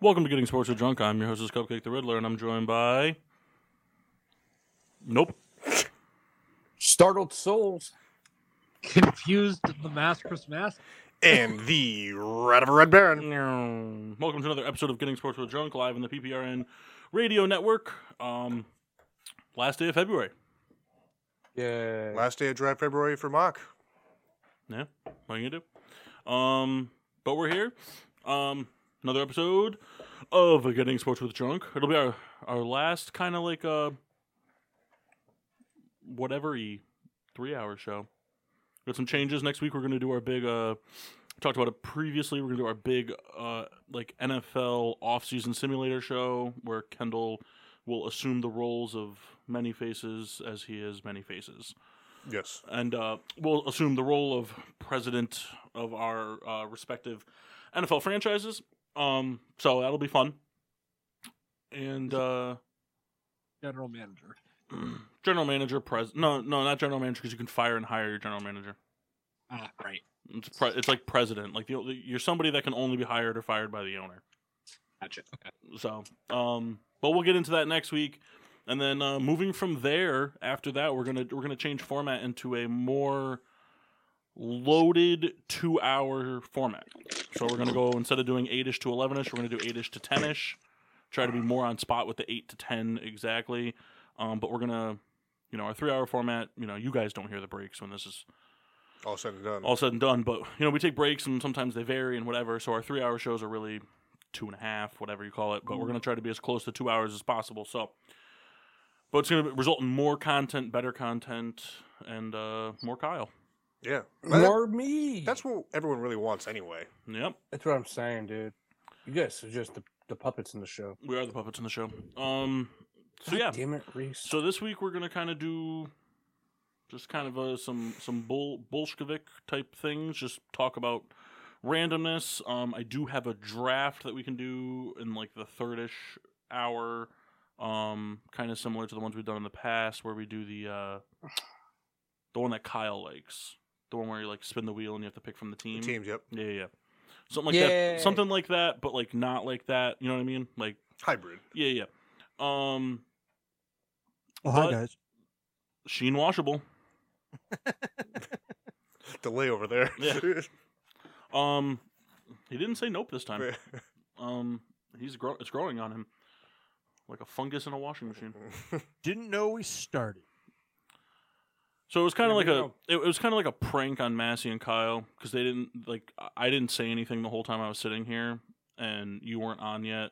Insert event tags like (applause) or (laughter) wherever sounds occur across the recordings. Welcome to Getting Sports with Drunk. I'm your host, Cupcake the Riddler, and I'm joined by. Nope. Startled souls. Confused the Masker's Mask. and the Rat of a Red Baron. Welcome to another episode of Getting Sports with Drunk, live in the PPRN Radio Network. Um, last day of February. Yeah. Last day of dry February for Mock. Yeah, what are you gonna do? Um, but we're here. Um, another episode of Getting Sports with Drunk. It'll be our our last kind of like uh whatever e three hour show. Got some changes next week. We're gonna do our big uh talked about it previously. We're gonna do our big uh like NFL offseason simulator show where Kendall will assume the roles of many faces as he is many faces Yes. and uh, will assume the role of president of our uh, respective NFL franchises. Um, so that'll be fun. And uh, (clears throat) General Manager. general manager, pres no, no, not general manager because you can fire and hire your general manager. Ah, right. It's pre- it's like president, like the, you're somebody that can only be hired or fired by the owner. Gotcha. Okay. So, um, but we'll get into that next week, and then uh, moving from there. After that, we're gonna we're gonna change format into a more loaded two hour format. So we're gonna go instead of doing eight ish to eleven ish, we're gonna do eight ish to ten ish. Try to be more on spot with the eight to ten exactly. Um, but we're gonna, you know, our three hour format. You know, you guys don't hear the breaks when this is All said and done. all said and done. But you know, we take breaks and sometimes they vary and whatever. So our three hour shows are really two and a half, whatever you call it. But we're gonna try to be as close to two hours as possible. So, but it's gonna result in more content, better content, and uh, more Kyle. yeah. Well, that- More me. that's what everyone really wants anyway. Yep, That's what I'm saying, dude. You guys are just the, the puppets in the show. we are the puppets in the show. Um, so yeah, God Damn it, Reese. so this week we're gonna kind of do just kind of uh, some some bull Bolshevik type things. Just talk about randomness. Um, I do have a draft that we can do in like the thirdish hour. Um, kind of similar to the ones we've done in the past, where we do the uh, the one that Kyle likes, the one where you like spin the wheel and you have to pick from the The team. teams, yep. Yeah, yeah, yeah. something like Yay. that. Something like that, but like not like that. You know what I mean? Like, Hybrid. yeah, yeah. Um, Oh, hi But- guys. Sheen washable. Delay over there. (laughs) Yeah. Um, he didn't say nope this time. Right. Um, he's grow- it's growing on him like a fungus in a washing machine. Didn't know we started. So it was kind of like There we a go. it, it was kind of like a prank on Massey and Kyle because they didn't like I- I didn't say anything the whole time I was sitting here and you weren't on yet.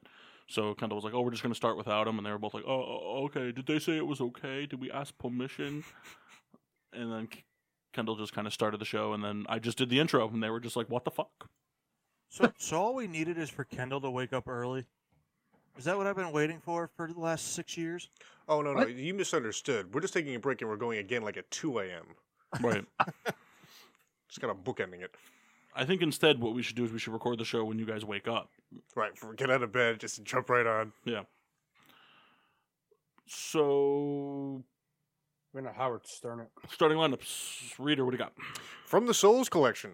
So Kendall was like, "Oh, we're just gonna start without him," and they were both like, "Oh, "Oh, okay. Did they say it was okay? Did we ask permission?" And then K- Kendall just kind of started the show, and then I just did the intro, and they were just like, "What the fuck?" So, so all we needed is for Kendall to wake up early. Is that what I've been waiting for for the last six years? (laughs) oh, no, no. What? You misunderstood. We're just taking a break and we're going again like at 2 a.m. Right. Just kind of bookending it. I think instead, what we should do is we should record the show when you guys wake up. Right. for- Get out of bed. Just jump right on. So, We're gonna Howard Stern it. starting lineups. Reader, what do you got? From the Souls collection,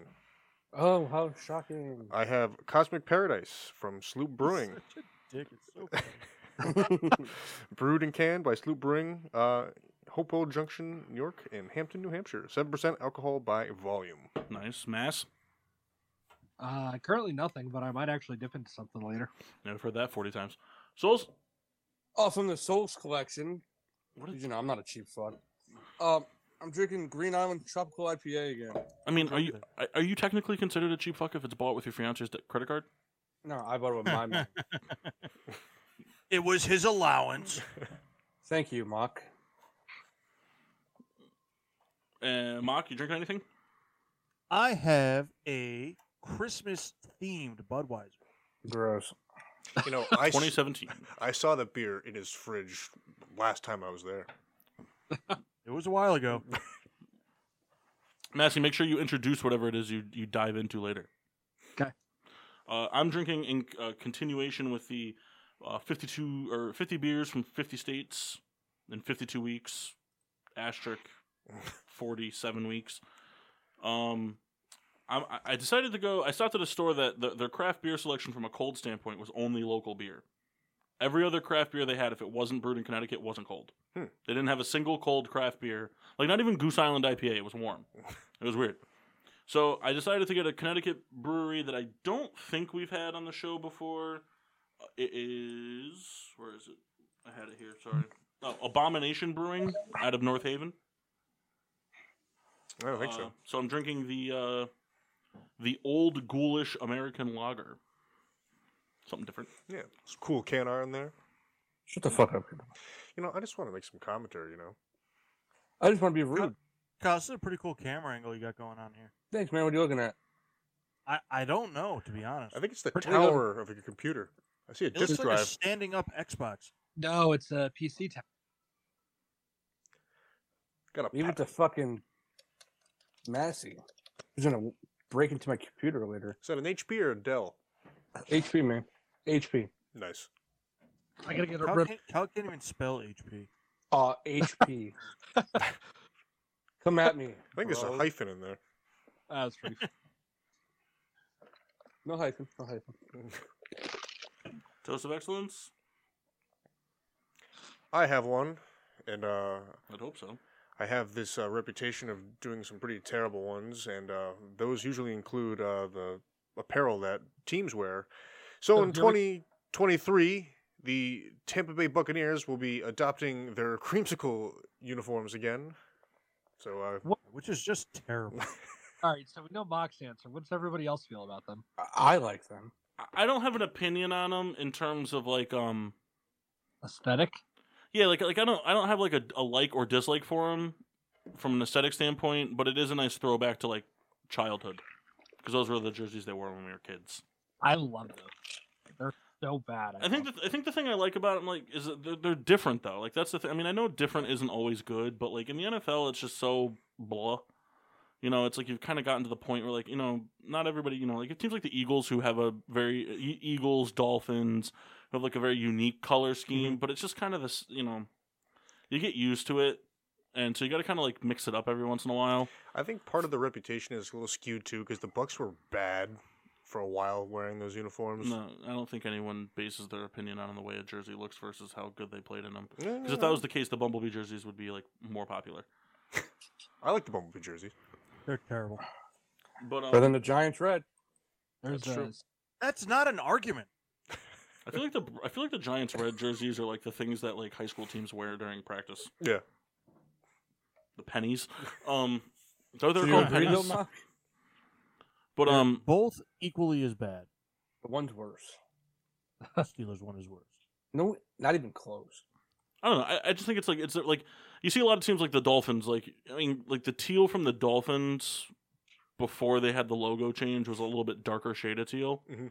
Oh, how shocking. I have Cosmic Paradise from Sloop Brewing. Such a dick. It's so funny. (laughs) Brewed and canned by Sloop Brewing, uh, Hopewell Junction, New York, and Hampton, New Hampshire. 7% alcohol by volume. Nice. Mass. Uh, currently nothing, but I might actually dip into something later. I've heard that 40 times. Souls. oh, from the Souls collection. What Did is, you know I'm not a cheap fuck? Um, I'm drinking Green Island Tropical IPA again. I mean, are you are- are you technically considered a cheap fuck if it's bought with your fiance's de- credit card? No, I bought it with (laughs) my money. It was his allowance. Thank you, Mock. Uh, Mock, you drinking anything? I have a Christmas themed Budweiser. Gross. You know, (laughs) I, s- 2017. I saw the beer in his fridge last time I was there. It was a while ago. Massey, make sure you introduce whatever it is you, you dive into later. 'Kay. Uh, I'm drinking in uh, continuation with the uh, 52 or 50 beers from 50 states in 52 weeks, asterisk 47 weeks. Um, I'm- I, I decided to go. I stopped at a store that the, their craft beer selection from a cold standpoint was only local beer. Every other craft beer they had, if it wasn't brewed in Connecticut, wasn't cold. Hmm. They didn't have a single cold craft beer. Like not even Goose Island IPA. It was warm. It was weird. So I decided to get a Connecticut brewery that I don't think we've had on the show before. Uh, It is where is it? I had it here. Sorry. Oh, Abomination Brewing out of North Haven. I don't think Uh, Uh-huh. so. So I'm drinking the uh, the old ghoulish American lager. Something different. Yeah, it's cool can art in there. Shut the fuck up. You know, I just want to make some commentary. You know, I just want to be rude. Kyle, this is a pretty cool camera angle you got going on here. Thanks, man. What are you looking at? I, I don't know, to be honest. I think it's the Pretty good. tower of your computer. I see a it looks disk like a drive. standing up Xbox. No, it's a PC tab. Got a Leave it pat- to fucking Massey. He's gonna break into my computer later. is that an HP or a Dell? HP, man. HP. Nice. I gotta get a Kyle rip. can't, Kyle can't even spell HP. Uh, HP. (laughs) Come at me. I think there's a bro. hyphen in there. That's pretty. (laughs) f- No hyphen. No hyphen. Toast of excellence. I have one, and uh, I'd hope so. I have this uh, reputation of doing some pretty terrible ones, and uh, those usually include uh, the apparel that teams wear. So Oh, in here we- 2023, the Tampa Bay Buccaneers will be adopting their (laughs) creamsicle uniforms again. So uh, Which is just terrible. All right, so we know Mox answer. What's everybody else feel about them? I, I like them. I- I don't have an opinion on them in terms of like um Aesthetic. yeah like like I don't I don't have like a, a like or dislike for them from an aesthetic standpoint, but it is a nice throwback to like childhood because those were the jerseys they wore when we were kids. I love them. They're so bad. I think love the, I think the thing I like about them like is that they're, they're different though. Like that's the thing. I mean, I know different isn't always good, but like in the NFL, it's just so blah. You know, it's like you've kind of gotten to the point where like you know, not everybody. You know, like it seems like the Eagles who have a very E- Eagles Dolphins who have like a very unique color scheme, but it's just kind of this. You know, you get used to it, and so you got to kind of like mix it up every once in a while. I think part of the reputation is a little skewed too, because the Bucks were bad for a while wearing those uniforms. No, I don't think anyone bases their opinion on the way a jersey looks versus how good they played in them. Yeah, Because if that was the case, the Bumblebee jerseys would be like more popular. I like the Bumblebee jerseys. They're terrible. But um, Better than the Giants red. them. There's that's true. a, That's not an argument. I feel like the I feel like the Giants red jerseys are like the things that like high school teams wear during practice. Yeah. The pennies. Um though they're Do you called agree, though, pennies. Mark? But um Both equally as bad. (laughs) The one's worse. Steelers one is worse. No, not even close. I don't know. I, I just think it's like it's like you see a lot of teams like the Dolphins, like I mean like the teal from the Dolphins before they had the logo change was a little bit darker shade of teal. Mhm.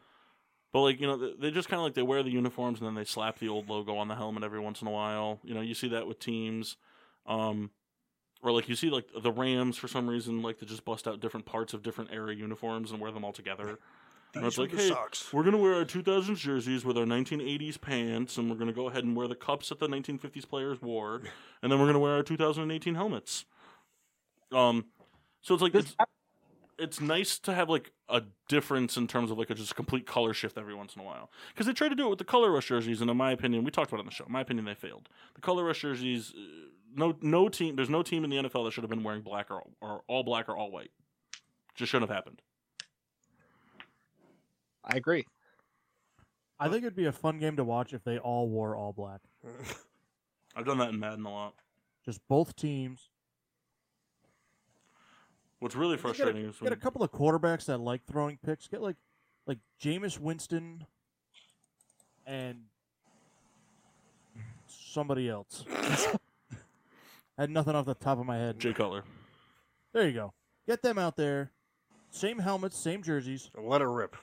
But like you know, they- they just kind of like they wear the uniforms and then they slap the old logo on the helmet every once in a while. You know, you see that with teams, um, or like you see like the Rams for some reason like they just bust out different parts of different era uniforms and wear them all together. And it's These are like, the hey, socks. We're gonna wear our 2000s jerseys with our 1980s pants, and we're gonna go ahead and wear the cups that the 1950s players wore, and then we're gonna wear our 2018 helmets. Um, so it's like it's, it's nice to have like a difference in terms of like a just complete color shift every once in a while because they tried to do it with the color rush jerseys, and in my opinion, we talked about it on the show. In my opinion, they failed. The color rush jerseys, uh, no, no team, there's no team in the NFL that should have been wearing black or, or all black or all white. Just shouldn't have happened. I agree. I think it'd be a fun game to watch if they all wore all black. I've done that in Madden a lot. Just both teams. What's really You get a- frustrating is Get when a couple of quarterbacks that like throwing picks. Get like like Jameis Winston and somebody else. (laughs) Had nothing off the top of my head. Jay Cutler. There you go. Get them out there. Same helmets, same jerseys. Let it rip.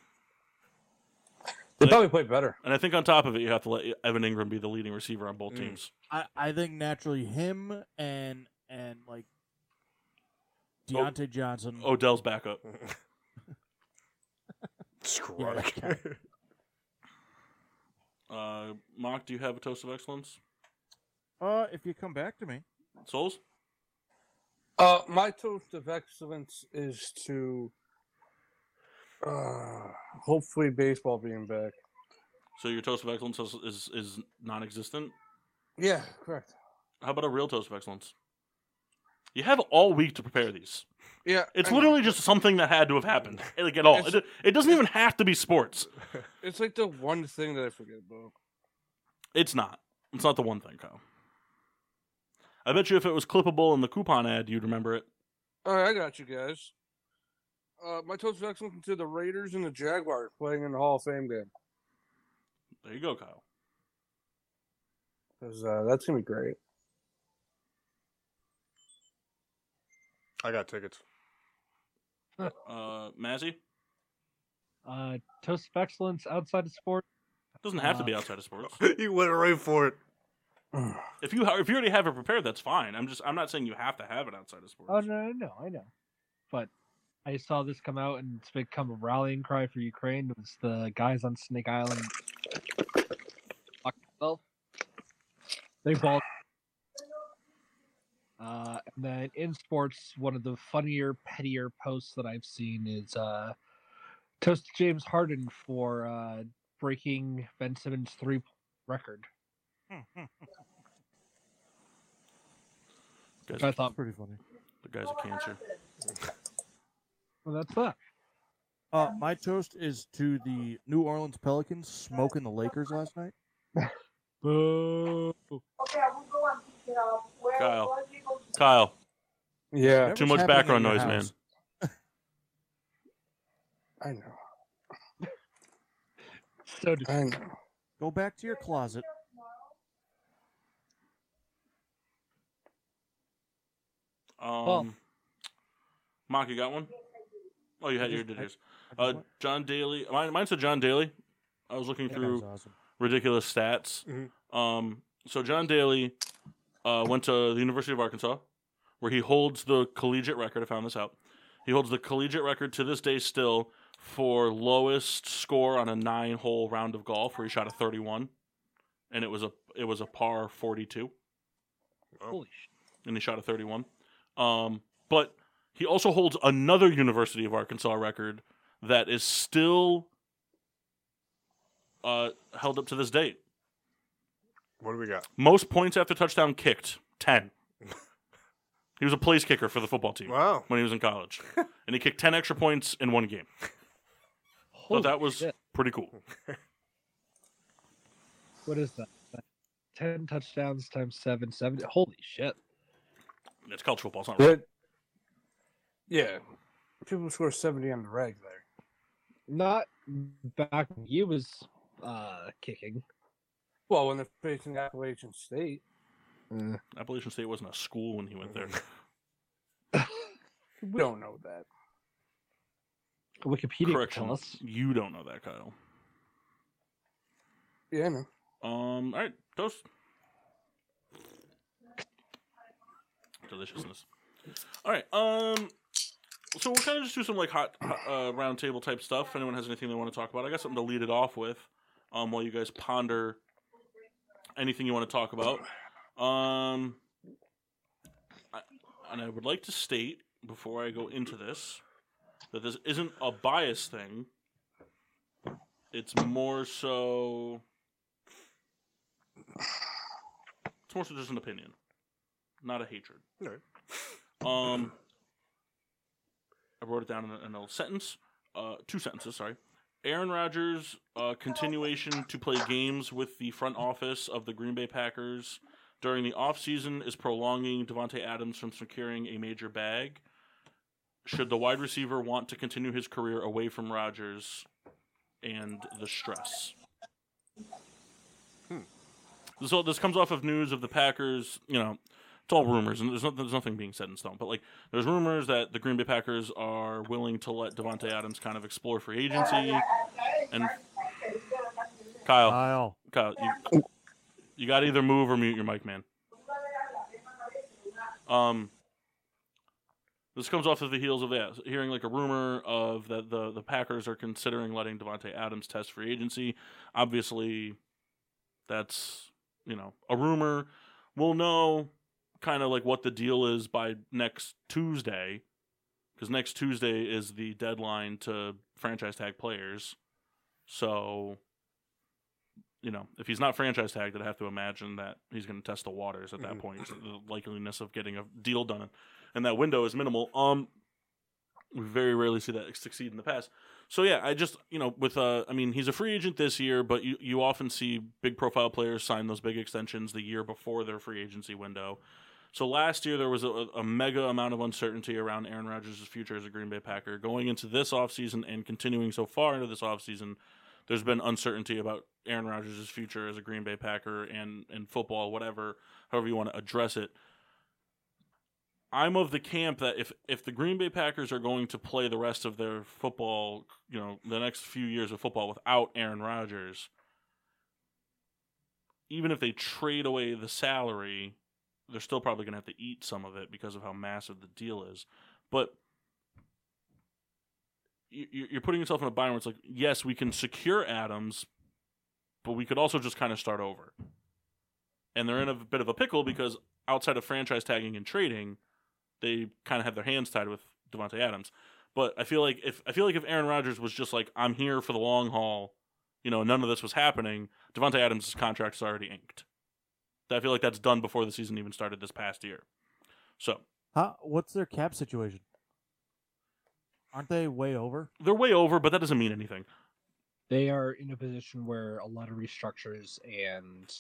They probably play better. And I think on top of it, you have to let Evan Ingram be the leading receiver on both Mm. teams. I, I think naturally him and and like Oh. Deontay Johnson. Odell's backup. Scrotic. Uh, Mock, do you have a toast of excellence? Uh, if you come back to me, Souls? Uh, my toast of excellence is to uh, hopefully baseball being back. So your toast of excellence is, is, is non existent? Yeah, correct. How about a real toast of excellence? You have all week to prepare these. Yeah, It's I know. literally just something that had to have (laughs) happened, like at all. It's- It, it doesn't even have to be sports. It's like the one thing that I forget about. It's not. It's not the one thing, Kyle. I bet you if it was clippable in the coupon ad, you'd remember it. All right, I got you guys. Uh, my toast of excellence to the Raiders and the Jaguars playing in the Hall of Fame game There you go, Kyle. because uh, that's gonna be great. (laughs) I got tickets. (laughs) Uh, Mazzy Uh, toast of excellence outside of sports. doesn't have to be Uh, outside of sports. you went right for it. If you if you already have it prepared, that's fine. I'm just I'm not saying you have to have it outside of sports. Oh no, no, no, I know. But I saw this come out and it's become a rallying cry for Ukraine. It was the guys on Snake Island. Fuck themselves. They balled. Uh, and then in sports, one of the funnier, pettier posts that I've seen is uh, toast to James Harden for uh, breaking Ben Simmons' three point record. Hmm, The which guys, I thought, pretty funny. the guys are cancer. well, that's that. Uh, my toast is to the New Orleans Pelicans smoking the Lakers last night. Boo. Kyle, Kyle, Yeah, Whatever's too much happening background in your noise, man. house. I know. So dis- I know. Go back to your closet. Um, Well- Mock, you got one? Oh, you had I your just- did I- yours. I Uh, just want- John Daly. Mine, mine said John Daly. I was looking That through guy's awesome. ridiculous stats. Um, so John Daly uh, went to the University of Arkansas, where he holds the collegiate record. I found this out. He holds the collegiate record to this day still for lowest score on a nine-hole round of golf, where he shot a 31, and it was a it was a par 42 holy shit. and he shot a 31. Um, but he also holds another University of Arkansas record that is still uh, held up to this date. What do we got? Most points after touchdown kicked 10. (laughs) he was a place kicker for the football team Wow. when he was in college, and he kicked 10 extra points in one game. Holy that was- shit. Pretty cool. What is that? Ten touchdowns times seven, seven. Holy shit! It's college football. It's not Did, Yeah, people score seventy on the rag there. Not back when he was uh, kicking. Well, when they're facing Appalachian State, Appalachian State wasn't a school when he went there. we don't know that. Wikipedia can Correction. tell us. You don't know that, Kyle. Yeah, I know. Um. All right, toast. Deliciousness. All right. Um. So we'll kind of just do some like hot, hot uh, round table type stuff. If anyone has anything they want to talk about, I got something to lead it off with. Um, while you guys ponder anything you want to talk about. Um. I, and I would like to state before I go into this that this isn't a bias thing. It's more so it's more so just an opinion, not a hatred. Alright. Um, I wrote it down in a- an old sentence, uh, two sentences. Sorry. Aaron Rodgers' uh, continuation to play games with the front office of the Green Bay Packers during the offseason is prolonging Devontae Adams from securing a major bag. Should the wide receiver want to continue his career away from Rodgers and the stress? This all this comes off of news of the Packers, you know, it's all rumors, and there's nothing, there's nothing being said in stone. But like, there's rumors that the Green Bay Packers are willing to let Devonte Adams kind of explore free agency. And Kyle, Kyle. Kyle, you, you got to either move or mute your mic, man. Um, this comes off of the heels of that hearing like a rumor of that the the Packers are considering letting Devonte Adams test free agency. Obviously, that's you know a rumor. We'll know kind of like what the deal is by next Tuesday, because next Tuesday is the deadline to franchise tag players. So you know, if he's not franchise tagged, I'd have to imagine that he's going to test the waters at that Mhm. point. So the likeliness of getting a deal done and that window is minimal. Um, we very rarely see that succeed in the past. So yeah, I just you know with uh, I mean he's a free agent this year, but you you often see big profile players sign those big extensions the year before their free agency window. So last year there was a, a mega amount of uncertainty around Aaron Rodgers' future as a Green Bay Packer. Going into this offseason and continuing so far into this offseason, there's been uncertainty about Aaron Rodgers' future as a Green Bay Packer and and football, whatever, however you want to address it. I'm of the camp that if if the Green Bay Packers are going to play the rest of their football, you know, the next few years of football without Aaron Rodgers, even if they trade away the salary, they're still probably going to have to eat some of it because of how massive the deal is. But you- you- you're putting yourself in a bind where it's like, yes, we can secure Adams, but we could also just kind of start over. And they're in a bit of a pickle because outside of franchise tagging and trading, they kind of have their hands tied with Devonte Adams. But I feel like if I feel like if Aaron Rodgers was just like I'm here for the long haul, you know, none of this was happening. Devonte Adams' contract is already inked. I feel like that's done before the season even started this past year. So Huh? What's their cap situation? Aren't they way over? they're way over, but that doesn't mean anything. They are in a position where a lot of restructures and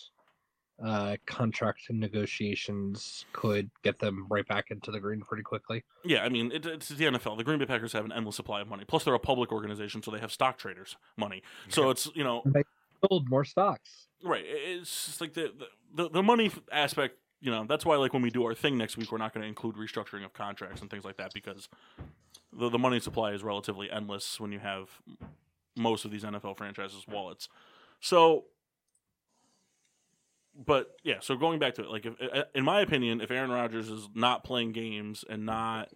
uh, contract negotiations could get them right back into the green pretty quickly. Yeah, I mean, it, it's the NFL. The Green Bay Packers have an endless supply of money. Plus, they're a public organization, so they have stock traders' money. So it's you know, Build more stocks. right? it- It's just like the the, the money f- aspect. You know, that's why like when we do our thing next week, we're not going to include restructuring of contracts and things like that because the the money supply is relatively endless when you have most of these NFL franchises' wallets. So, but yeah, so going back to it, like if, in my opinion, if Aaron Rodgers is not playing games and not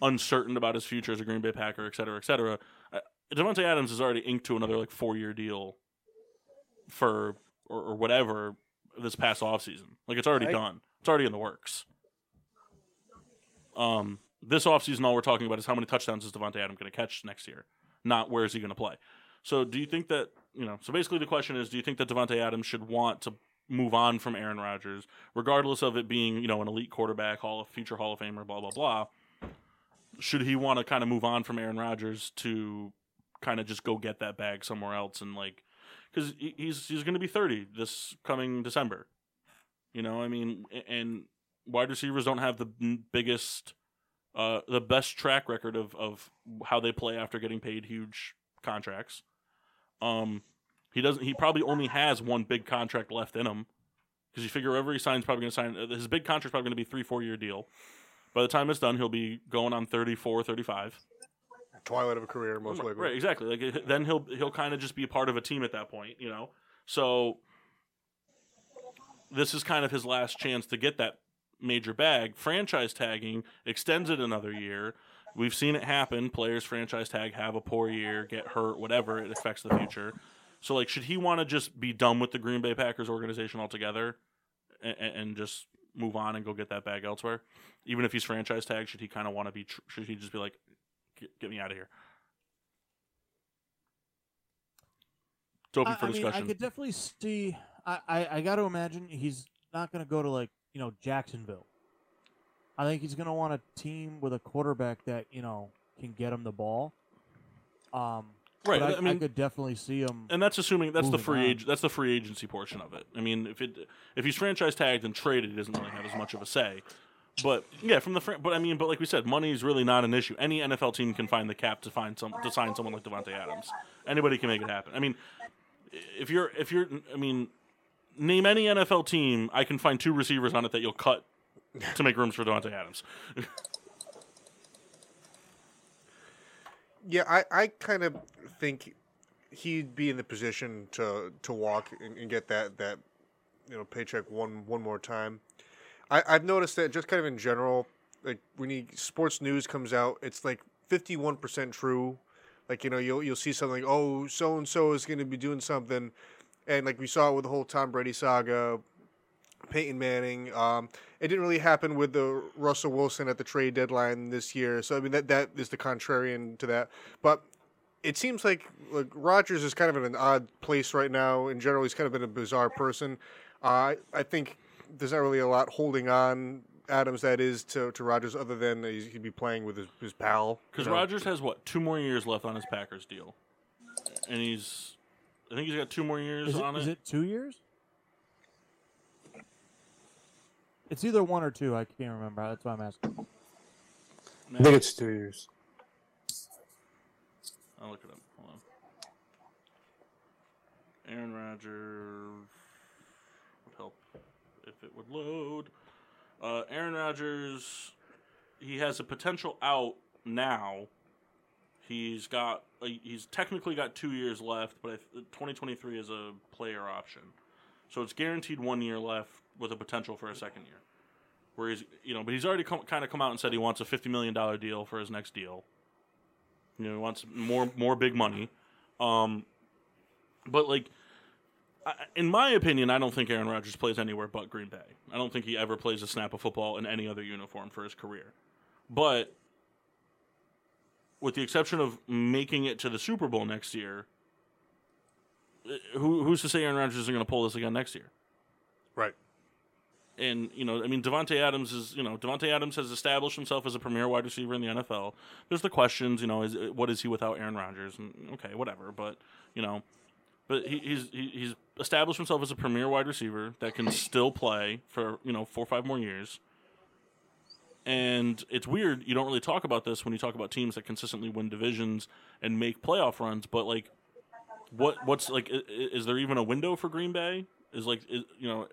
uncertain about his future as a Green Bay Packer, et cetera, et cetera, uh, Devontae Adams is already inked to another like four year deal for or, or whatever this past offseason. Like it's already Right. done. It's already in the works. Um, this offseason, all we're talking about is how many touchdowns is Devontae Adams going to catch next year, not where is he going to play. So, do you think that you know? So basically, the question is, do you think that Devontae Adams should want to move on from Aaron Rodgers, regardless of it being you know an elite quarterback, Hall of future Hall of Famer, blah blah blah? Should he want to kind of move on from Aaron Rodgers to kind of just go get that bag somewhere else and like, because he's he's going to be thirty this coming December. You know, I mean, a- and wide receivers don't have the m- biggest, uh, the best track record of of how they play after getting paid huge contracts. Um, he doesn't. He probably only has one big contract left in him because you figure wherever he signs, probably going to sign. uh, His big contract's probably going to be three, four year deal. By the time it's done, he'll be going on 34, 35. Twilight of a career, most Right, likely. Right, exactly. Like it- then he'll he'll kind of just be a part of a team at that point, you know. So this is kind of his last chance to get that major bag. Franchise tagging extends it another year. We've seen it happen. Players franchise tag have a poor year, get hurt, whatever. It affects the future. So like, should he want to just be done with the Green Bay Packers organization altogether, and, and just move on and go get that bag elsewhere? Even if he's franchise tagged, should he kind of want to be? tr- Should he just be like, "Get- get me out of here? It's open I, for I mean, discussion. I could definitely see. I, I, I got to imagine he's not going to go to like you know Jacksonville. I think he's going to want a team with a quarterback that you know can get him the ball. Um, right. but I, I, mean, could definitely see him. and that's assuming that's the Moving free on. age. That's the free agency portion of it. I mean, if it if he's franchise tagged and traded, he doesn't really have as much of a say. But yeah, from the fran- but I mean, but like we said, money is really not an issue. Any NFL team can find the cap to find some to sign someone like Devonte Adams. Anybody can make it happen. I mean, if you're if you're I mean, name any NFL team, I can find two receivers on it that you'll cut to make rooms for Devontae Adams. Yeah, I, I kind of think he'd be in the position to to walk and, and get that that you know paycheck one one more time. I, I've noticed that just kind of in general, like when you, sports news comes out, it's like fifty one percent true. Like you know, you'll you'll see something. Oh, so and so is going to be doing something, and like we saw with the whole Tom Brady saga, Peyton Manning. Um, it didn't really happen with the Russell Wilson at the trade deadline this year. So I mean that that is the contrarian to that. But it seems like like Rodgers is kind of in an odd place right now. In general, he's kind of been a bizarre person. Uh, I think there's not really a lot holding on Adams that is to to Rodgers other than he's, he'd be playing with his, his pal. Because you know? Rodgers has what two more years left on his Packers deal, and he's, I think he's got two more years Is it, on is it two years? It's either one or two. I can't remember. That's why I'm asking. I think it's two years. I'll look it up. Hold on. Aaron Rodgers would help if it would load. Uh, Aaron Rodgers, he has a potential out now. He's got uh, he's technically got two years left, but I th- 2023 is a player option, so it's guaranteed one year left with a potential for a second year. Where he's you know, but he's already come, kind of come out and said he wants a 50 million dollar deal for his next deal. You know, he wants more more big money. Um, but like, I, in my opinion, I don't think Aaron Rodgers plays anywhere but Green Bay. I don't think he ever plays a snap of football in any other uniform for his career. But with the exception of making it to the Super Bowl next year, eh, who, who's to say Aaron Rodgers is going to pull this again next year? Right. And you know, I mean, Devonte Adams is you know Devonte Adams has established himself as a premier wide receiver in the NFL. There's the questions, you know, is what is he without Aaron Rodgers? And okay, whatever, but you know, but he, he's he, he's established himself as a premier wide receiver that can still play for you know four or five more years. And it's weird you don't really talk about this when you talk about teams that consistently win divisions and make playoff runs, but like, what what's like i- i- is there even a window for Green Bay? Is like is, you know.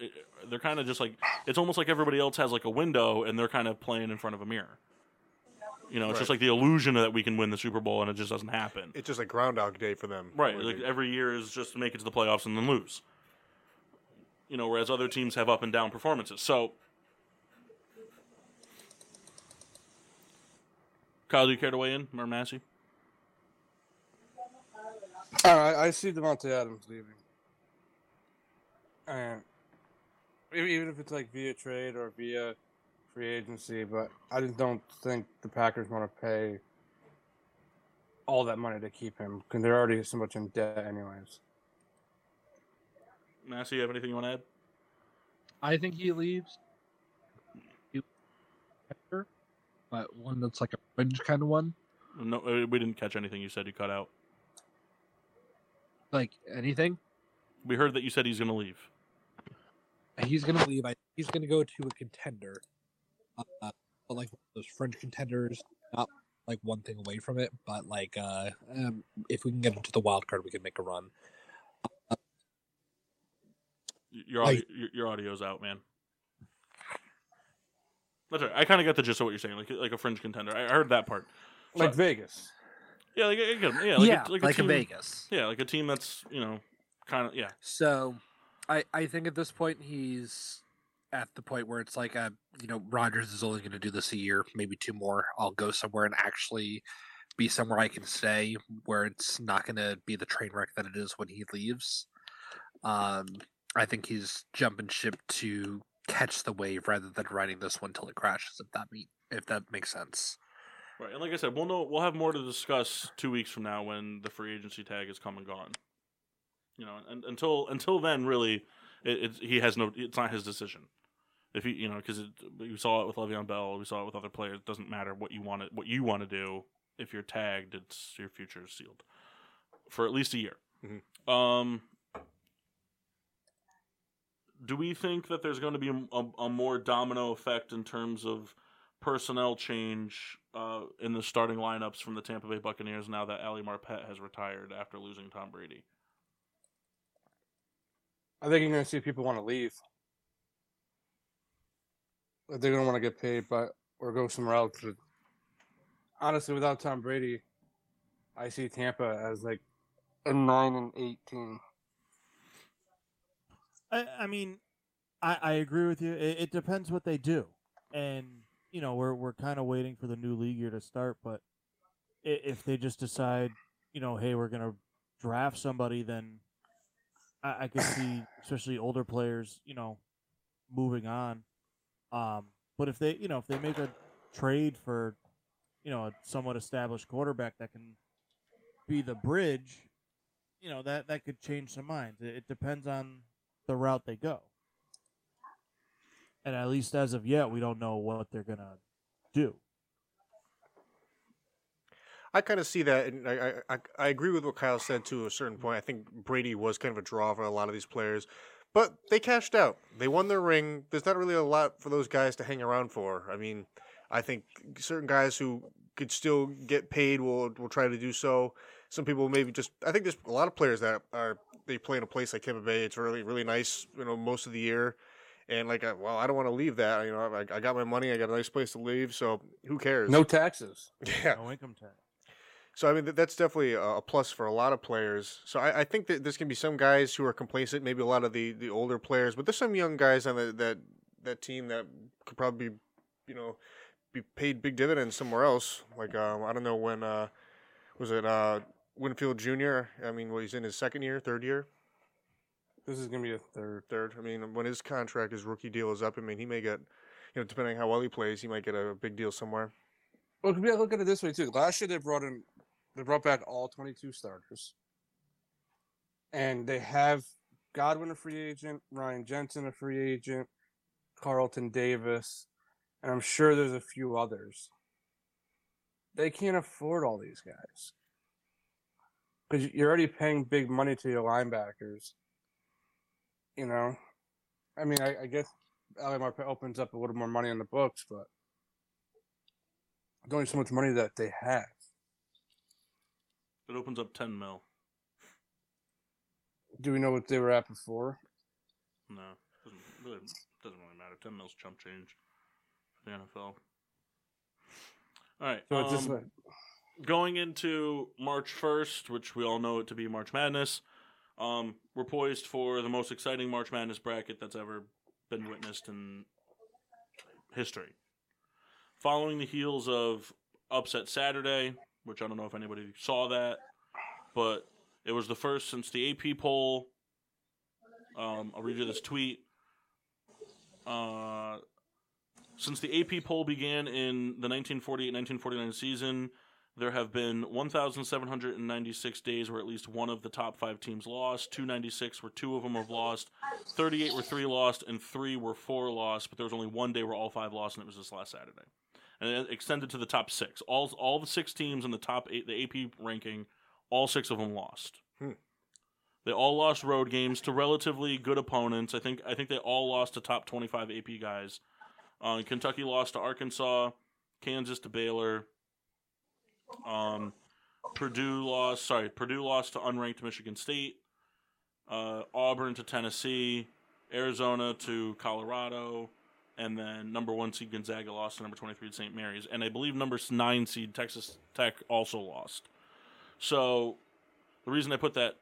i- They're kind of just like it's almost like everybody else has like a window and they're kind of playing in front of a mirror. You know, it's just Right. like the illusion that we can win the Super Bowl and it just doesn't happen. It's just like Groundhog Day for them. Right. where Like they- every year is just to make it to the playoffs and then lose. You know, whereas other teams have up and down performances. So, Kyle, do you care to weigh in, or Massey? All right, I see Devontae Adams leaving. And e- even if it's like via trade or via free agency, but I just don't think the Packers want to pay all that money to keep him because they're already so much in debt, anyways. Massey, you have anything you want to add? I think he leaves. He- But one that's like a fringe kind of one. No, uh, we didn't catch anything you said. You cut out. Like anything. We heard that you said he's going to leave. He's gonna leave. I, he's gonna go to a contender, uh, but like those fringe contenders, not like one thing away from it. But like, uh, um, if we can get into the wild card, we can make a run. Y- Your audio, your, your audio's out, man. That's all right. I kind of got the gist of what you're saying, like like a fringe contender. I I heard that part. So- Like Vegas. Yeah, like, I get 'em. yeah, like a, like a, team, Vegas. Yeah, like a team that's you know, kind of yeah. So, I I think at this point he's at the point where it's like, uh, you know, Rogers is only going to do this a year, maybe two more. I'll go somewhere and actually be somewhere I can stay, where it's not going to be the train wreck that it is when he leaves. Um, I think he's jumping ship to catch the wave rather than riding this one till it crashes. If that me if that makes sense. Right, and like I said, we'll know we'll have more to discuss two weeks from now when the free agency tag is come and gone. You know, and until until then, really, it, it's he has no. It's not his decision. If he, you know, because we saw it with Le'Veon Bell, we saw it with other players. It doesn't matter what you want to what you want to do. If you're tagged, it's your future is sealed for at least a year. Mhm. Um, do we think that there's going to be a, a- a more domino effect in terms of personnel change uh, in the starting lineups from the Tampa Bay Buccaneers now that Ali Marpet has retired after losing Tom Brady? I think you're going to see people want to leave. if they're gonna want to get paid, but or go somewhere else. But honestly, without Tom Brady, I see Tampa as like a nine and eight team. I, I mean, I, I agree with you. It, it depends what they do, and you know we're we're kind of waiting for the new league year to start. But i- if they just decide, you know, hey, we're gonna draft somebody, then I, I could see, especially older players, you know, moving on. Um, but if they, you know, if they make a trade for, you know, a somewhat established quarterback that can be the bridge, you know, that that could change some minds. It, it depends on the route they go. And at least as of yet, we don't know what they're gonna do. I kind of see that, and I, I- I I agree with what Kyle said to a certain point. I think Brady was kind of a draw for a lot of these players, but they cashed out. They won their ring. There's not really a lot for those guys to hang around for. I mean, I think certain guys who could still get paid will will try to do so. Some people maybe just. I think there's a lot of players that are they play in a place like Tampa Bay. It's really really nice, you know, most of the year. And like, I- well, I don't want to leave that. You know, I, I got my money. I got a nice place to leave. So who cares? No taxes. (laughs) Yeah. No income tax. So I mean, th- that's definitely a a plus for a lot of players. So I, I think that there's gonna be some guys who are complacent, maybe a lot of the, the older players, but there's some young guys on the, that that team that could probably, be, you know, be paid big dividends somewhere else. Like um, I don't know when uh, was it uh, Winfield Jr. I mean, well, he's in his second year, third year, This is gonna be a third. third. I mean, when his contract, his rookie deal is up, I mean, he may get, you know, depending on how well he plays, he might get a big deal somewhere. Well, could we look at it this way too? Last year they brought in, they brought back all twenty-two starters, and they have Godwin a free agent, Ryan Jensen a free agent, Carlton Davis, and I'm sure there's a few others. They can't afford all these guys because you're already paying big money to your linebackers. You know, I mean, I, I guess Alamar opens up a little more money on the books, but there's only so much money that they have. It opens up 10 mil. Do we know what they were at before? No, doesn't really, doesn't really matter. 10 mil's chump change for the NFL. All right. So it's just um, like, going into March 1st, which we all know it to be March Madness, um, we're poised for the most exciting March Madness bracket that's ever been witnessed in history. Following the heels of Upset Saturday, which I don't know if anybody saw that, but it was the first since the AP poll. Um, I'll read you this tweet. Uh, since the AP poll began in the 1948 1949 season, there have been 1,796 days where at least one of the top five teams lost. 296 where two of them have lost. 38 where three lost, and three were four lost. But there was only one day where all five lost, and it was this last Saturday. And it extended to the top six. All all the six teams in the top eight, the AP ranking, all six of them lost. Hmm. They all lost road games to relatively good opponents. I think I think they all lost to top 25 AP guys. Uh, Kentucky lost to Arkansas, Kansas to Baylor. Um, Purdue lost. Sorry, Purdue lost to unranked Michigan State. Uh, Auburn to Tennessee, Arizona to Colorado, and then number one seed Gonzaga lost to number twenty three St. Mary's, and I believe number nine seed Texas Tech also lost. So, the reason I put that,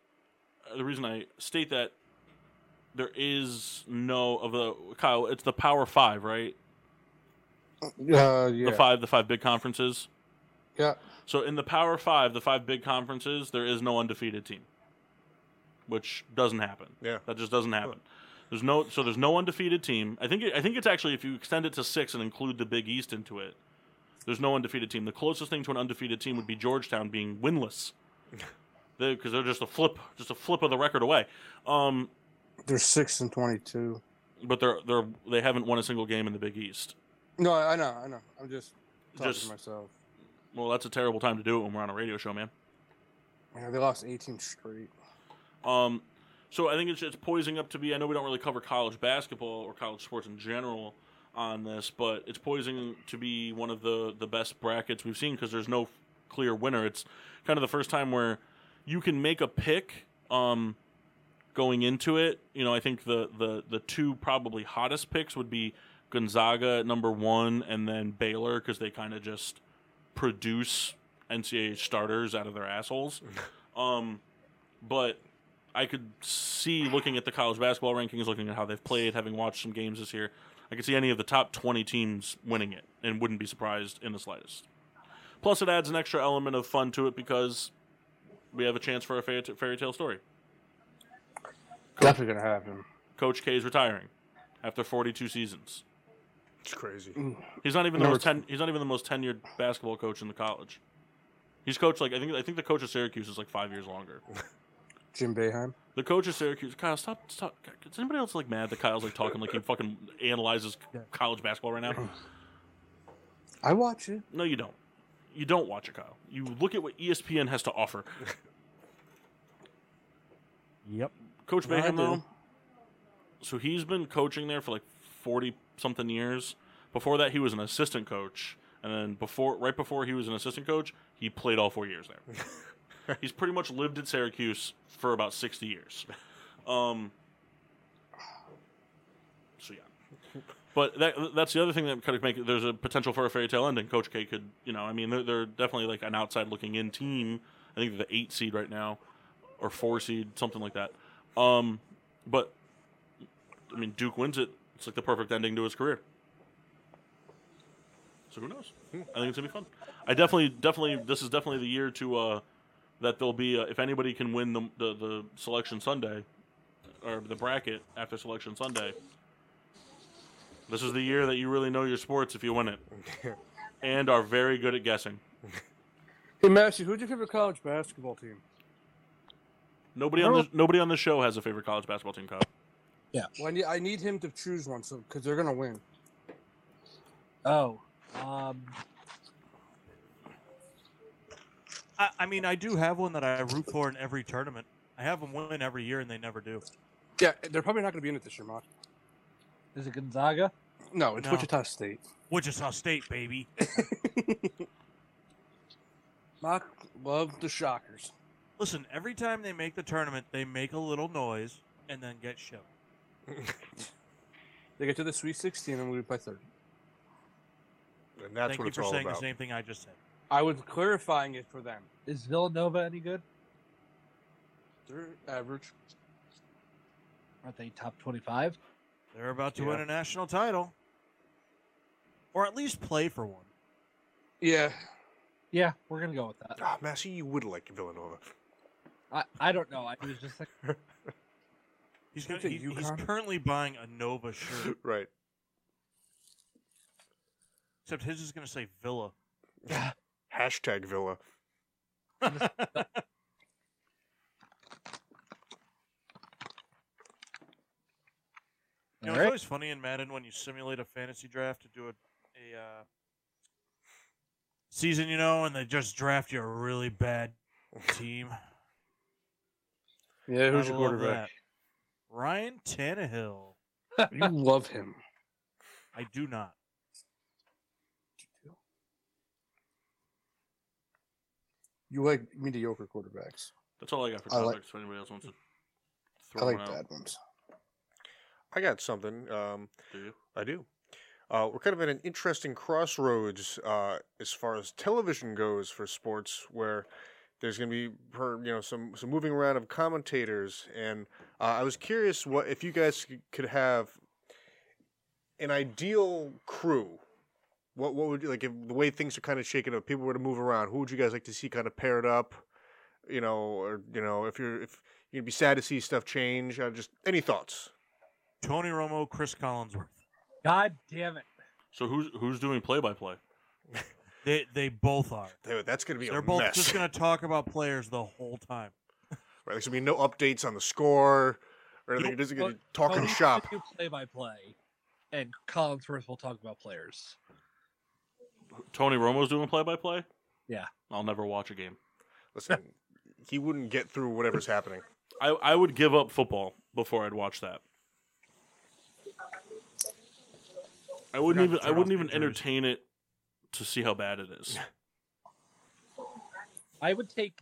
uh, the reason I state that, there is no of the Kyle. It's the Power Five, right? uh, yeah, The five, the five big conferences. yeah. So in the Power Five, the five big conferences, there is no undefeated team, which doesn't happen. Yeah. that just doesn't happen. There's no so there's no undefeated team. I think it, I think it's actually if you extend it to six and include the Big East into it, there's no undefeated team. The closest thing to an undefeated team would be Georgetown being winless, because they're just a flip, just a flip of the record away. Um, They're six and twenty-two. but they're they're they haven't won a single game in the Big East. No, I I know, I know. I'm just talking Just- to myself. Well, that's a terrible time to do it when we're on a radio show, man. Yeah, they lost eighteen straight. Um, so I think it's, it's poising up to be. I know we don't really cover college basketball or college sports in general on this, but it's poising to be one of the the best brackets we've seen because there's no clear winner. It's kind of the first time where you can make a pick. Um, going into it, you know, I think the the the two probably hottest picks would be Gonzaga at number one, and then Baylor because they kind of just produce NCAA starters out of their assholes. um, but I could see looking at the college basketball rankings, looking at how they've played, having watched some games this year, I could see any of the top 20 teams winning it and wouldn't be surprised in the slightest. Plus, it adds an extra element of fun to it because we have a chance for a fairy, fairy tale story. Definitely gonna happen. Coach K is retiring after 42 seasons. It's crazy. Mm, He's not even the Number most ten, he's not even the most tenured basketball coach in the college. He's coached like I think I think the coach of Syracuse is like five years longer. Jim Beheim. The coach of Syracuse, Kyle, stop, stop. Is anybody else like mad that Kyle's like talking like he fucking analyzes college basketball right (clears throat) now? I watch it. No, you don't. You don't watch it, Kyle. You look at what E ESPN has to offer. Yep. Coach No, I Mayhem, do. though. So he's been coaching there for like forty something years. Before that, he was an assistant coach, and then before, right before he was an assistant coach, he played all four years there. he's pretty much lived at Syracuse for about sixty years. Um. So yeah. But that, that's the other thing that could make there's a potential for a fairy tale ending. Coach K could, you know, I mean, they're, they're definitely like an outside looking in team. I think they're the eight seed right now, or four seed, something like that. Um, but I mean, Duke wins it. It's like the perfect ending to his career. So who knows? Hmm. I think it's gonna be fun. I definitely, definitely, this is definitely the year to uh, that there'll be uh, if anybody can win the, the the selection Sunday or the bracket after selection Sunday. This is the year that you really know your sports if you win it, (laughs) and are very good at guessing. Hey Massey, who's your favorite college basketball team? Nobody on the nobody on the show has a favorite college basketball team. Kyle. Well, I need, I need him to choose one, so because they're gonna win. Oh, um, I, I mean, I do have one that I root for in every tournament. I have them win every year, and they never do. Yeah, they're probably not gonna be in it this year, Mark. is it Gonzaga? No, it's No. Wichita State. Wichita State, baby. Mark love the (laughs) Shockers. Listen, every time they make the tournament, they make a little noise and then get shipped. They get to the Sweet 16 and we play third. And that's Thank what you it's for all saying about. the same thing I just said. I was clarifying it for them. Is Villanova any good? They're average. Aren't they top twenty-five? They're about to Yeah. win a national title, or at least play for one. Yeah, Yeah, we're gonna go with that. Ah, Massey, you would like Villanova. I, I don't know. I was just (laughs) like, He's Can gonna, we he, take he's UConn? currently buying a Nova shirt, Right. except his is gonna say Villa. Hashtag Villa. You know, all it's right, always funny in Madden when you simulate a fantasy draft to do a, a uh, season, you know, and they just draft you a really bad team. yeah. Who's I your love quarterback? that. Ryan Tannehill. You love him. I do not. You like mediocre quarterbacks. That's all I got for I like- topics. if anybody else wants to throw I like one out, bad ones. I got something. Um, do you? I do. Uh, we're kind of at an interesting crossroads uh, as far as television goes for sports, where there's going to be per, you know some some moving around of commentators, and uh, I was curious what if you guys c- could have an ideal crew. What what would you like if the way things are kind of shaking up? People were to move around. Who would you guys like to see kind of paired up? You know, or you know, if you're if you'd be sad to see stuff change. Uh, just any thoughts? Tony Romo, Chris Collinsworth. God damn it! So who's who's doing play by play? They they both are. Dude, that's going to be They're a both mess. just gonna talk about players the whole time. Right, there's gonna be no updates on the score or anything. Nope. Just gonna But- talk But in we the (laughs) shop. should Do play by play, and Collinsworth will talk about players. Tony Romo's doing play by play. Yeah. I'll never watch a game. Listen, he wouldn't get through whatever's happening. I, I would give up football before I'd watch that. I wouldn't even Forgot to I turn wouldn't off even injuries. entertain it to see how bad it is. (laughs) I would take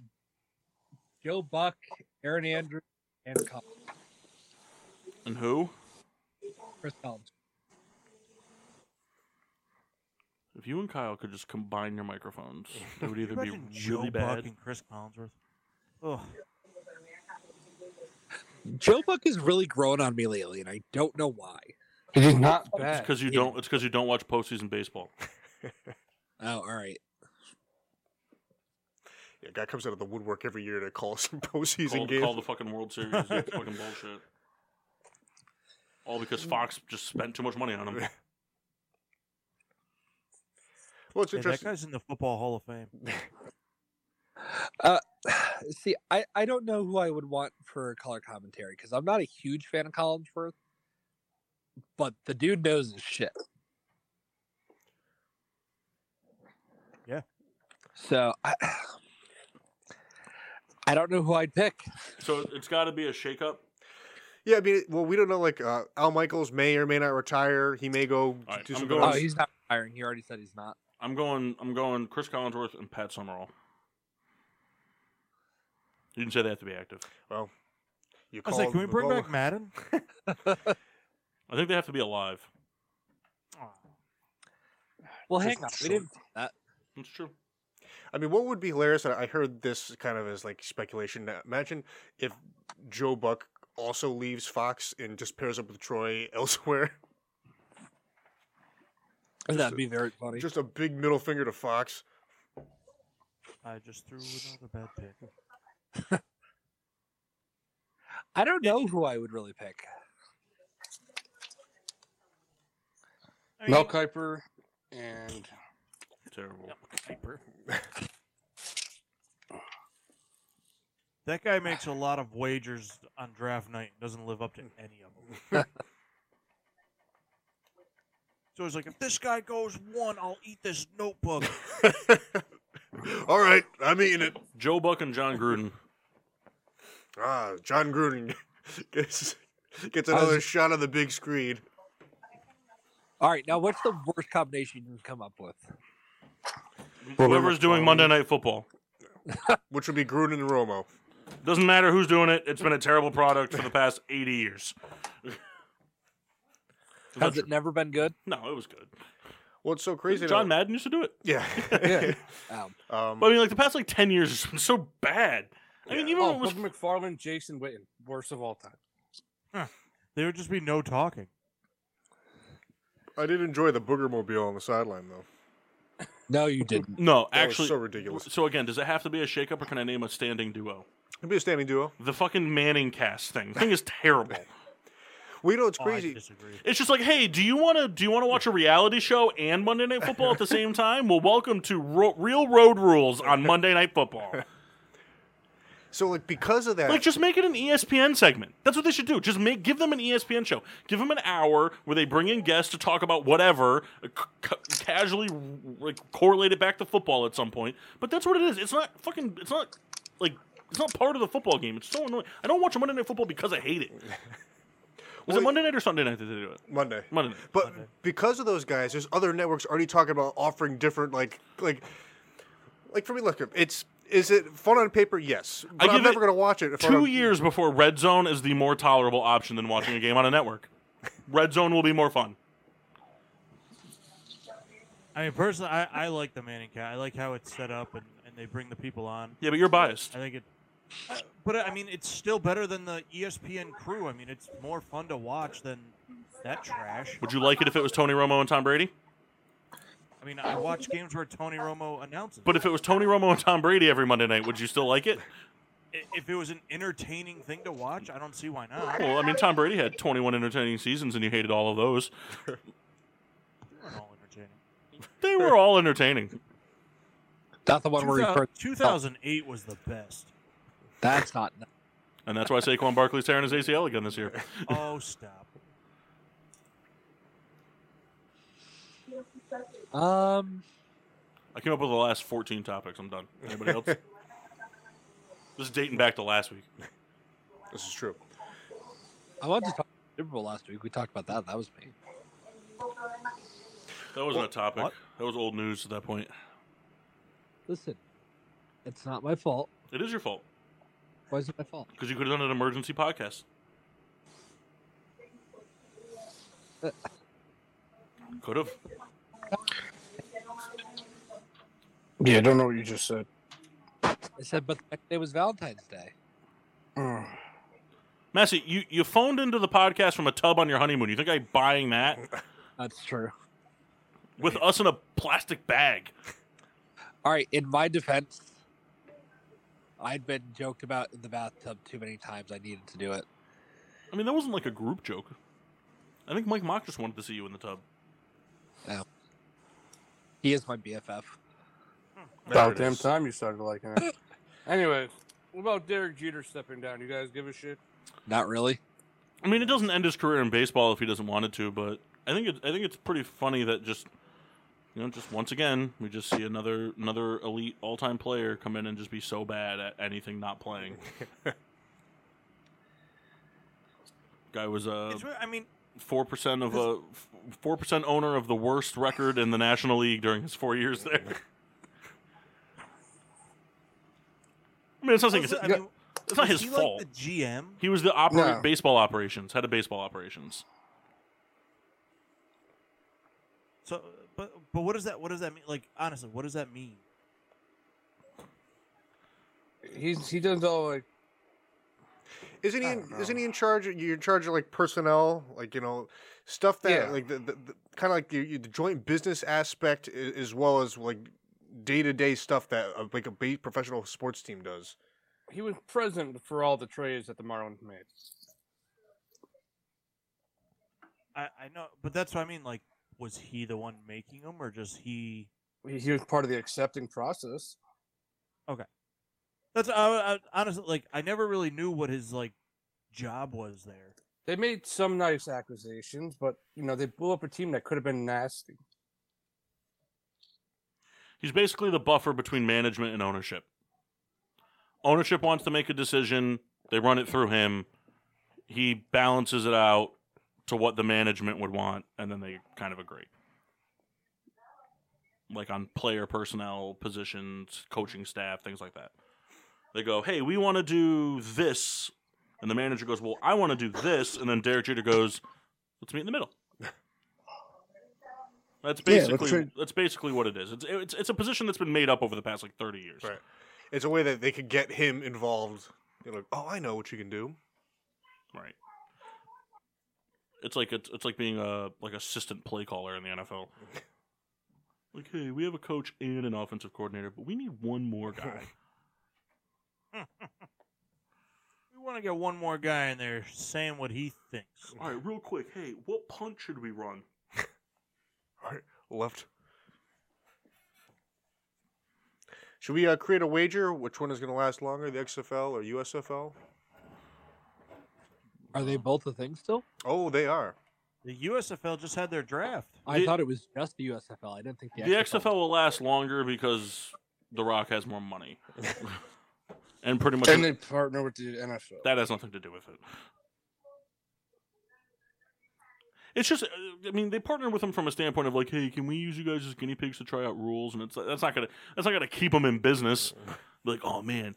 Joe Buck, Aaron Andrews, and Col- And who? Chris Collins. If you and Kyle could just combine your microphones, it would either be Imagine Joe really Buck bad. and Chris Collinsworth. Ugh. Joe Buck has really grown on me lately, and I don't know why. It is not It's bad. because you Yeah. don't. It's because you don't watch postseason baseball. Oh, all right. Yeah, guy comes out of the woodwork every year to call (laughs) some postseason Call, games. call the fucking World Series. It's fucking bullshit. All because Mm. Fox just spent too much money on him. well, it's Yeah, that interesting. guy's in the Football Hall of Fame. Uh, (sighs) See, I, I don't know who I would want for color commentary because I'm not a huge fan of Collinsworth, but the dude knows his shit. Yeah. So I, (sighs) I don't know who I'd pick. So it's got to be a shakeup. yeah, I mean, well, we don't know. Like uh, Al Michaels may or may not retire. He may go All right, do I'm some going- Oh, Uh, other- he's not retiring. He already said he's not. I'm going. I'm going. Chris Collinsworth and Pat Summerall. You didn't say they have to be active. you I was called like, can we the bring ball- back Madden? I think they have to be alive. Well, Just hang on. We short. didn't. That's true. I mean, what would be hilarious? and I heard this kind of as like speculation. Now, imagine if Joe Buck also leaves Fox and just pairs up with Troy (laughs) elsewhere. That'd be very funny. Just a big middle finger to Fox. I just threw another bad pick. I don't know who I would really pick. Mel Kiper and Terrible. That guy makes a lot of wagers on draft night and doesn't live up (laughs) to any of them. (laughs) so he's like, if this guy goes one, I'll eat this (laughs) notebook. (laughs) All right, I'm eating it. Joe Buck and John (laughs) Gruden. Ah, John Gruden (laughs) gets, gets was- another shot on the big screen. All right, now what's the worst combination you can come up with? Whoever's doing Monday Night Football. which would be Gruden and Romo. Doesn't matter who's doing it. It's been a terrible product (laughs) for the past 80 years. Has it never been good? No, it was good. Well, it's so crazy. John though- Madden used to do it. Yeah. (laughs) Yeah. Um, (laughs) um, But I mean, like the past like 10 years has been so bad. I mean, even when oh, it was Bubba McFarlane, Jason Witten, worst of all time. There would just be no talking. I did enjoy the booger mobile on the sideline though. no, you didn't. no, That was actually. so So, ridiculous. again, does it have to be a shakeup, or can I name a standing duo? It'd be a standing duo. The fucking Manning cast thing. thing is (laughs) terrible. We know it's Oh, I crazy. disagree. It's just like, hey, do you want to do you want to watch a reality show and Monday Night Football at the same time? Well, welcome to Ro- Real Road Rules on Monday Night Football. So like because of that, Like, just make it an E ESPN segment. That's what they should do. Just make give them an E ESPN show. Give them an hour where they bring in guests to talk about whatever, uh, c- c- casually like correlate it back to football at some point. But that's what it is. It's not fucking. It's not like it's not part of the football game. It's so annoying. I don't watch Monday Night Football because I hate it. Was Well, it Monday night or Sunday night that they do it? Monday. Monday night. But because of those guys, there's other networks already talking about offering different like like like for me. Look, it's is it fun on paper? Yes, I but I am give never it gonna watch it. If I Two don't- years before Red Zone is the more tolerable option than watching a game on a network. Red Zone will be more fun. I mean, personally, I, I like the Manning cat. I like how it's set up and, and they bring the people on. Yeah, but you're biased. I think it. I- But I mean, it's still better than the E ESPN crew. I mean, it's more fun to watch than that trash. Would you like it if it was Tony Romo and Tom Brady? I mean, I watch games where Tony Romo announces. But if it was Tony Romo and Tom Brady every Monday night, would you still like it? I- if it was an entertaining thing to watch, I don't see why not. Well, I mean, Tom Brady had 21 entertaining seasons, and you hated all of those. They weren't all entertaining. They were all entertaining. Not the one where he 2000- first. 2008 was the (laughs) best. (laughs) That's not. And that's why Saquon Barkley's tearing his ACL again this year. Oh, stop. Um, I came up with the last 14 topics. I'm done. Anybody else? this is dating back to last week. This is true. I wanted to talk about Super Bowl last week. We talked about that. That was me. That wasn't a topic. what? That was old news at that point. Listen, it's not my fault. It is your fault Why is it my fault? because you could have done an emergency podcast. Could have. Yeah, I don't know what you just said. I said, but the next day was Valentine's Day. Mm. Massey, you, you phoned into the podcast from a tub on your honeymoon. You think I'm buying that That's true. with us in a plastic bag? All right, in my defense, I'd been joked about in the bathtub too many times. I needed to do it. I mean, that wasn't like a group joke. I think Mike Mock just wanted to see you in the tub. He is my BFF. About damn time you started liking it. anyway, what about Derek Jeter stepping down? You guys give a shit? Not really. I mean, it doesn't end his career in baseball if he doesn't want it to, but I think it, I think it's pretty funny that just you know, just once again, we just see another another elite all time player come in and just be so bad at anything not playing. Guy was uh, a It's weird, I mean, four percent of a four percent owner of the worst record in the National League during his four years there. I mean, it's not, saying was it's, it- I mean, it's not his was he fault. Like the GM. He was the opera- No. baseball operations, head of baseball operations. So, but but what does that what does that mean? Like honestly, what does that mean? He's he does all like Isn't he? I In, don't know. isn't he in charge? You're in charge of like personnel, like you know, stuff that Yeah. like the, the, the kind of like the, the joint business aspect, a- as well as like day to day stuff that uh, like a ba- professional sports team does. he was present for all the trades that the Marlins made. I I know, but that's what I mean. Like, was he the one making them, or just he? He, he was part of the accepting process. That's I, I, honestly like I never really knew what his like job was there. They made some nice acquisitions, but you know they blew up a team that could have been nasty. He's basically the buffer between management and ownership. Ownership wants to make a decision, they run it through him. He balances it out to what the management would want, and then they kind of agree. Like on player personnel, positions, coaching staff, things like that. They go, hey, we want to do this. And the manager goes, well, I want to do this. And then Derek Jeter goes, let's meet in the middle. That's Yeah, let's basically trade- that's basically what it is. It's, it's it's a position that's been made up over the past like thirty years. Right. It's a way that they could get him involved. You know, like, oh, I know what you can do. Right. It's like it's, it's like being a like assistant play caller in the NFL. like, hey, we have a coach and an offensive coordinator, but we need one more guy. We want to get one more guy in there saying what he thinks. All right, real quick, hey, what punt should we run? All right, left. Should we uh, create a wager? Which one is going to last longer, the XFL or USFL? Are they both a thing still? Oh, they are. The USFL just had their draft. I The- thought it was just the USFL. I didn't think the, the XFL will last longer because The Rock has more money, and pretty much And they partner with the NFL. that has nothing to do with it. It's just, uh, I mean, they partner with them from a standpoint of like, hey, can we use you guys as guinea pigs to try out rules? And it's that's not gonna that's not gonna keep them in business. Like, oh man,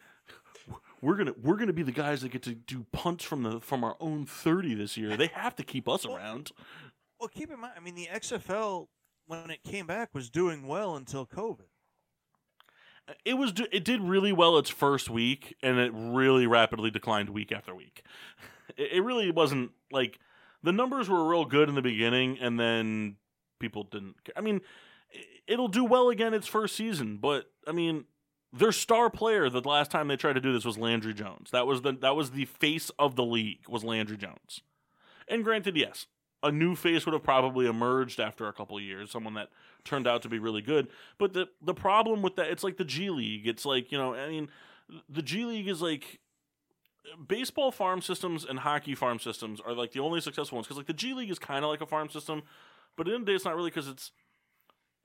we're gonna we're gonna be the guys that get to do punts from the from our own thirty this year. They have to keep us around. Well, keep in mind, I mean, the XFL when it came back was doing well until COVID. It was do- it did really well its first week, and it really rapidly declined week after week. (laughs) It, it really wasn't like the numbers were real good in the beginning, and then people didn't. Care. I mean, i- it'll do well again its first season, but I mean, their star player the last time they tried to do this was Landry Jones. That was the that was the face of the league was Landry Jones. And granted, yes, a new face would have probably emerged after a couple of years, someone that turned out to be really good. But the the problem with that, it's like the G League. It's like you know, I mean, the G League is like baseball farm systems and hockey farm systems are like the only successful ones because like the G League is kind of like a farm system, but at the end of the day, it's not really because it's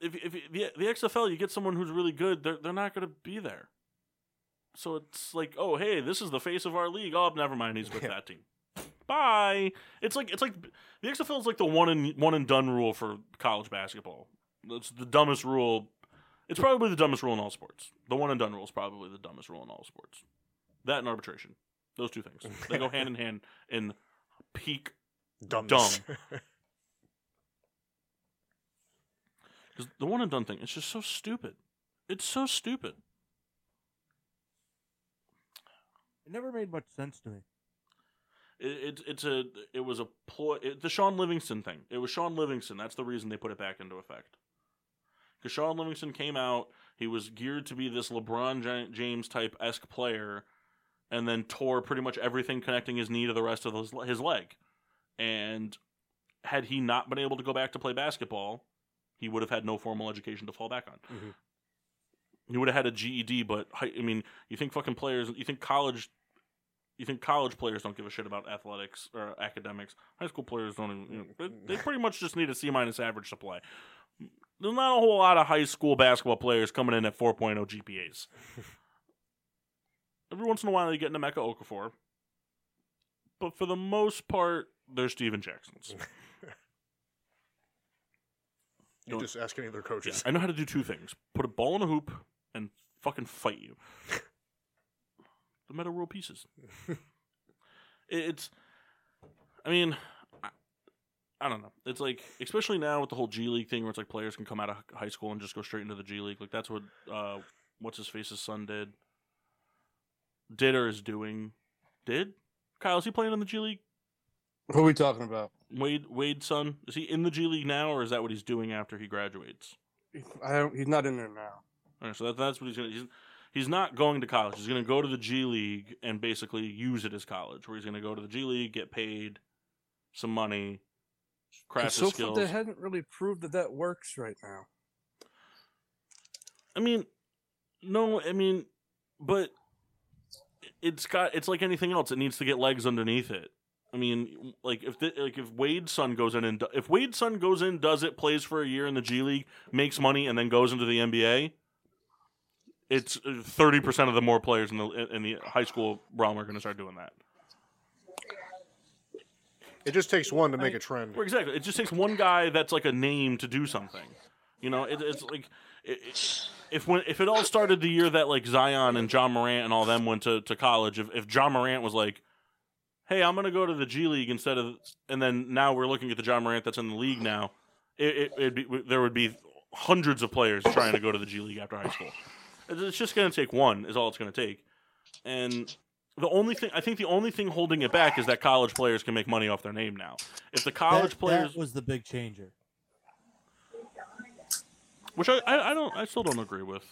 if if the, the XFL you get someone who's really good, they're they're not going to be there. So it's like, oh hey, this is the face of our league. Oh, never mind, he's with Yeah. that team. Bye. It's like it's like the XFL is like the one and one and done rule for college basketball. That's the dumbest rule. It's probably the dumbest rule in all sports. The one and done rule is probably the dumbest rule in all sports. That and arbitration. Those two things. They go hand in hand in peak Dumb. Dumb. (laughs) because the one and done thing, it's just so stupid. It's so stupid. It never made much sense to me. It, it it's a it was a ploy. It, the Sean Livingston thing. It was Sean Livingston. That's the reason they put it back into effect. Because Sean Livingston came out, he was geared to be this LeBron Ja- James type esque player, and then tore pretty much everything connecting his knee to the rest of his, his leg. And had he not been able to go back to play basketball, he would have had no formal education to fall back on. Mhm. He would have had a GED, but hi- I mean, you think fucking players, you think college, you think college players don't give a shit about athletics or academics. High school players don't even. You know, they, they pretty much just need a C minus average to play. There's not a whole lot of high school basketball players coming in at 4.0 GPAs. Every once in a while, you get into Mecca Okafor, but for the most part, they're Steven Jacksons. You No. just ask any of their Yeah, coaches. I know how to do two things: put a ball in a hoop and fucking fight you. the metal world pieces. It- it's, I mean, I, I don't know. It's like, especially now with the whole G League thing, where it's like players can come out of h- high school and just go straight into the G League. Like that's what uh, what's his face's son did, did or is doing. Did Kyle is he playing in the G League? Who are we talking about? Wade Wade's son is he in the G League now, or is that what he's doing after he graduates? I don't, he's not in there now. All right, so that, that's what he's gonna. He's, he's not going to college. He's gonna go to the G League and basically use it as college, where he's gonna go to the G League, get paid some money, craft It's his so far, skills. They hadn't really proved that that works right now. I mean, no, I mean, but it's got it's like anything else. It needs to get legs underneath it. I mean, like if the, like if Wade's son goes in and do- if Wade's son goes in, does it, plays for a year in the G League, makes money, and then goes into the NBA. It's uh, thirty percent of the more players in the in the high school realm are going to start doing that. It just takes one to make a trend. Well, exactly. It just takes one guy that's like a name to do something. You know, it, it's like it, it, if when if it all started the year that like Zion and John Morant and all them went to, to college. If if John Morant was like, "Hey, I'm gonna go to the G League instead of," and then now we're looking at the John Morant that's in the league now, it, it it'd be, there would be hundreds of players trying to go to the G League after high school. It's- It's just gonna take one is all it's gonna take, and. The only thing I think the only thing holding it back is that college players can make money off their name now. If the college that, players that was the big changer. which I, I, I don't I still don't agree with.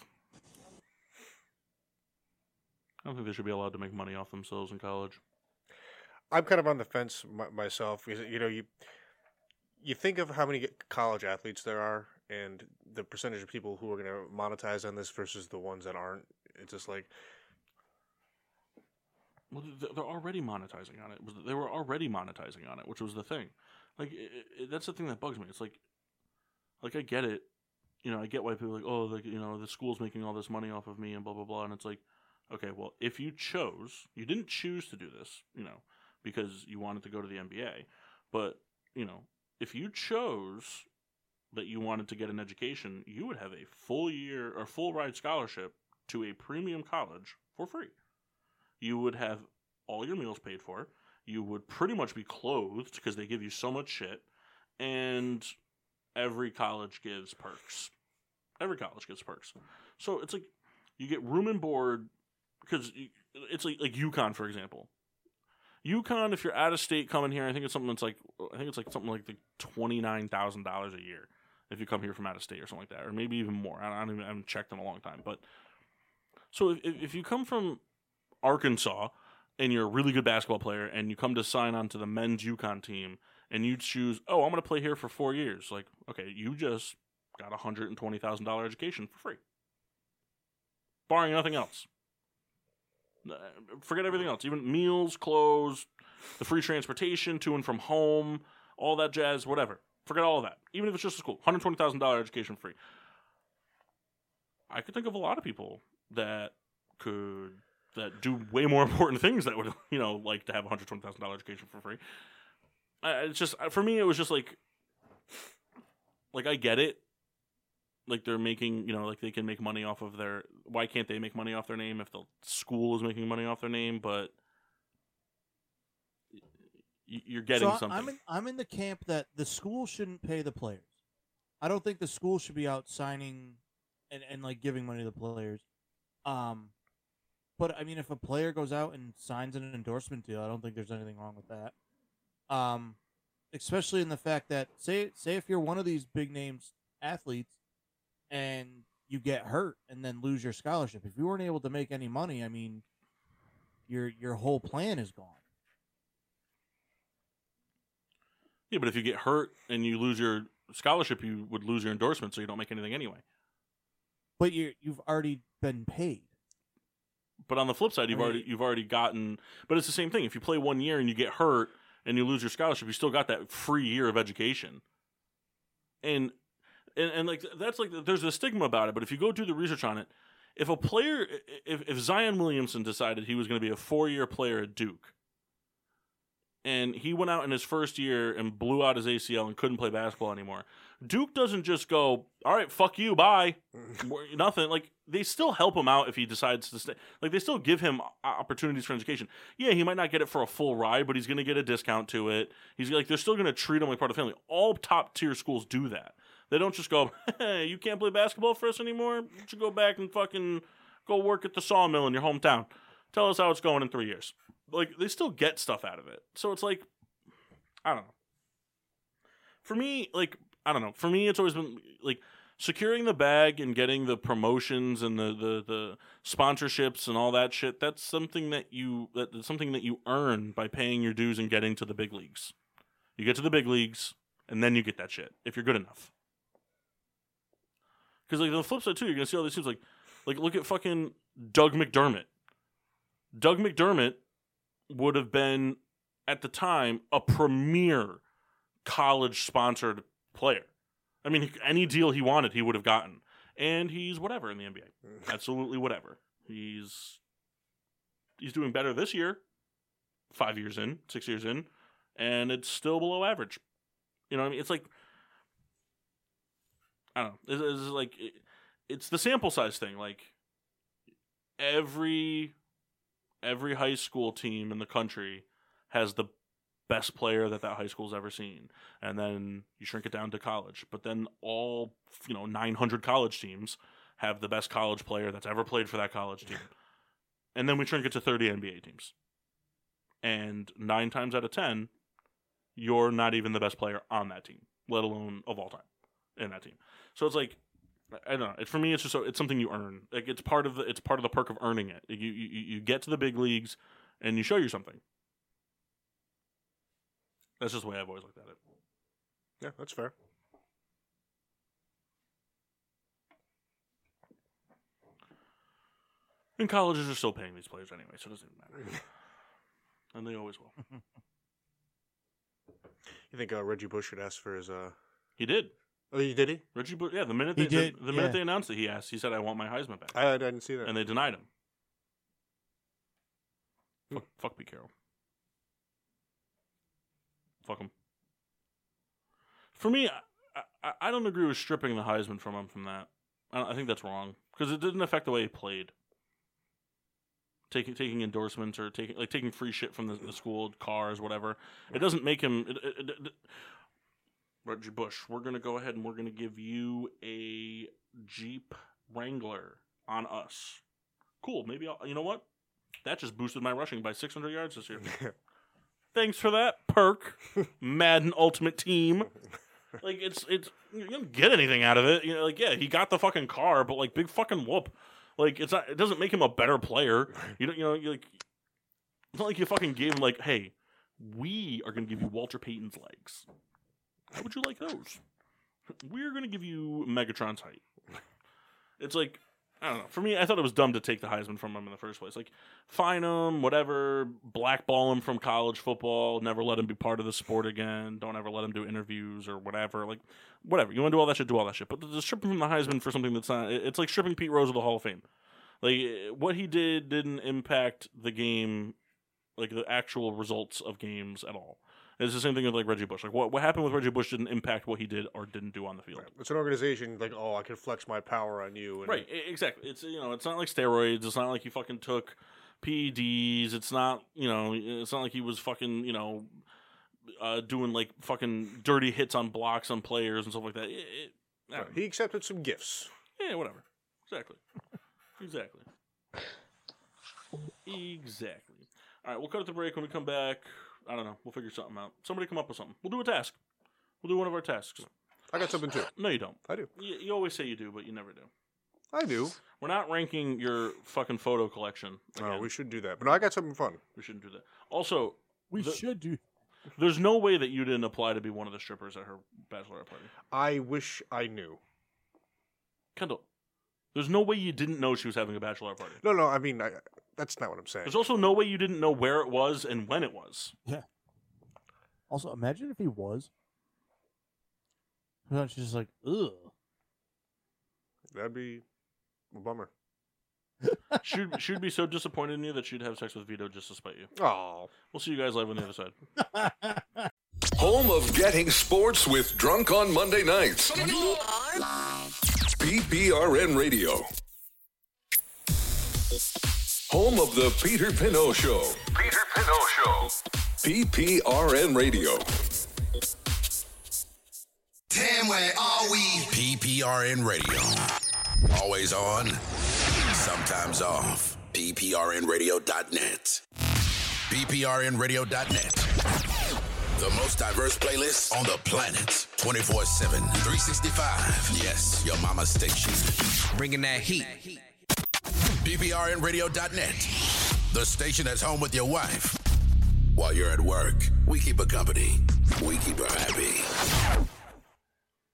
I don't think they should be allowed to make money off themselves in college. I'm kind of on the fence my, myself because you know you you think of how many college athletes there are and the percentage of people who are going to monetize on this versus the ones that aren't. It's just like Well, th- th- they're already monetizing on it. Was- They were already monetizing on it, which was the thing. Like i i that's the thing that bugs me. It's like, like I get it. You know, I get why people are like, oh, like you know, the school's making all this money off of me and blah blah blah. And it's like, okay, well, if you chose, you didn't choose to do this, you know, because you wanted to go to the NBA. But you know, if you chose that you wanted to get an education, you would have a full year or full ride scholarship to a premium college for free you would have all your meals paid for you would pretty much be clothed because they give you so much shit and every college gives perks every college gives perks so it's like you get room and board because it's like like yukon for example yukon if you're out of state coming here i think it's something that's like i think it's like something like the $29000 a year if you come here from out of state or something like that or maybe even more i don't even i haven't checked in a long time but so if, if if you come from Arkansas and you're a really good basketball player and you come to sign on to the men's UConn team and you choose, oh, I'm going to play here for four years. Like, okay, you just got a $120,000 education for free, barring nothing else. Uh, Forget everything else, even meals, clothes, the free transportation to and from home, all that jazz, whatever. Forget all of that. Even if it's just a school, $120,000 education free. I could think of a lot of people that could that do way more (laughs) important things that would you know like to have a hundred twenty thousand dollar education for free. I, I- it's just I- for me, it was just like, like I get it, like they're making you know like they can make money off of their why can't they make money off their name if the school is making money off their name, but y- y- you're getting so I- something. I'm in, I'm in the camp that the school shouldn't pay the players. I don't think the school should be out signing and and like giving money to the players. Um, but I mean, if a player goes out and signs an endorsement deal, I don't think there's anything wrong with that. Um, especially in the fact that say say if you're one of these big names athletes, and you get hurt and then lose your scholarship. If you weren't able to make any money, I mean, your your whole plan is gone. Yeah, but if you get hurt and you lose your scholarship, you would lose your endorsement, so you don't make anything anyway. But you you've already been paid. But on the flip side, you've Right. already you've already gotten. But it's the same thing. If you play one year and you get hurt and you lose your scholarship, you still got that free year of education. And and, and like that's like there's a stigma about it. But if you go do the research on it, if a player, if if Zion Williamson decided he was going to be a four year player at Duke, and he went out in his first year and blew out his ACL and couldn't play basketball anymore, Duke doesn't just go, all right, fuck you, bye more- nothing. Like they still help him out if he decides to stay. Like they still give him o- opportunities for education. Yeah, he might not get it for a full ride, but he's going to get a discount to it. He's like they're still going to treat him like part of the family. All top tier schools do that. They don't just go, (laughs) hey, you can't play basketball for us anymore. You should go back and fucking go work at the sawmill in your hometown. Tell us how it's going in three years. Like they still get stuff out of it. So it's like, I don't know. For me, like I don't know. For me, it's always been like securing the bag and getting the promotions and the, the, the sponsorships and all that shit that's something that you that, that's something that you earn by paying your dues and getting to the big leagues you get to the big leagues and then you get that shit if you're good enough because like on the flip side too you're gonna see all these teams like like look at fucking doug mcdermott doug mcdermott would have been at the time a premier college sponsored player I mean, he- any deal he wanted, he would have gotten. And he's whatever in the NBA. Absolutely whatever. He's he's doing better this year, five years in, six years in, and it's still below average. You know what I mean? It's like I don't know. It's, it's like it- it's the sample size thing. Like every every high school team in the country has the best player that that high school's ever seen and then you shrink it down to college. But then all you know, 900 college teams have the best college player that's ever played for that college team, and then we shrink it to 30 NBA teams. And nine times out of ten, you're not even the best player on that team, let alone of all time in that team. So it's like. I don't know. It, for me, it's just so, it's something you earn. Like it's part of the it's part of the perk of earning it. You you, you you get to the big leagues, and you show you something. That's just the way I've always looked at it. (laughs) Yeah, that's fair. And colleges are still paying these players anyway, so it doesn't even matter. and they always will. You think uh, Reggie Bush should ask for his? uh He did. Oh, you did he? Reggie Bush. Yeah, the minute He they the- did, the, minute yeah. they announced it, he asked. He said, "I want my Heisman back," I, I didn't see that. (laughs) and they denied him. Fuck, fuck Pete Carroll. Fuck him. For me, I, I, I don't agree with stripping the Heisman from him from that. I, don't, I think that's wrong because it didn't affect the way he played. Taking taking endorsements or taking like taking free shit from the, the school cars, whatever. It doesn't make him. It, it, it- it- Reggie Bush, we're gonna go ahead and we're gonna give you a Jeep Wrangler on us. Cool. Maybe I'll. You know what? That just boosted my rushing by 600 yards (laughs) this year. Thanks for that perk, Madden Ultimate Team. Like it's it's you don't get anything out of it. You know, like yeah, he got the fucking car, but like big fucking whoop. Like it's not. It doesn't make him a better player. You don't. You know. You like. It's not like you fucking gave him like, hey, we are gonna give you Walter Payton's legs. How would you like those? We're gonna give you Megatron's height. It's like I don't know. For me, I thought it was dumb to take the Heisman from him in the first place. Like, fine him, whatever, blackball him from college football, never let him be part of the sport again, don't ever let him do interviews or whatever. Like, whatever. You want to do all that shit, do all that shit. But the stripping from the Heisman for something that's not, it- it's like stripping Pete Rose of the Hall of Fame. Like, eh, what he did didn't impact the game, like, the actual results of games at all. It's the same thing with, like, Reggie Bush. Like, what, what happened with Reggie Bush didn't impact what he did or didn't do on the field. It's an organization like, oh, I can flex my power on you. And Right, e- exactly. It's you know, it's not like steroids. It's not like he fucking took PEDs. It's not you know, it's not like he was fucking you know, uh, doing like fucking dirty hits on blocks on players and stuff like that. It- it- I Right. don't know. He accepted some gifts. yeah, whatever. Exactly. Exactly. Exactly. All right, we'll cut it to break when we come back. I don't know. We'll figure something out. Somebody come up with something. We'll do a task. We'll do one of our tasks. I got (sighs) something too. No, you don't. I do. You, you always say you do, but you never do. I do. We're not ranking your fucking photo collection. Oh, again. we should do that. But no, I got something fun. we shouldn't do that. Also, We The- should do. there's no way that you didn't apply to be one of the strippers at her bachelorette party. I wish I knew. Kendall, there's no way you didn't know she was having a bachelorette party. No, no, I mean, I, that's not what I'm saying. There's also no way you didn't know where it was and when it was. Also, imagine if he was. And she's just like, ugh. That'd be a bummer. She'd, (laughs) she'd be so disappointed in you that she'd have sex with Vito just to spite you. Oh, We'll see you guys live on the other side. Home of getting sports with Drunk on Monday nights. PPRN Radio. Home of the Peter Pinot Show. Peter Pinot Show. PPRN Radio. Damn, where are we? PPRN Radio. Always on, sometimes off. PPRNradio.net. PPRNradio.net. The most diverse playlist on the planet. 24 7, 365. Yes, your mama's station. Bringing that heat. PPRNradio.net. The station that's home with your wife. While you're at work, we keep her company. We keep her happy.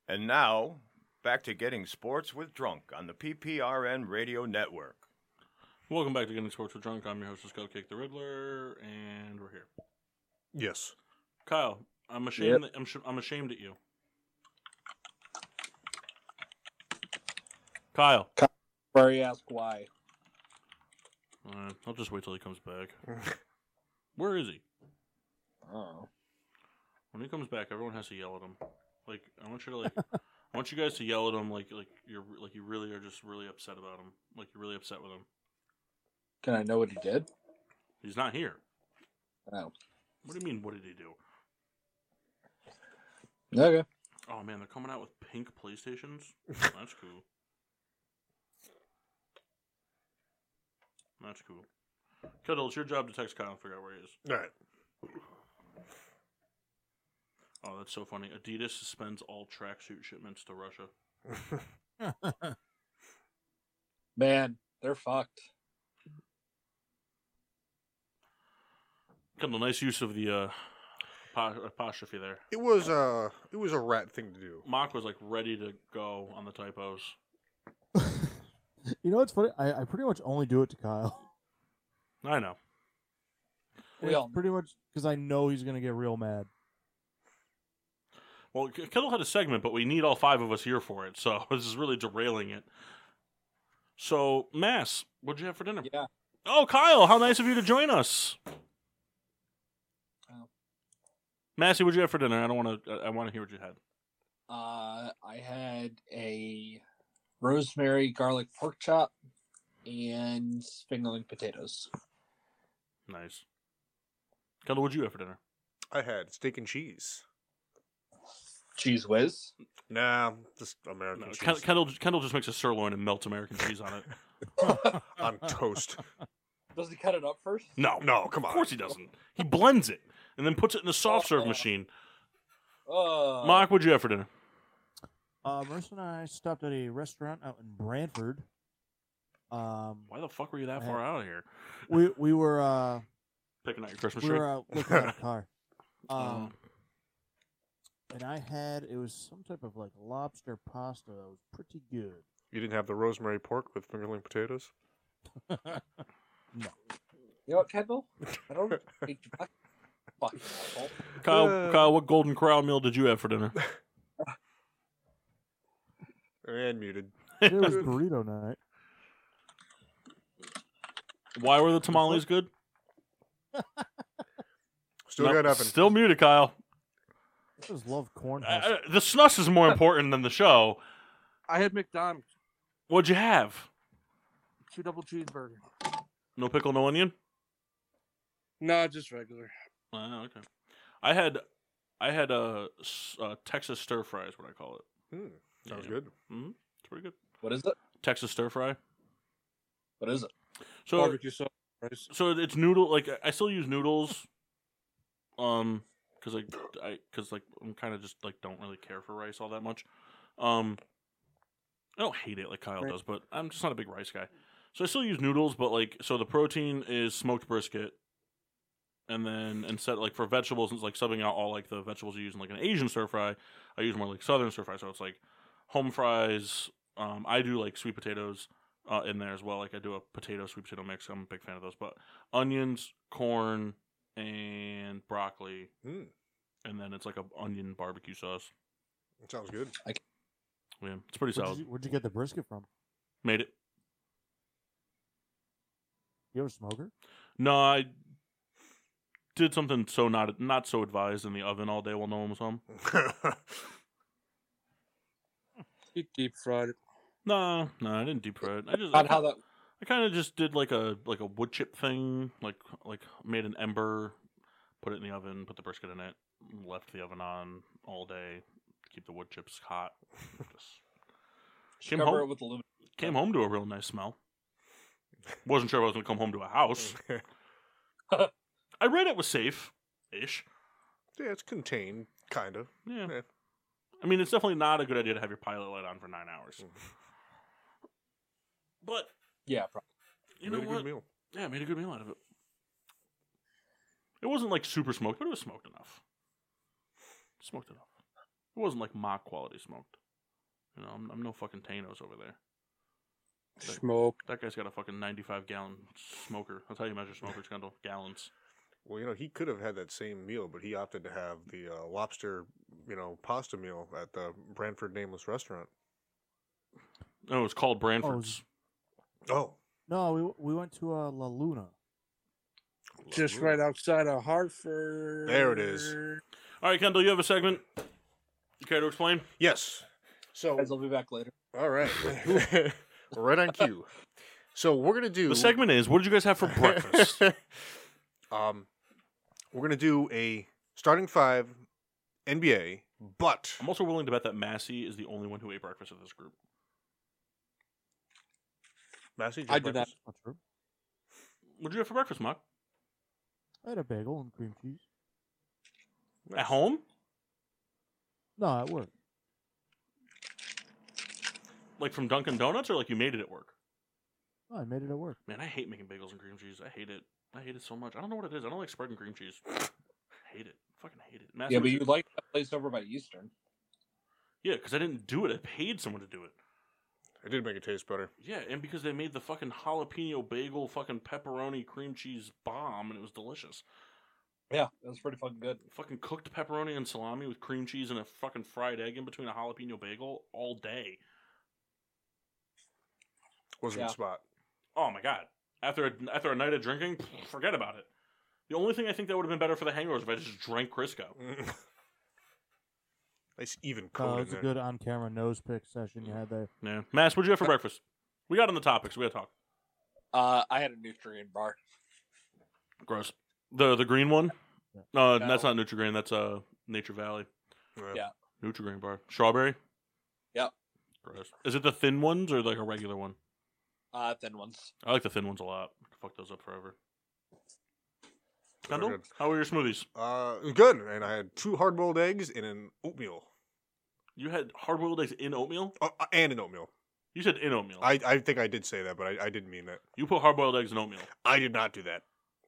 And now, back to getting sports with Drunk on the PPRN Radio Network. Welcome back to Getting Sports with Drunk. I'm your host, Cupcake the Riddler, and we're here. yes. Kyle, I'm ashamed. That, I'm, sh- I'm ashamed at you. Kyle, Where you ask why? Alright, uh, I'll just wait till he comes back. Where is he? Oh, When he comes back, everyone has to yell at him. Like I want you to like, I want you guys to yell at him like like you're like you really are just really upset about him. Like you're really upset with him. can I know what he did? He's not here. Oh, What do you mean? What did he do? okay. Oh man, they're coming out with pink PlayStations. That's cool. That's cool. Kettle, it's your job to text Kyle and figure out where he is. All right. Oh, that's so funny. Adidas suspends all tracksuit shipments to Russia. Man, they're fucked. Kendall, nice use of the uh, apo- apostrophe there. It was uh it was a rat thing to do. Mock was like ready to go on the typos. (laughs) You know what's funny? I, I pretty much only do it to Kyle. I know. We It's all- (laughs) pretty much because I know he's gonna get real mad. Well, K- Kendall had a segment, but we need all five of us here for it, so (laughs) this is really derailing it. So, Mass, what'd you have for dinner? Yeah. Oh, Kyle, how nice of you to join us. Oh. Massey, what'd you have for dinner? I don't want to. I want to hear what you had. Uh, I had a rosemary garlic pork chop and fingerling potatoes. Nice. Kendall, what'd you have for dinner? I had steak and cheese. Cheese (laughs) whiz. (laughs) Nah, just American No, Ken- cheese Kendall, Kendall just makes a sirloin and melts American cheese on it. on toast. Does he cut it up first? No, (laughs) No, come Of on. course he doesn't. He blends it and then puts it in the soft serve Oh. machine. Uh, Mark, what'd you have for dinner? Uh, Marissa and I stopped at a restaurant out in Brantford. Um, Why the fuck were you I that had- far out of here? we we were uh Picking out your Christmas we tree. were out looking at a (laughs) car. Oh. uh, Um, and I had it was some type of like lobster pasta that was pretty (laughs) good. You didn't have the rosemary pork with fingerling potatoes? you know what, Kendall? I don't (laughs) think you fucking fucking asshole. Oh. Kyle, Uh, Kyle, what Golden Corral meal did you have for (laughs) dinner? And muted. It was burrito night. Why were the tamales good? Still Nope, got nothing. Still muted, Kyle. I just love corn. I- husks. I- the snus is more important than the show. I had McDonald's, What'd you have? two double cheeseburger. No pickle, no onion. No, just regular. Wow, Uh, okay. I had, I had a, uh Texas stir fry is what I call it. Hmm, sounds Yeah. good. Mm-hmm. It's pretty good. What is it? Texas stir fry. What is it? So Barbecue sauce. So it's noodle. Like I still use noodles, um, because like I because like I'm kind of just like don't really care for rice all that much. Um, I don't hate it like Kyle Right. does, but I'm just not a big rice guy. So I still use noodles, but like so the protein is smoked brisket, and then instead like for vegetables, it's like subbing out all like the vegetables you use in like an Asian stir fry. I use more like southern stir fry, so it's like home fries. Um, I do like sweet potatoes uh, in there as well. Like I do a potato sweet potato mix. I'm a big fan of those. But onions, corn, and broccoli, Hmm. Mm. and then it's like a onion barbecue sauce. That sounds good. Yeah, it's pretty Where'd solid. you, where'd you get the brisket from? Made it. You ever smoker? No, I did something so not not so advised in the oven all day while no one was home. You deep fried it. No, no, I didn't deep fry it. I just About how that- I kind of just did like a like a wood chip thing, like like made an ember, put it in the oven, put the brisket in it, left the oven on all day, to keep the wood chips hot. Just came Cover home it with aluminum. came home to a real nice smell. Wasn't sure I was gonna come home to a house. I read it was safe, ish. (laughs) Yeah, it's contained, kind of. Yeah. I mean, it's definitely not a good idea to have your pilot light on for nine hours. But yeah, probably. You know what? Yeah, I made a good meal out of it. It wasn't like super smoked, but it was smoked enough. Smoked enough. It wasn't like mock quality smoked. You know, I'm, I'm no fucking Thanos over there. That- Smoke. That guy's got a fucking 95 gallon smoker. That's how you measure smokers, Kendall. Gallons. Well, you know, he could have had that same meal, but he opted to have the uh, lobster, you know, pasta meal at the Branford Nameless Restaurant. No, it was Oh, called Branford's. Oh, No, we we went to uh, La Luna. Just right outside of Hartford. There it is. All right, Kendall, you have a segment. You care to explain? Yes. So guys, I'll be back later. All right. (laughs) right on cue. So we're gonna do The segment is what did you guys have for breakfast? (laughs) um, we're gonna do a starting five NBA, but I'm also willing to bet that Massey is the only one who ate breakfast of this group. Massey, I did not. Not true. What did you have for breakfast, Mark? I had a bagel and cream cheese. At home? No, at work. Like from Dunkin' Donuts or like you made it at work? No, I made it at work. Man, I hate making bagels and cream cheese. I hate it. I hate it so much. I don't know what it is. I don't like spreading cream cheese. hate it. Fucking hate it. Massey yeah, but was- you like that place over by Eastern. Yeah, because I didn't do it. I paid someone to do it. I did make it taste better. Yeah, and because they made the fucking jalapeno bagel, fucking pepperoni cream cheese bomb, and it was delicious. Yeah, that was pretty fucking good. Fucking cooked pepperoni and salami with cream cheese and a fucking fried egg in between a jalapeno bagel all day. Was Yeah. not the spot. (laughs) Oh my god! After a, after a night of drinking, forget about it. The only thing I think that would have been better for the hangover is if I just drank Crisco. Nice Oh, even Uh, coat it in was a there. good Mm. on camera nose pick session you had there. Yeah, Mass, what'd you have for breakfast? We got on the topics. We gotta talk. Uh, I had a Nutrient bar. Gross. The the green one? No, that's No. not Nutrigrain. That's uh Nature Valley. Yeah. Nutrigrain bar. Strawberry. Yep. Gross. Is it the thin ones or like a regular one? Uh, thin ones. I like the thin ones a lot. Fuck those up forever. They're Kendall, good. how were your smoothies? Uh, it was good. And I had two hard boiled eggs and an oatmeal, You had hard boiled eggs in oatmeal. uh, uh, and an oatmeal. You said in oatmeal. I, I think I did say that, but I, I didn't mean that. you put hard boiled eggs in oatmeal. I did not do that.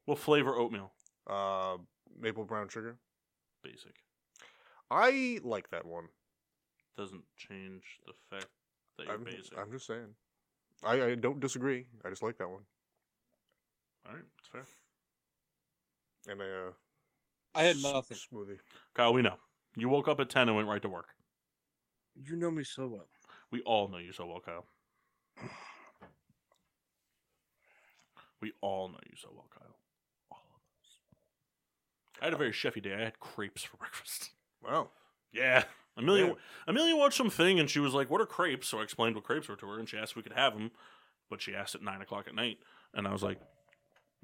What flavor oatmeal? Uh, maple brown sugar. Basic. I like that one. Doesn't change the fact that you're I'm, basic. I'm just saying. I, I don't disagree. I just like that one. All right, it's fair. And I, uh, I had s- nothing. Smoothie. Kyle, we know. You woke up at ten and went right to work. You know me so well. We all know you so well, Kyle. We all know you so well, Kyle. All of us. I had a very chefy day. I had crepes for (laughs) breakfast. Wow. Yeah. Amelia, Man. Amelia watched some thing and she was like, What are crepes? So I explained what crepes were to her and she asked if we could have them, but she asked at 9 o'clock at night. And I was like,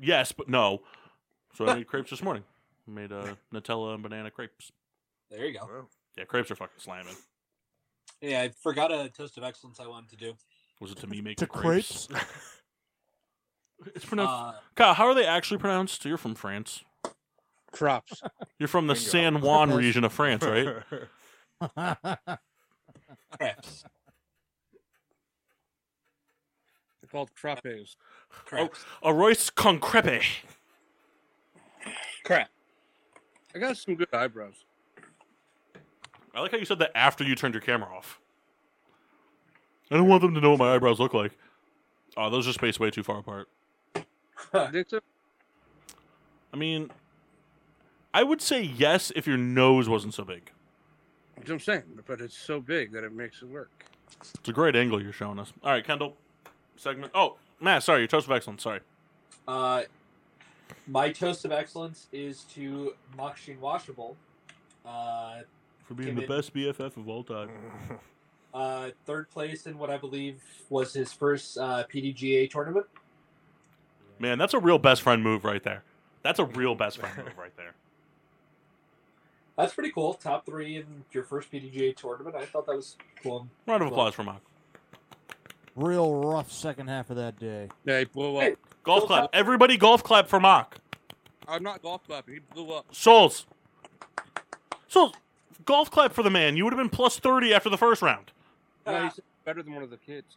Yes, but no. So I made crepes this morning. I made uh, Nutella and banana crepes. There you go. Wow. Yeah, crepes are fucking slamming. Yeah, I forgot a toast of excellence I wanted to do. Was it to me To making crepes? (laughs) It's pronounced. Kyle, how are they actually pronounced? You're from France. Crops. You're from the Bingo. San (laughs) Juan region of France, right? (laughs) Uh, (laughs) Oh. Craps. They're called crapes. A, Craps. a Royce Concrepe. Crap. I got some good eyebrows. I like how you said that after you turned your camera off. I don't want them to know what my eyebrows look like. Oh, those are spaced way too far apart. I mean, I would say yes if your nose wasn't so big. That's what I'm saying, but it's so big that it makes it work. It's a great angle you're showing us. All right, Kendall. Segment. Oh, Matt, sorry, your toast of excellence. Sorry. Uh, my toast of excellence is to Mokshin Washable. Uh, For being the best BFF of all time. uh, third place in what I believe was his first uh, PDGA tournament. Man, that's a real best friend move right there. That's a real best friend move right there. That's pretty cool. Top three in your first PDGA tournament. I thought that was cool. Round of applause for Mock. Real rough second half of that day. Yeah, he blew up. Golf clap. Everybody golf clap for Mock. I'm not golf clapping. He blew up. Souls. Souls, golf clap for the man. You would have been plus 30 after the first round. No, he's better than one of the kids.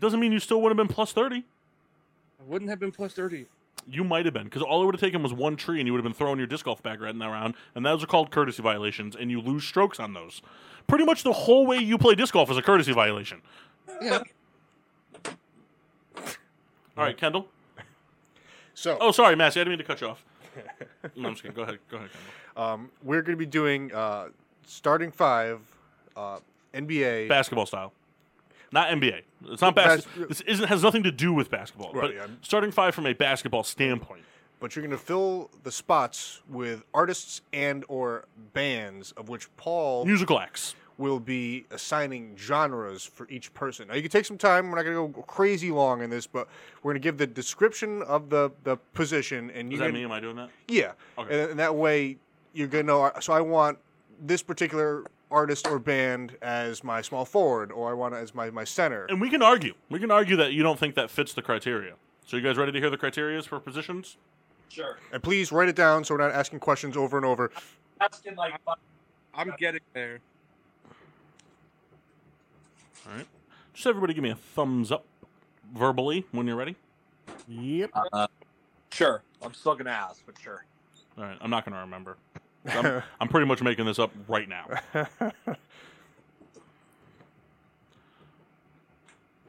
Doesn't mean you still would have been plus 30. I wouldn't have been plus 30. You might have been, because all it would have taken was one tree and you would have been throwing your disc golf bag right in that round, and those are called courtesy violations, and you lose strokes on those. Pretty much the whole way you play disc golf is a courtesy violation. Yeah. All right, Kendall. (laughs) So. Oh, sorry, Massey. I didn't mean to cut you off. No, I'm just kidding. Go ahead. Go ahead, Kendall. Um, we're going to be doing uh, starting five uh, NBA Basketball style, not NBA. It's not basketball. Bas- This isn't has nothing to do with basketball. Right, but yeah. starting five from a basketball standpoint. but you're going to fill the spots with artists and or bands of which paul Musical acts. will be assigning genres for each person now you can take some time we're not going to go crazy long in this but we're going to give the description of the, the position and you Is that can- me? Am I doing that? yeah Okay. and, and that way you're going to know so i want this particular artist or band as my small forward or i want it as my, my center And we can argue. We can argue that you don't think that fits the criteria. So you guys ready to hear the criterias for positions? Sure. and please write it down so we're not asking questions over and over Asking like five. I'm getting there. All right. Just everybody give me a thumbs up verbally when you're ready. (laughs) Yep. Uh, Sure. I'm still going to ask, but sure. All right. I'm not going to remember. I'm, I'm pretty much making this up right now.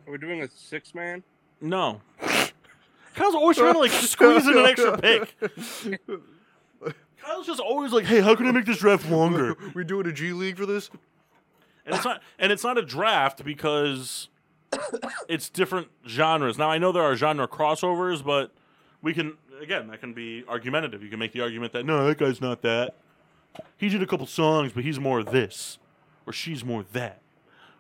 Are we doing a six man? No. Kyle's always trying to like squeeze in an extra pick. Kyle's just always like, "Hey, how can I make this draft longer?" we doing a G League for this? And it's not. And it's not a draft because it's different genres. Now I know there are genre crossovers, but we can again that can be argumentative. You can make the argument that no, that guy's not that. He did a couple songs, but he's more this, or she's more that,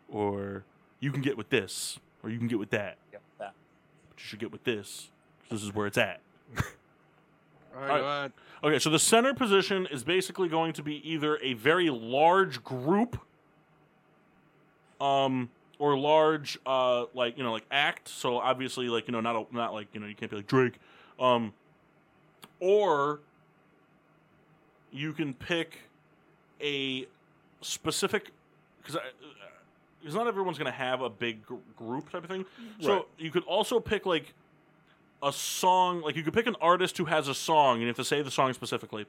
or you can get with this, or you can get with that. that. But you should get with this. This is where it's at. All All right. Okay, so the center position is basically going to be either a very large group, um, or large, uh, like you know, like act. So obviously, like you know, not a, not like you know, you can't be like Drake, um, or you can pick a specific because because not everyone's going to have a big gr- group type of thing. So Right. you could also pick like a song, like you could pick an artist who has a song, and you have to say the song specifically.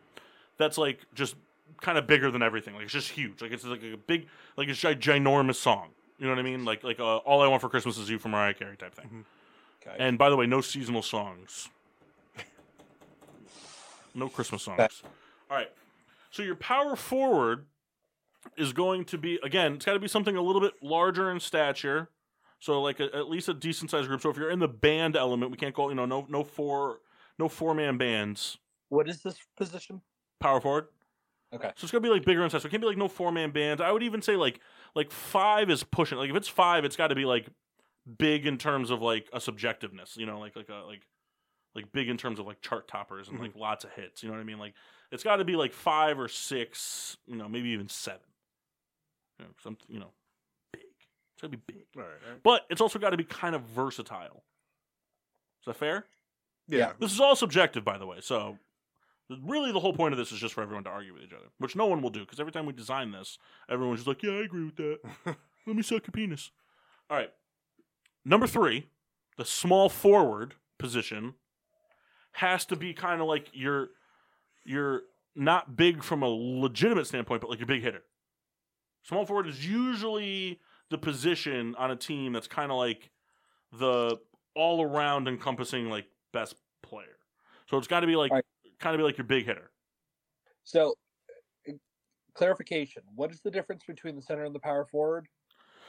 That's like just kind of bigger than everything. Like it's just huge. Like it's like a big, like it's a ginormous song. You know what I mean? Like like uh, all I want for Christmas is you from Mariah Carey type thing. And by the way, no seasonal songs. No Christmas songs. All right. So your power forward is going to be again. It's got to be something a little bit larger in stature. So like a, at least a decent sized group. So if you're in the band element, we can't go. You know, no no four no four man bands. What is this position? Power forward. Okay. So it's gonna be like bigger in size. So it can't be like no four man bands. I would even say like like five is pushing. Like if it's five, it's got to be like big in terms of like a subjectiveness. You know, like like a like like big in terms of like chart toppers and Mm-hmm. like lots of hits. You know what I mean? Like it's got to be like five or six. You know, maybe even seven. You know, something. You know, big. It's gotta be big. All right. But it's also got to be kind of versatile. Is that fair? Yeah. This is all subjective, by the way. So, really, the whole point of this is just for everyone to argue with each other, which no one will do because every time we design this, everyone's just like, yeah, I agree with that. Let me suck your penis. All right. Number three, the small forward position has to be kind of like your, your not big from a legitimate standpoint, but like your big hitter. Small forward is usually the position on a team that's kind of like the all around encompassing like best player. So it's got to be like kind of be like your big hitter. So, uh, clarification: What is the difference between the center and the power forward?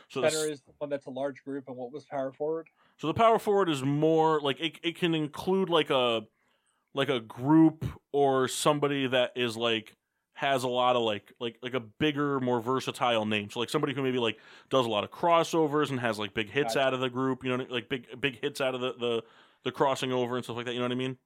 So the center s- is the one that's a large group, and what was power forward? So the power forward is more like it, it can include like a like a group or somebody that is like has a lot of like like like a bigger, more versatile name. So like somebody who maybe like does a lot of crossovers and has like big hits Gotcha. out of the group, you know, what I- like big big hits out of the the the crossing over and stuff like that, you know what I mean?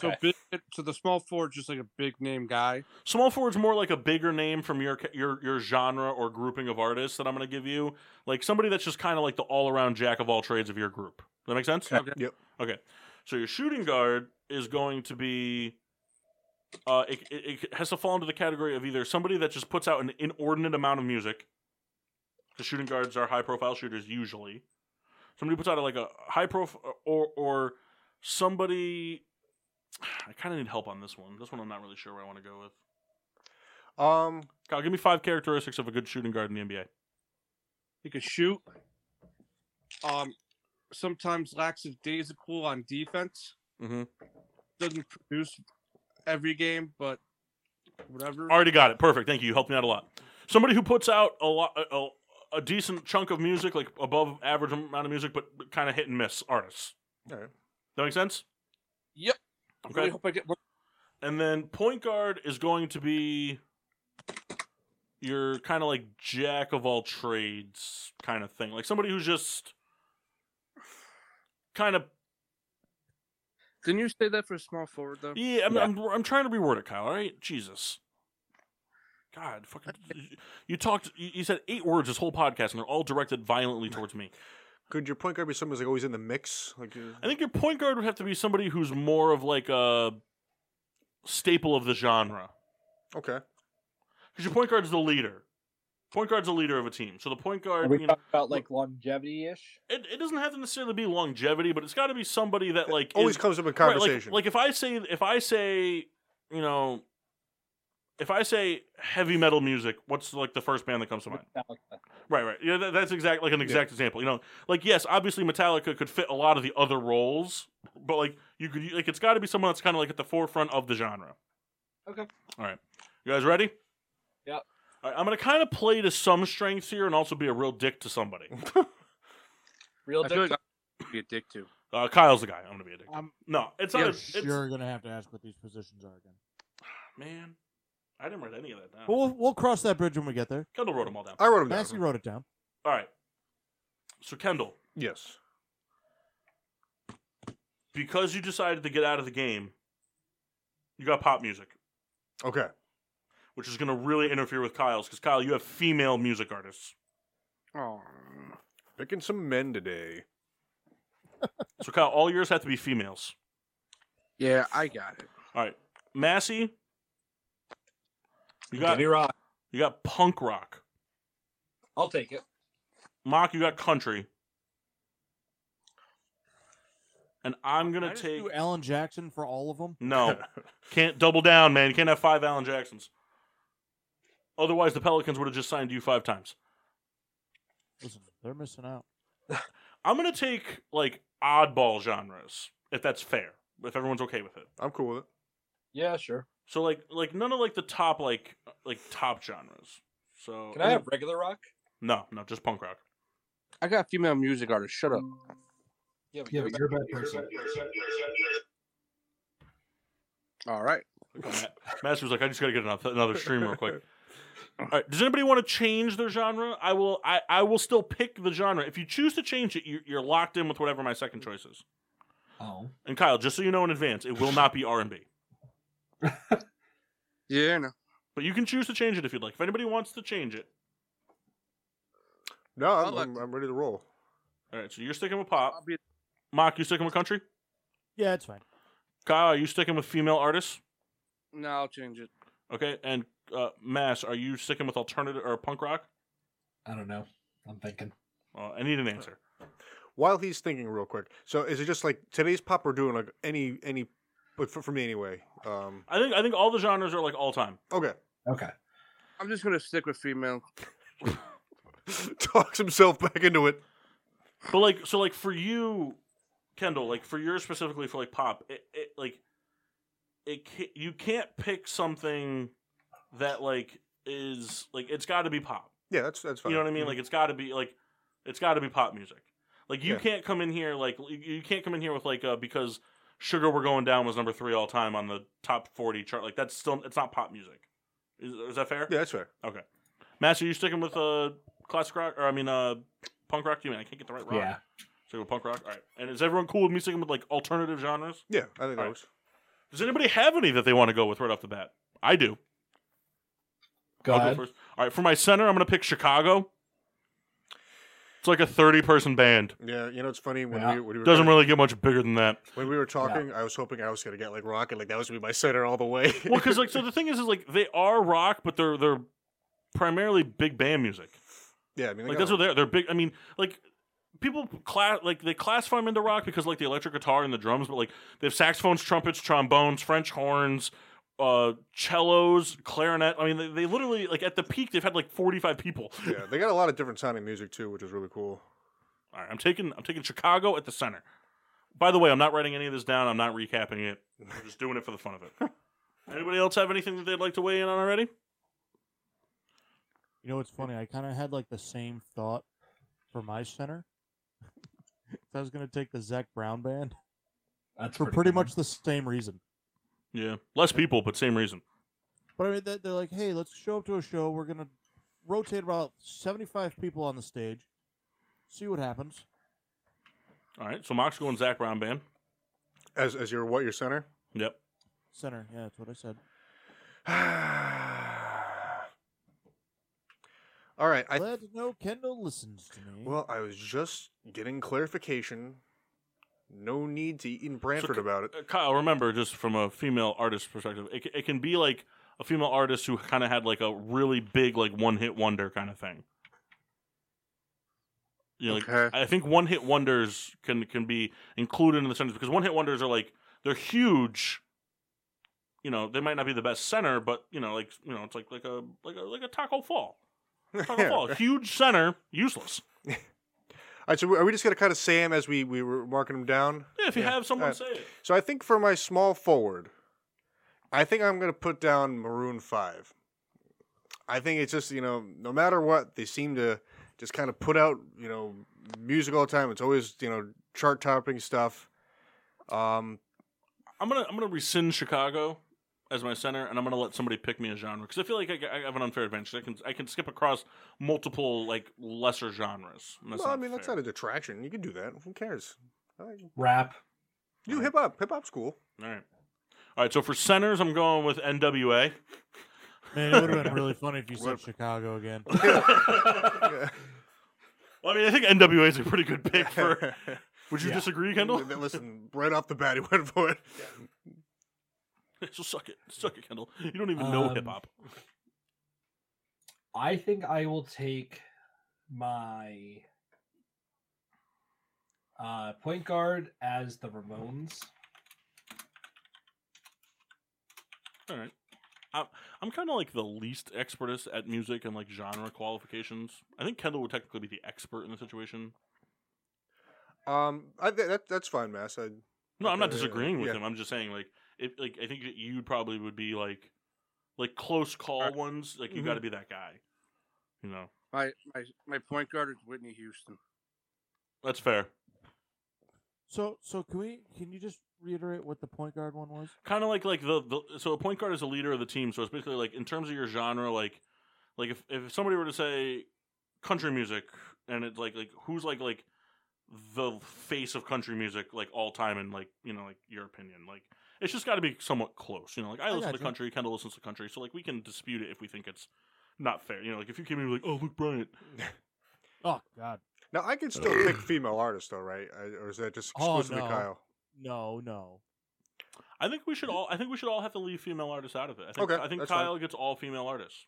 So big, so the small forward just like a big name guy. Small forward's more like a bigger name from your your your genre or grouping of artists that I'm going to give you, like somebody that's just kind of like the all around jack of all trades of your group. Does that make sense? Okay. Yep. Okay. So your shooting guard is going to be, uh, it, it, it has to fall into the category of either somebody that just puts out an inordinate amount of music. The shooting guards are high profile shooters usually. Somebody puts out like a high profile or or somebody. (sighs) I kind of need help on this one. This one I'm not really sure where I want to go with. Um, Kyle, give me five characteristics of a good shooting guard in the NBA. He can shoot. Um, sometimes lackadaisical on defense. Mm-hmm. Doesn't produce every game, but whatever. Already got it. Perfect. Thank you. You helped me out a lot. Somebody who puts out a lot, a, a decent chunk of music, like above average amount of music, but kind of hit and miss artists. All right. That make sense? Yep. Okay. really hope I get. And then point guard is going to be your kind of like jack of all trades kind of thing, like somebody who's just kind of Didn't you say that for small forward though? yeah. I'm, I'm I'm trying to reword it, Kyle. All right, Jesus. God, fucking. You talked. You you said eight words this whole podcast, and they're all directed violently towards me. Could your point guard be someone who's like always in the mix? Like, uh, I think your point guard would have to be somebody who's more of like a staple of the genre. okay. Because your point guard is the leader. Point guard's the leader of a team. So the point Are guard, we you know, talking about like longevity ish? it, it doesn't have to necessarily be longevity, but it's got to be somebody that like always is- comes up in Right, like- conversation. like, if I say, if I say, you know, if I say heavy metal music, what's like the first band that comes to mind? Right, right. Yeah, that, that's exact like an exact example. You know, like yes, obviously Metallica could fit a lot of the other roles, but like you could like it's got to be someone that's kind of like at the forefront of the genre. Okay. All right, you guys ready? Yep. All right, I'm gonna kind of play to some strengths here and also be a real dick to somebody. Real I feel like I'd be a dick too. Uh, Kyle's the guy. I'm gonna be a dick. to. I'm- no, it's not. a- You're it's, sure gonna have to ask what these positions are again. man, I didn't write any of that down. But we'll we'll cross that bridge when we get there. Kendall wrote them all down. I wrote 'em down. Massey wrote it down. All right. So Kendall, Yes. because you decided to get out of the game, you got pop music, Okay. which is going to really interfere with Kyle's because Kyle, you have female music artists. Oh, picking some men today. So Kyle, all yours have to be females. Yeah, I got it. All right, Massey, you got Give me rock. you got punk rock. I'll take it. Mock, you got country. And I'm gonna take Do Alan Jackson for all of them. no. can't double down, man. You can't have five Alan Jacksons. Otherwise, the Pelicans would have just signed you five times. Listen, they're missing out. I'm gonna take like oddball genres, if that's fair, if everyone's okay with it. I'm cool with it. Yeah, sure. So like like none of like the top like like top genres. So Can I have regular rock? no no just punk rock. I got female music artist. Shut up. Yeah, but Yeah, you're but you're a bad person. All right. Master's like I just gotta get another, another stream real quick. All right. Does anybody want to change their genre? I will. I, I will still pick the genre. If you choose to change it, you're, you're locked in with whatever my second choice is. Oh. And Kyle, just so you know in advance, it will not be R and B. Yeah, I know. But you can choose to change it if you'd like. If anybody wants to change it, No, I'm, I'm, I'm ready to roll. All right, so you're sticking with pop. Mock, you sticking with country? Yeah, it's fine. Kyle, are you sticking with female artists? No, I'll change it. Okay, and uh, Mass, are you sticking with alternative or punk rock? I don't know. I'm thinking. Well, I need an answer. While he's thinking, real quick. So, is it just like today's pop we're doing like any any, but for, for me anyway. Um, I think I think all the genres are like all time. okay, (laughs) Okay. I'm just gonna stick with female. talks himself back into it. But like, so like for you, Kendall, like for yours specifically for like pop, it, it like it ca- you can't pick something that like is like it's got to be pop. Yeah, that's that's fine. Mm-hmm. You know what I mean? Like it's got to be like it's got to be pop music. Like you Yeah. can't come in here like you- you can't come in here with like uh, because sugar we're going down was number three all time on the top forty chart. Like that's still it's not pop music. Is, is that fair? yeah, that's fair. Okay. Master, you sticking with uh classic rock or I mean uh punk rock? You mean I can't get the right rock? Yeah. So with punk rock. All right. And is everyone cool with me sticking with like alternative genres? Yeah, I think All that right. works. Does anybody have any that they want to go with right off the bat? I do. Go I'll ahead. first. All right, for my center, I'm gonna pick Chicago. It's like a 30 person band. Yeah, you know it's funny when Yeah. we when we were Doesn't kinda- really get much bigger than that. when we were talking, I was hoping I was gonna get like rocket, like that was gonna be my center all the way. Well, because like so the thing is is like they are rock, but they're they're primarily big band music. (laughs) yeah, I mean, they Like got that's what they're they're big. I mean, like people class like they classify them into rock because like the electric guitar and the drums, but like they have saxophones, trumpets, trombones, French horns, uh, cellos, clarinet. I mean, they, they literally like at the peak they've had like forty five people. (laughs) yeah, they got a lot of different sounding music too, which is really cool. All right, I'm taking I'm taking Chicago at the center. By the way, I'm not writing any of this down. I'm not recapping it. I'm just doing it for the fun of (laughs) it. Anybody else have anything that they'd like to weigh in on already? You know what's funny? I kind of had like the same thought for my center. (laughs) So I was gonna take the Zach Brown band. That's for pretty pretty good. much the same reason. Yeah, less people, but same reason. But I mean, they- they're like, hey, let's show up to a show. We're gonna rotate about seventy-five people on the stage, see what happens. All right, so Mox going Zach Brown band. As as your what your center? Yep. Center, yeah, that's what I said. (sighs) All right, I Glad to know Kendall listens to me. well, I was just getting clarification. No need to eat in So, Branford K- about it. uh, Kyle, remember, just from a female artist perspective, it, c- it can be like a female artist who kind of had like a really big, like one hit wonder kind of thing. You know, like, Okay. I think one hit wonders can can be included in the sentence because one hit wonders are like they're huge. You know, they might not be the best center, but you know, like you know, it's like like a like a like a Taco Fall, Taco (laughs) (laughs) Yeah, Fall, right. huge center, useless. All right, so are we just gonna kind of say him as we we were marking him down? Yeah, if you have someone All right. say it. So I think for my small forward, I think I'm gonna put down Maroon Five. I think it's just you know no matter what they seem to just kind of put out you know music all the time. It's always you know chart topping stuff. Um, I'm gonna I'm gonna rescind Chicago as my center, and I'm gonna let somebody pick me a genre because I feel like I, I have an unfair advantage. I can I can skip across multiple like lesser genres. and that's well, I not mean that's fair. not a detraction. You can do that. Who cares? I- Rap. You hip hop, hip (laughs) hop's cool. all right. All right, so for centers, I'm going with NWA. Man, it (laughs) would have been really funny if you said Chicago again. Well, I mean, I think NWA is a pretty good pick for. (laughs) Would you Yeah. disagree, Kendall? (laughs) Listen, right off the bat, he went for it. so suck it, suck it, Kendall. You don't even know Um, hip hop. I think I will take my uh, point guard as the Ramones. All right. I'm, I'm kind of like the least expertest at music and like genre qualifications. I think Kendall would technically be the expert in the situation. Um, I, th- that that's fine, Mass. I, No, I'm not Uh, disagreeing with yeah. him. I'm just saying, like, if like I think that you probably would be like, like close call ones. Like, you Mm-hmm. got to Mhm. be that guy. You know, My my my point guard is Whitney Houston. that's fair. So, so can we? Can you just reiterate what the point guard one was? Kind of like like the, the so a point guard is a leader of the team. So it's basically like in terms of your genre, like like if if somebody were to say country music, and it's like like who's like like the face of country music like all time and like you know like your opinion like it's just got to be somewhat close you know like i, I listen to gotcha. country kendall listens to country so like we can dispute it if we think it's not fair you know like if you came in and were like oh luke bryant Oh God. Now I can still pick female artists though, right? I, or is that just Oh exclusively no. Kyle? No, no. I think we should all. I think we should all have to leave female artists out of it. I think, Okay, I think that's fine. Kyle gets all female artists.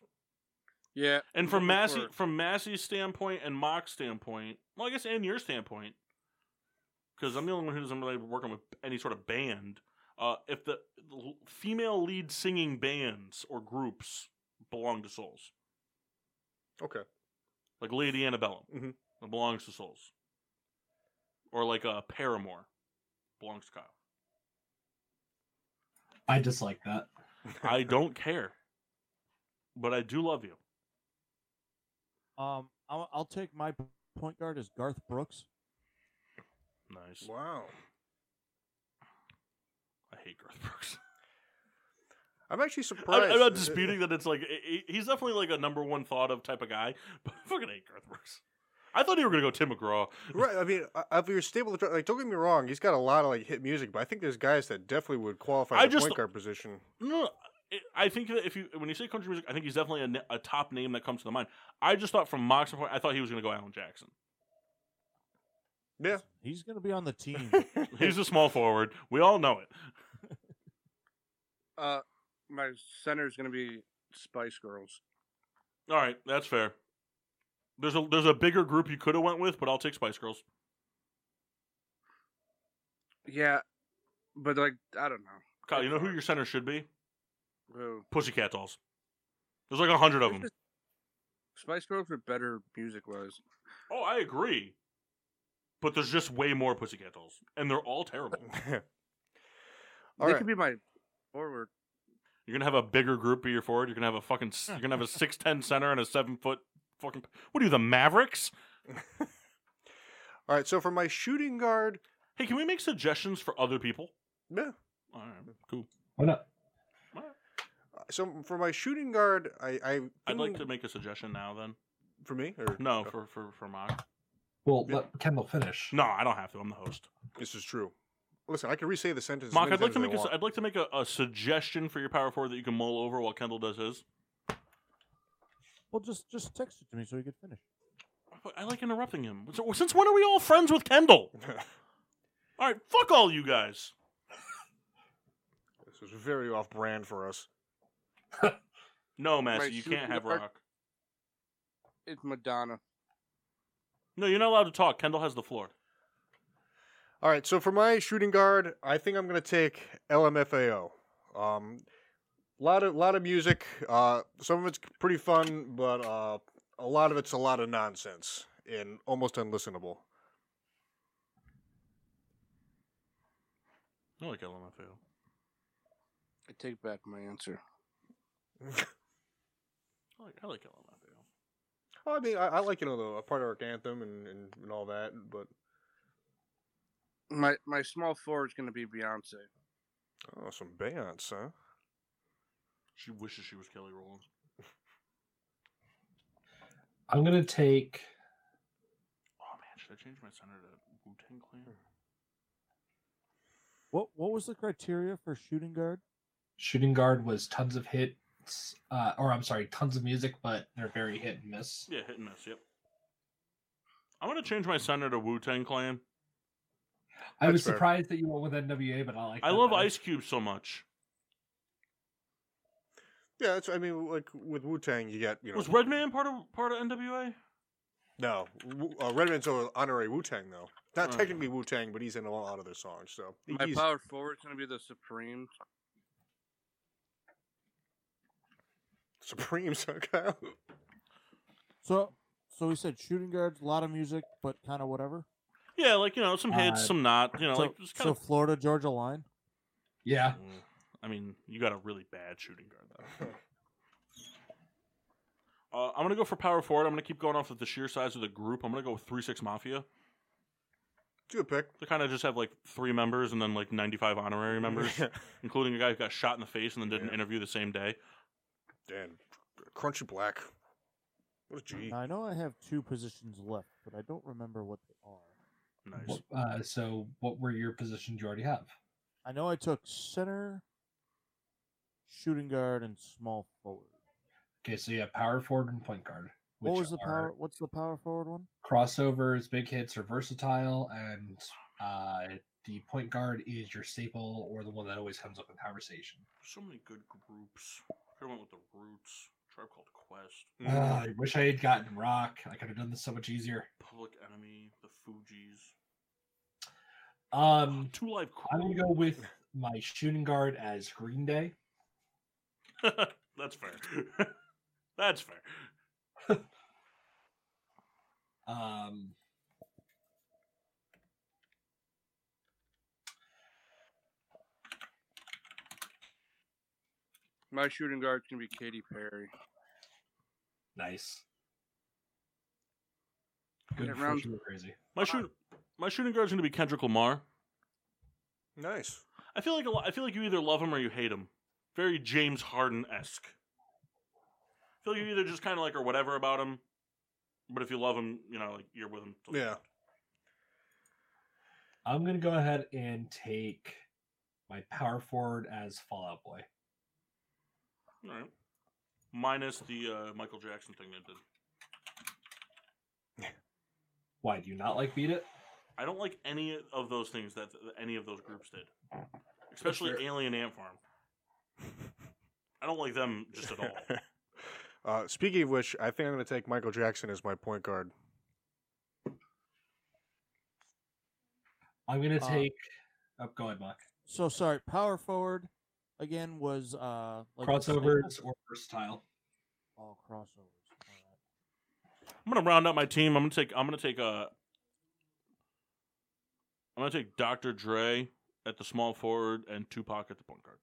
Yeah. And from Looking Massey, for- from Massey's standpoint and Mock's standpoint, well, I guess and your standpoint, because I'm the only one who doesn't really work on with any sort of band. Uh, if the l- female lead singing bands or groups belong to Souls, Okay. like Lady Antebellum, Mhm. that belongs to Souls, or like uh, Paramore, belongs to Kyle. I dislike that. (laughs) I don't care, but I do love you. Um, I'll, I'll take my p- point guard as Garth Brooks. Nice. (laughs) Wow. I hate Garth Brooks. I'm actually I'm, surprised. I'm not disputing that it's like he- he's definitely like a number one thought of type of guy, (laughs) but I fucking hate Garth Brooks. I thought you were gonna go Tim McGraw. Right. I mean, uh, if you're stable, like don't get me wrong, he's got a lot of like hit music, but I think there's guys that definitely would qualify I for the just- point guard position. (laughs) No, it- I think that if you when you say country music, I think he's definitely a, na- a top name that comes to the mind. I just thought from Mox's point, I thought he was gonna go Alan Jackson. Yeah. He's gonna be on (laughs) the team. He's a small forward. We all know it. Uh, my center is going to be Spice Girls. All right, that's fair. There's a there's a bigger group you could have went with, but I'll take Spice Girls. Yeah, but like I don't know. Kyle, you know who your center should be? Who- Pussycat Dolls. There's like a hundred of them. Spice Girls were better music wise. Oh, I agree. But there's just way more Pussycat Dolls, and they're all terrible. They could be my forward. You're gonna have a bigger group of your forward. You're gonna have a fucking. s- You're gonna have a six ten center and a seven foot fucking. What are you, the Mavericks? All right. So for my shooting guard, Hey, can we make suggestions for other people? yeah. All right, cool. Why not? So for my shooting guard, I, I I'd like to couldn't- make a suggestion now. Then for me or (laughs) oh, no, for for for mock. Well, let Kendall finish. No, I don't have to. I'm the host. This is true. Listen, I can re-say the sentence. as Mock, many I'd like times to make. as I A, want. I'd like to make a, a suggestion for your power forward that you can mull over while Kendall does his. well, just just text it to me so he could finish. I like interrupting him. So- Since when are we all friends with Kendall? all right, fuck all you guys. (laughs) This is very off-brand for us. No, Massey, Right, you shooting can't have guard. Rock. It's Madonna. No, you're not allowed to talk. Kendall has the floor. All right, so for my shooting guard, I think I'm going to take LMFAO. Um, lot of lot of music. Uh, some of it's pretty fun, but uh, a lot of it's a lot of nonsense and almost unlistenable. I like LMFAO. I take back my answer. I like, I like LMFAO. Oh, I mean, I, I like you know the a part of our anthem and, and, and all that, but My my small forward is going to be Beyonce. oh, some Beyonce, huh? She wishes she was Kelly Rowland. I'm gonna take. Oh man, should I change my center to Wu Tang Clan? What what was the criteria for shooting guard? Shooting guard was tons of hits, uh, or I'm sorry, tons of music, but they're very hit and miss. Yeah, hit and miss. Yep. I'm gonna change my center to Wu Tang Clan. I was That's fair. surprised that you went with NWA, but I like. I that love Uh-huh. better. Ice Cube so much. Yeah, that's I mean like with Wu Tang, you got you know Was Redman part of part of NWA? no Wu- uh, Redman's an honorary Wu Tang though, not Oh. technically Wu Tang, but he's in a lot of their songs. So My he's- power forward is going to be the Supreme. Supreme, (laughs) so Kyle. So so we said shooting guards, a lot of music, but kind of whatever. Yeah, like you know, some hits, Uh, some not. You know, so, like just kind so of. Florida Georgia line. Yeah. Mm. I mean, you got a really bad shooting guard though. uh, I'm gonna go for power forward. I'm gonna keep going off of the sheer size of the group. I'm gonna go with three six mafia. Good pick. They kind of just have like three members and then like 95 honorary members, including a guy who got shot in the face and then did an interview the same day. Dan, Crunchy Black. What a G. Now, I know I have two positions left, but I don't remember what they are. Nice. Uh, so, what were your positions you already have? I know I took center, shooting guard, and small forward. Okay, so you have power forward and point guard. What which was the are- power? What's the power forward one? crossovers, big hits are versatile, and uh, the point guard is your staple or the one that always comes up in conversation. So many good groups. Could have went with the Roots. Tribe called Quest. Ah, I wish I had gotten Rock. I could have done this so much easier. Public Enemy. The Fugees. Um, Two Live I'm gonna go with my shooting guard as Green Day. (laughs) That's fair. (laughs) That's fair. Um, My shooting guard's gonna be Katy Perry. Nice. Good for rounds. shooting crazy. My shoot, my shooting guard's gonna be Kendrick Lamar. Nice. I feel like a lot, I feel like you either love him or you hate him. Very James Harden esque. I feel like you either just kind of like or whatever about him, but if you love him, you know, like you're with him. till the Yeah. end. I'm gonna go ahead and take my power forward as Fallout Boy. All right. Minus the uh, Michael Jackson thing I did. Why do you not like Beat It? I don't like any of those things that th- any of those groups did, especially Alien Ant Farm. I don't like them just at all. (laughs) Uh, speaking of which, I think I'm going to take Michael Jackson as my point guard. I'm gonna Uh, take. oh, go ahead, Mark. So sorry, power forward again was uh like the Crossovers staple? or versatile. Oh, crossover. I'm gonna round up my team. I'm gonna take. I'm gonna take uh I'm gonna take Dr. Dre at the small forward and Tupac at the point guard.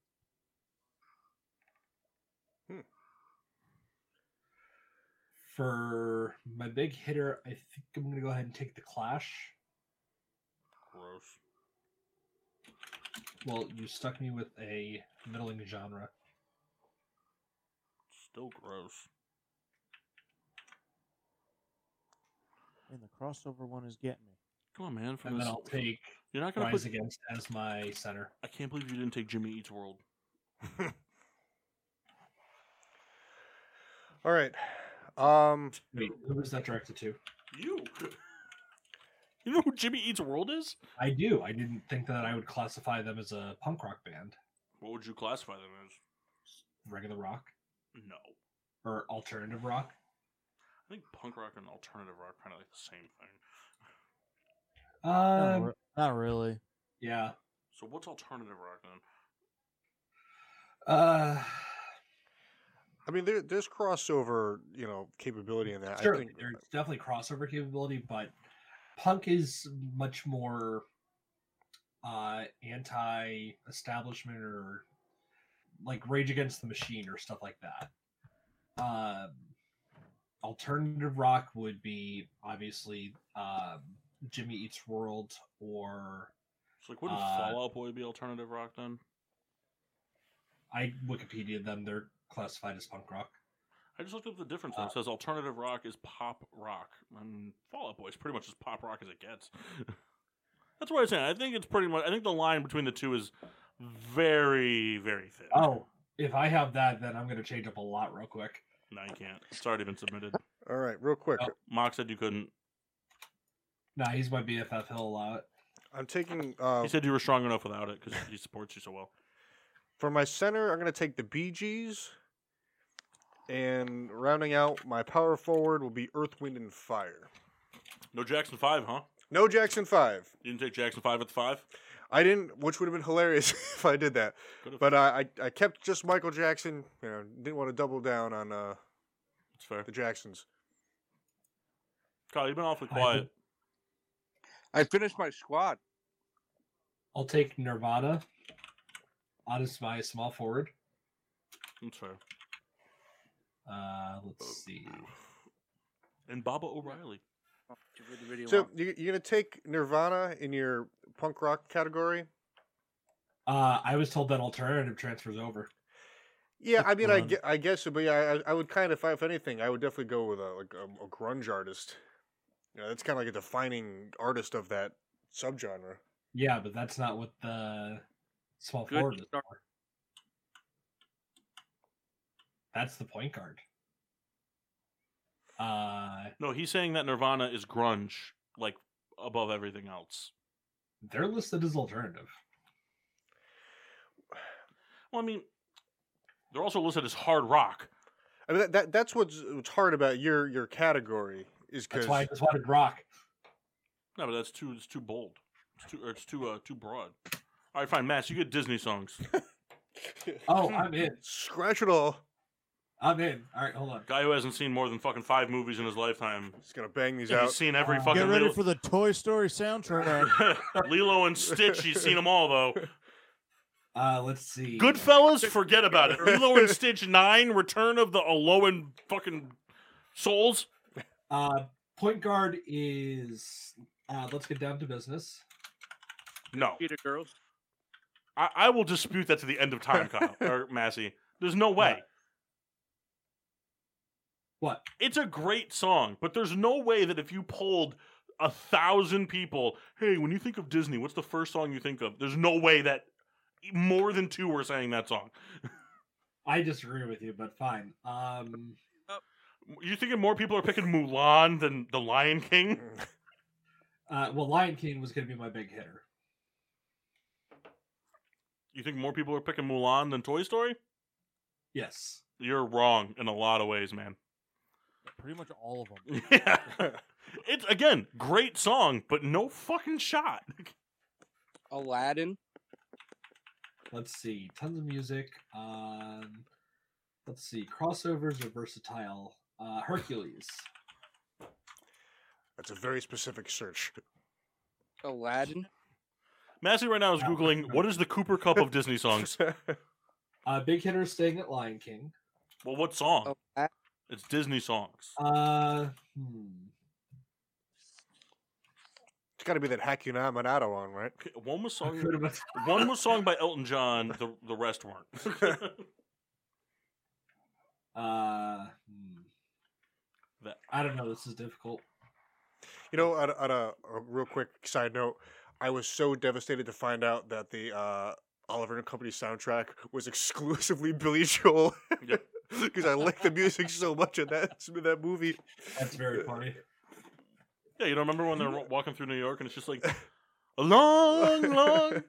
For my big hitter, I think I'm gonna go ahead and take the Clash. Gross. Well, you stuck me with a middling genre. Still gross. And the crossover one is getting me. Come on, man. From And this, then (laughs) I'll take You're not gonna Rise put. Against as my center. I can't believe you didn't take Jimmy Eats World. All right. Um, Wait, who is that directed to? You. (laughs) You know who Jimmy Eats World is? I do. I didn't think that I would classify them as a punk rock band. What would you classify them as? Regular rock No, or alternative rock. I think punk rock and alternative rock kind of like the same thing. Not, Um, re- not really. yeah. So what's alternative rock then? Uh, I mean, there, there's crossover, you know, capability in that. I Sure, think there's definitely crossover capability, but punk is much more uh, anti-establishment or like Rage Against the Machine or stuff like that. Um, alternative rock would be obviously um, Jimmy Eats World or So like, wouldn't Uh, Fall Out Boy be alternative rock then? I Wikipedia them. They're classified as punk rock. I just looked up the difference. though. uh, it says alternative rock is pop rock, and Fall Out Boy is pretty much as pop rock as it gets. (laughs) That's what I'm saying. I think it's pretty much. I think the line between the two is very, very thin. Oh, if I have that, then I'm gonna change up a lot real quick. No, you can't. It's already been submitted. All right, real quick. Mock said you couldn't. Nah, he's my BFF. He'll allow it. I'm taking uh, He said you were strong enough without it because he supports you so well. for my center. I'm going to take the Bee Gees, and rounding out my power forward will be Earth, Wind, and Fire. No Jackson Five, huh? No Jackson Five. You didn't take Jackson Five at the five. I didn't, which would have been hilarious (laughs) if I did that. Could've. But I, I, I kept just Michael Jackson. You know, didn't want to double down on uh, It's fair. the Jacksons. Kyle, you've been awfully quiet. I finished my squad. I'll take Nirvana. Honest my small forward. That's fair. Uh, let's see. And Baba O'Reilly. So you, you're gonna take Nirvana in your punk rock category? Uh, I was told that alternative transfers over. Yeah, I mean, I, Um, ge- I guess, so, but yeah, I, I would kind of, if, I- if anything, I would definitely go with a, like um, a, a grunge artist. You know, that's kind of like a defining artist of that subgenre. Yeah, but that's not what the small Good forward is for. That's the point guard. Uh, no, he's saying that Nirvana is grunge, like above everything else. They're listed as alternative. Well, I mean, they're also listed as hard rock. I mean, that, that that's what's, what's hard about your your category is because That's why I just wanted rock. No, but that's too it's too bold. It's too or it's too uh, too broad. All right, fine, Matt. You get Disney songs. (laughs) Oh, I'm in. Scratch it all. I'm in. All right, hold on. Guy who hasn't seen more than fucking five movies in his lifetime. He's gonna bang these out. He's seen every fucking. Get ready Lilo, for the Toy (laughs) Story soundtrack. (laughs) Lilo and Stitch. He's seen them all though. Uh, let's see. Goodfellas, forget about it. Lilo and Stitch Nine: Return of the Alolan fucking Souls. Uh, point guard is. Uh, let's get down to business. No, Peter Girls. I, I will dispute that to the end of time, (laughs) Kyle or Massey. There's no way. What? It's a great song, but there's no way that if you polled a thousand people, hey, when you think of Disney, what's the first song you think of? There's no way that more than two were saying that song. I disagree with you, but fine. Um, You thinking more people are picking Mulan than The Lion King? uh, well, Lion King was going to be my big hitter. You think more people are picking Mulan than Toy Story? Yes. You're wrong in a lot of ways, man. (laughs) Pretty much all of them. Yeah. it's again, great song, but no fucking shot. Aladdin. Let's see. Tons of music. Um, let's see. Crossovers are versatile. Uh, Hercules. That's a very specific search. Aladdin. Massey right now is googling what is the Cooper Cup of Disney (laughs) songs. Uh, big hitter staying at Lion King. Well, what song? It's Disney songs. Uh, hmm. It's got to be that Hakuna Matata one, right? One was (laughs) song. One was sung by Elton John. The the rest weren't. (laughs) Uh, hmm. That- I don't know. This is difficult. You know, on, a- on a, a real quick side note, I was so devastated to find out that the uh, Oliver and Company soundtrack was (laughs) exclusively Billy Joel. (laughs) Because I like the music so much in that in that movie. Uh, That's very funny. Yeah, you don't remember when they're wa- walking through New York and it's just like a long, (laughs) long.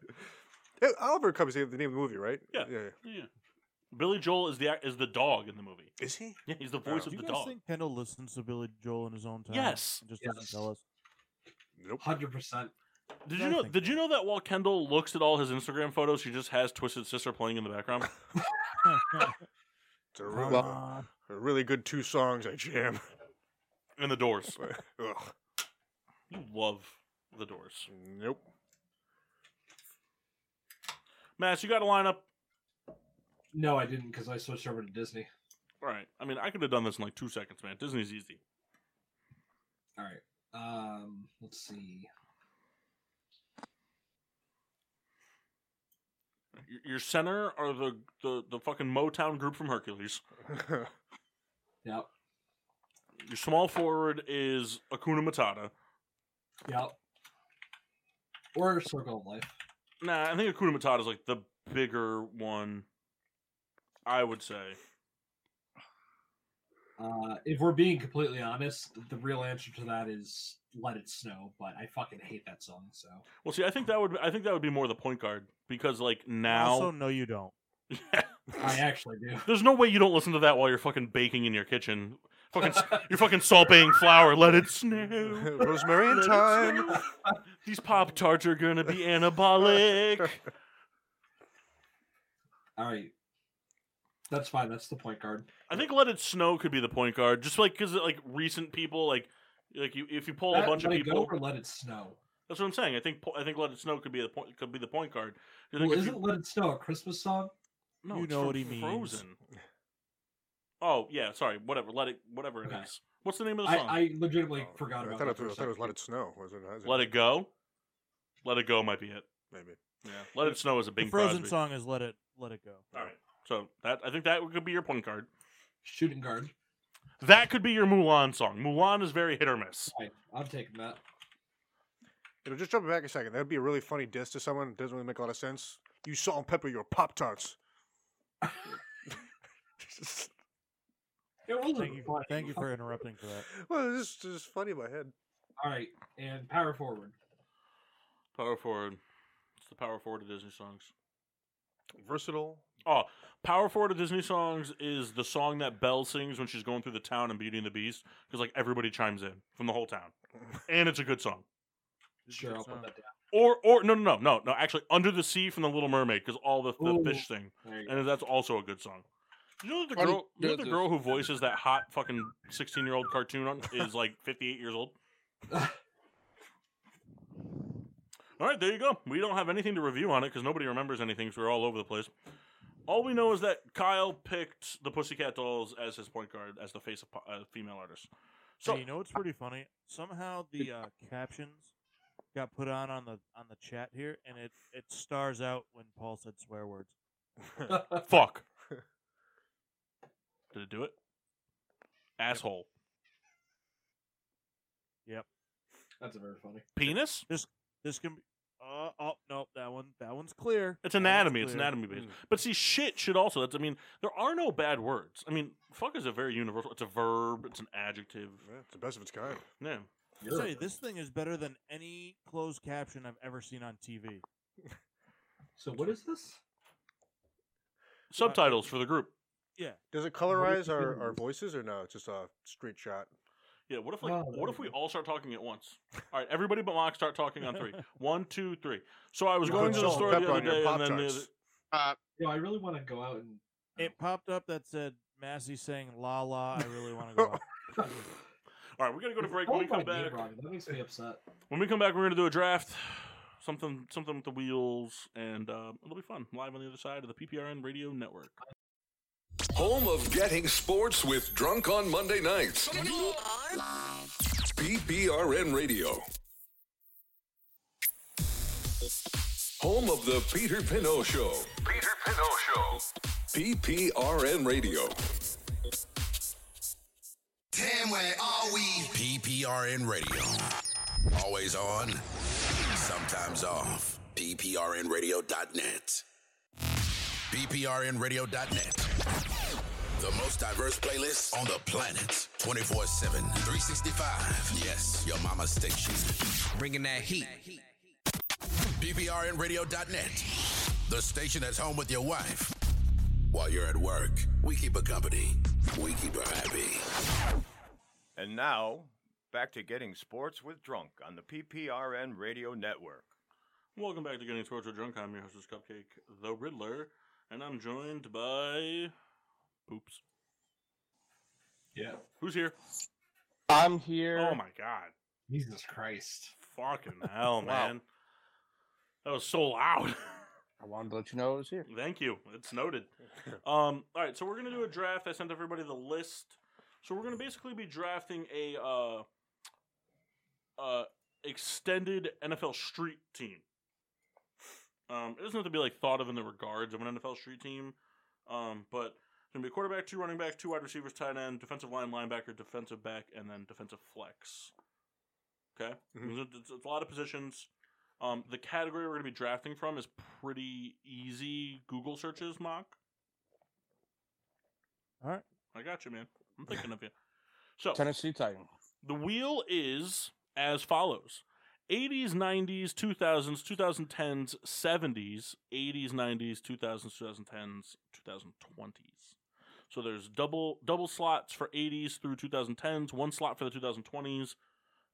Yeah, Oliver comes in the name of the movie, right? Yeah. yeah. yeah. Billy Joel is the ac- is the dog in the movie. Is he? Yeah, he's the voice Do of you the guys dog. think Kendall listens to Billy Joel in his own time? Yes. and just Yes. doesn't tell us. Hundred percent. Did you know? Did you know that while Kendall looks at all his Instagram photos, she just has Twisted Sister playing in the background? It's a Come really, uh a really good two songs I jam. (laughs) And the Doors. Ugh. You love the Doors. Nope. (laughs) Mass, you got to line up. No, I didn't because I switched over to Disney. All right. I mean, I could have done this in like two seconds, man. Disney's easy. All right. Um, let's see. Y- Your center are the the, the fucking Motown group from Hercules. Yep. Your small forward is Akuna Matata. Yep. Or Circle of Life. Nah, I think Akuna Matata is like the bigger one. I would say. Uh, if we're being completely honest, the real answer to that is "Let It Snow," but I fucking hate that song. So Well, see, I think that would I think that would be more the point guard because like now Also, no, you don't. (laughs) I actually do. There's no way you don't listen to that while you're fucking baking in your kitchen. Fucking, (laughs) (laughs) you're fucking salt baying flour. Let it snow. Rosemary and Let it thyme. snow. These pop tarts are gonna be (laughs) anabolic. All right, that's fine. That's the point guard. I think let it snow could be the point guard, just like because like recent people like like you if you pull a That- bunch of let it people. go or let it snow. That's what I'm saying. I think po- I think let it snow could be the point could be the point guard. I think Well, if isn't you- "Let It Snow" a Christmas song? no, you it's know from what he means. Frozen. Mm. Oh yeah, sorry. Whatever. Let it whatever it is. Okay. What's the name of the I, song? I legitimately forgot Oh, I about thought that. it, for a was, I thought it was second. Let It Snow. Was it, was Let it go. Let it go might be it. Maybe. Yeah. Let it snow is a Bing the Frozen Crosby. song is "Let It Let It Go." All right. So that I think that could be your point guard. Shooting guard. That could be your Mulan song. Mulan is very hit or miss. Right, I'm taking that. You know, just jumping back a second, that'd be a really funny diss to someone. Doesn't really make a lot of sense. You salt and pepper your pop tarts. They're older Thank you, than mine. thank you for interrupting for that. Well, this is just funny in my head. All right, and power forward. Power forward. It's the power forward of Disney songs. Versatile. Oh, power forward of Disney songs is the song that Belle sings when she's going through the town in Beauty and the Beast because like everybody chimes in from the whole town, and it's a good song. Sure, I'll put that down. Or or no no no no no actually Under the Sea from the Little Mermaid because all the, the Ooh. fish thing, There you and that's also a good song. You know that the Funny- girl, you know there's the a- (laughs) girl who voices that hot fucking sixteen year old cartoon on, is like fifty eight years (laughs) old. all right, there you go. We don't have anything to review on it because nobody remembers anything, so we're all over the place. All we know is that Kyle picked the Pussycat Dolls as his point guard, as the face of po- uh, female artist. So So you know what's pretty funny? Somehow the uh, captions got put on on the on the chat here, and it it stars out when Paul said swear words. (laughs) Fuck. Did it do it? Asshole. Yep. (laughs) That's very funny. Penis? This this can be. Uh, oh no, that one that one's clear. It's That one's anatomy. It's clear. anatomy based. But see, shit should also. That's. I mean, there are no bad words. I mean, fuck is a very universal. It's a verb. It's an adjective. it's the best of its kind. Yeah. I tell you, this thing is better than any closed caption I've ever seen on TV. So what is this? Subtitles for the group. Yeah. Does it What is colorize the our, difference? our voices or no? It's just a straight shot. Yeah. What if like? Oh, what there if we all start talking at once? All right, everybody but Mock start talking on three. One, two, three. So I was You going put to the salt and store the pepper other on your day, and then the Pop-Tarts. other, Uh, no, I really want to go out (sighs) and. It popped up that said Massey saying "La la." I really want (laughs) to go. out." All right, we're gonna go to break. Oh, When we my come back, name, Robbie. That makes me upset. when we come back, we're gonna do a draft, something, something with the wheels, and uh, it'll be fun. Live on the other side of the PPRN Radio Network. Home of getting sports with Drunk on Monday nights. PPRN Radio. Home of the Peter Pinot Show. Peter Pinot Show. PPRN Radio. Damn, where are we? PPRN Radio. Always on, sometimes off. PPRNradio.net. PPRNradio.net. The most diverse playlist on the planet. 24 7, 365. Yes, your mama's station. Bringing that heat. PPRNradio.net. The station that's home with your wife. While you're at work, we keep her company. We keep her happy. And now, back to getting sports with Drunk on the PPRN Radio Network. Welcome back to Getting Tortured Drunk. I'm your hostess, Cupcake, the Riddler, and I'm joined by Poops. Yeah. Who's here? I'm here. Oh my god! Jesus Christ! Fucking hell, (laughs) Wow. man! That was so loud. (laughs) I wanted to let you know it was here. Thank you. It's noted. Um, all right, so we're gonna do a draft. I sent everybody the list. So we're gonna basically be drafting a uh, uh, extended NFL street team. Um, it doesn't have to be like thought of in the regards of an NFL street team, um, but it's gonna be a quarterback, two running backs, two wide receivers, tight end, defensive line, linebacker, defensive back, and then defensive flex. Okay, Mm-hmm. it's, it's a lot of positions. Um, the category we're going to be drafting from is pretty easy Google searches, Mock. All right. I got you, man. I'm thinking of you. So Tennessee Titan. the wheel is as follows 80s, 90s, 2000s, 2010s, 70s, 80s, 90s, 2000s, 2010s, 2020s. So there's double double slots for 80s through 2010s, one slot for the 2020s,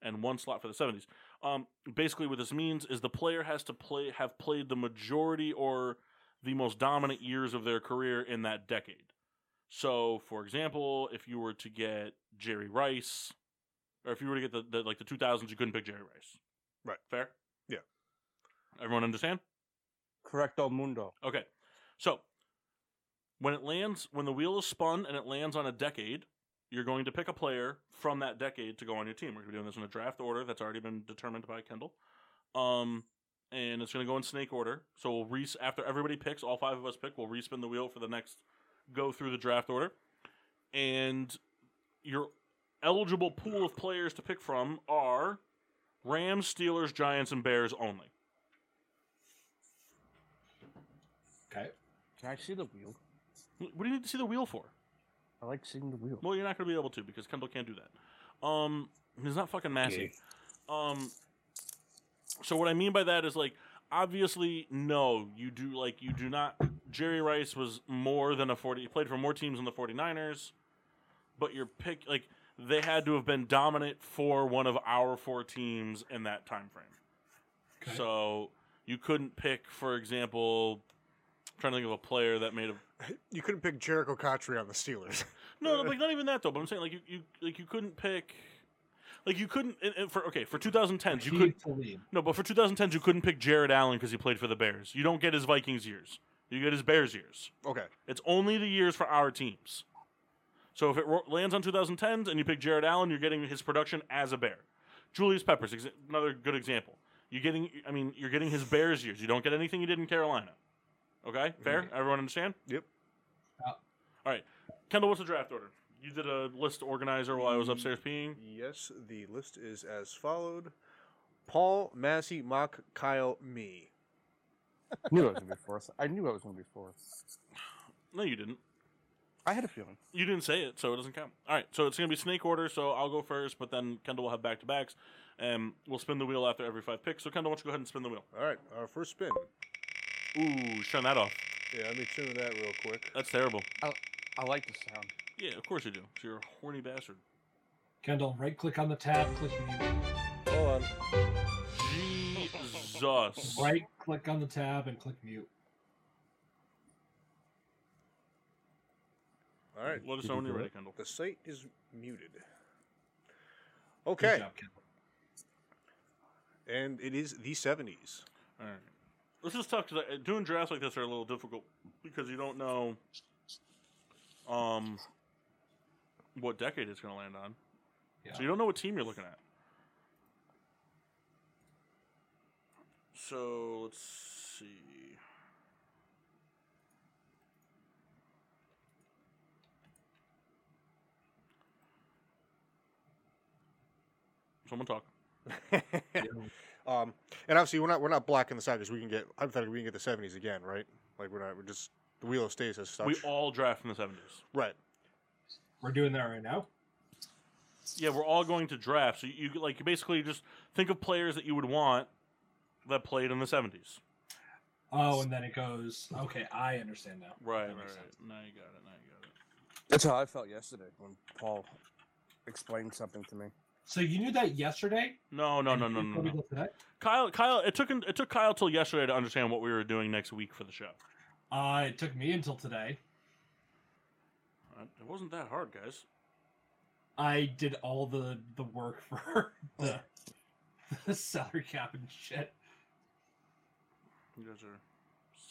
and one slot for the 70s. Um, basically, what this means is the player has to play have played the majority or the most dominant years of their career in that decade. So, for example, if you were to get Jerry Rice, or if you were to get the, the like the 2000s, you couldn't pick Jerry Rice. Right. Fair. Yeah. Everyone understand? Correcto mundo. Okay. So when it lands, when the wheel is spun and it lands on a decade, you're going to pick a player from that decade to go on your team. We're going to be doing this in a draft order that's already been determined by Kendall. Um, and it's going to go in snake order. So we'll re after everybody picks, all five of us pick, we'll respin the wheel for the next go through the draft order. And your eligible pool of players to pick from are Rams, Steelers, Giants, and Bears only. Okay. Can I see the wheel? What do you need to see the wheel for? I like seeing the wheel. Well, you're not going to be able to because Kendall can't do that. Um, he's not fucking Massey. Um, so what I mean by that is like obviously no, you do like you do not. Jerry Rice was more than a forty. He played for more teams than the 49ers, but your pick like they had to have been dominant for one of our four teams in that time frame. So you couldn't pick, for example, I'm trying to think of a player that made a (laughs) You couldn't pick Jericho Cotry on the Steelers. (laughs) no, no, like not even that though. But I'm saying like you, you like you couldn't pick, like you couldn't and- and for okay for 2010s you could no, but for 2010s you couldn't pick Jared Allen because he played for the Bears. You don't get his Vikings years. You get his Bears years. Okay. It's only the years for our teams. So if it ro- lands on 2010s and you pick Jared Allen, you're getting his production as a Bear. Julius Peppers, exa- another good example. You're getting, I mean, you're getting his Bears years. You don't get anything you did in Carolina. Okay, fair. Everyone understand? Yep. All right, Kendall, what's the draft order? You did a list organizer while I was upstairs peeing. Yes, the list is as followed: Paul Massey, Mock, Kyle, me. knew I was gonna be fourth. I knew I was gonna be fourth. No, you didn't. I had a feeling. You didn't say it, so it doesn't count. All right, so it's gonna be snake order. So I'll go first, but then Kendall will have back to backs, and we'll spin the wheel after every five picks. So Kendall, why don't you go ahead and spin the wheel? All right, our first spin. Ooh, shun that off. Yeah, let me tune that real quick. That's terrible. I, I like the sound. Yeah, of course you do. 'cause you're a horny bastard. Kendall, right click on the tab, click mute. Hold on. Jesus. Right click on the tab and click mute. All right. Let us know when you're ready, Kendall. The site is muted. Okay. job, and it is (laughs) the 70s. All right. This is tough because doing drafts like this are a little difficult because you don't know, um, what decade it's going to land on. So you don't know what team you're looking at. So let's see. Someone talk. (laughs) um, and obviously we're not we're not blocking this out because we can get hypothetically we can get the 70s again, right? Like we're not we're just the wheel of stays as such. We all draft from the seventies. right. We're doing that right now. Yeah, we're all going to draft. So you you, like you basically just think of players that you would want that played in the seventies. Oh, and then it goes. Okay, I understand now. Right, That right, makes right. Now you got it. Now you got it. That's how I felt yesterday when Paul explained something to me. So you knew that yesterday? No, no, no, no, You no, (laughs) told me no. that today? Kyle, Kyle, it took him- it took Kyle till yesterday to understand what we were doing next week for the show. Uh, it took me until today. Uh, It wasn't that hard, guys. I did all the the work (laughs) for the, the salary cap and shit. You guys are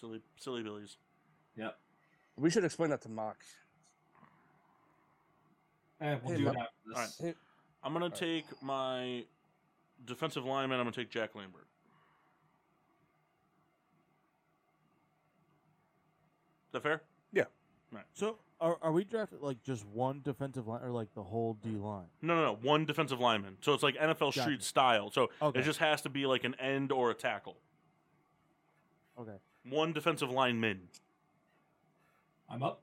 silly, silly billies. Yep. We should explain that to Mock. Eh, we'll Hey, do Ma- it after All this. right. I'm gonna take my defensive lineman. I'm gonna take Jack Lambert. Is that fair? Yeah. Right. So are, are we drafted like just one defensive line or like the whole D line? No, no, no. One defensive lineman. So it's like NFL Gotcha. street style. So Okay. it just has to be like an end or a tackle. Okay. One defensive lineman. I'm up.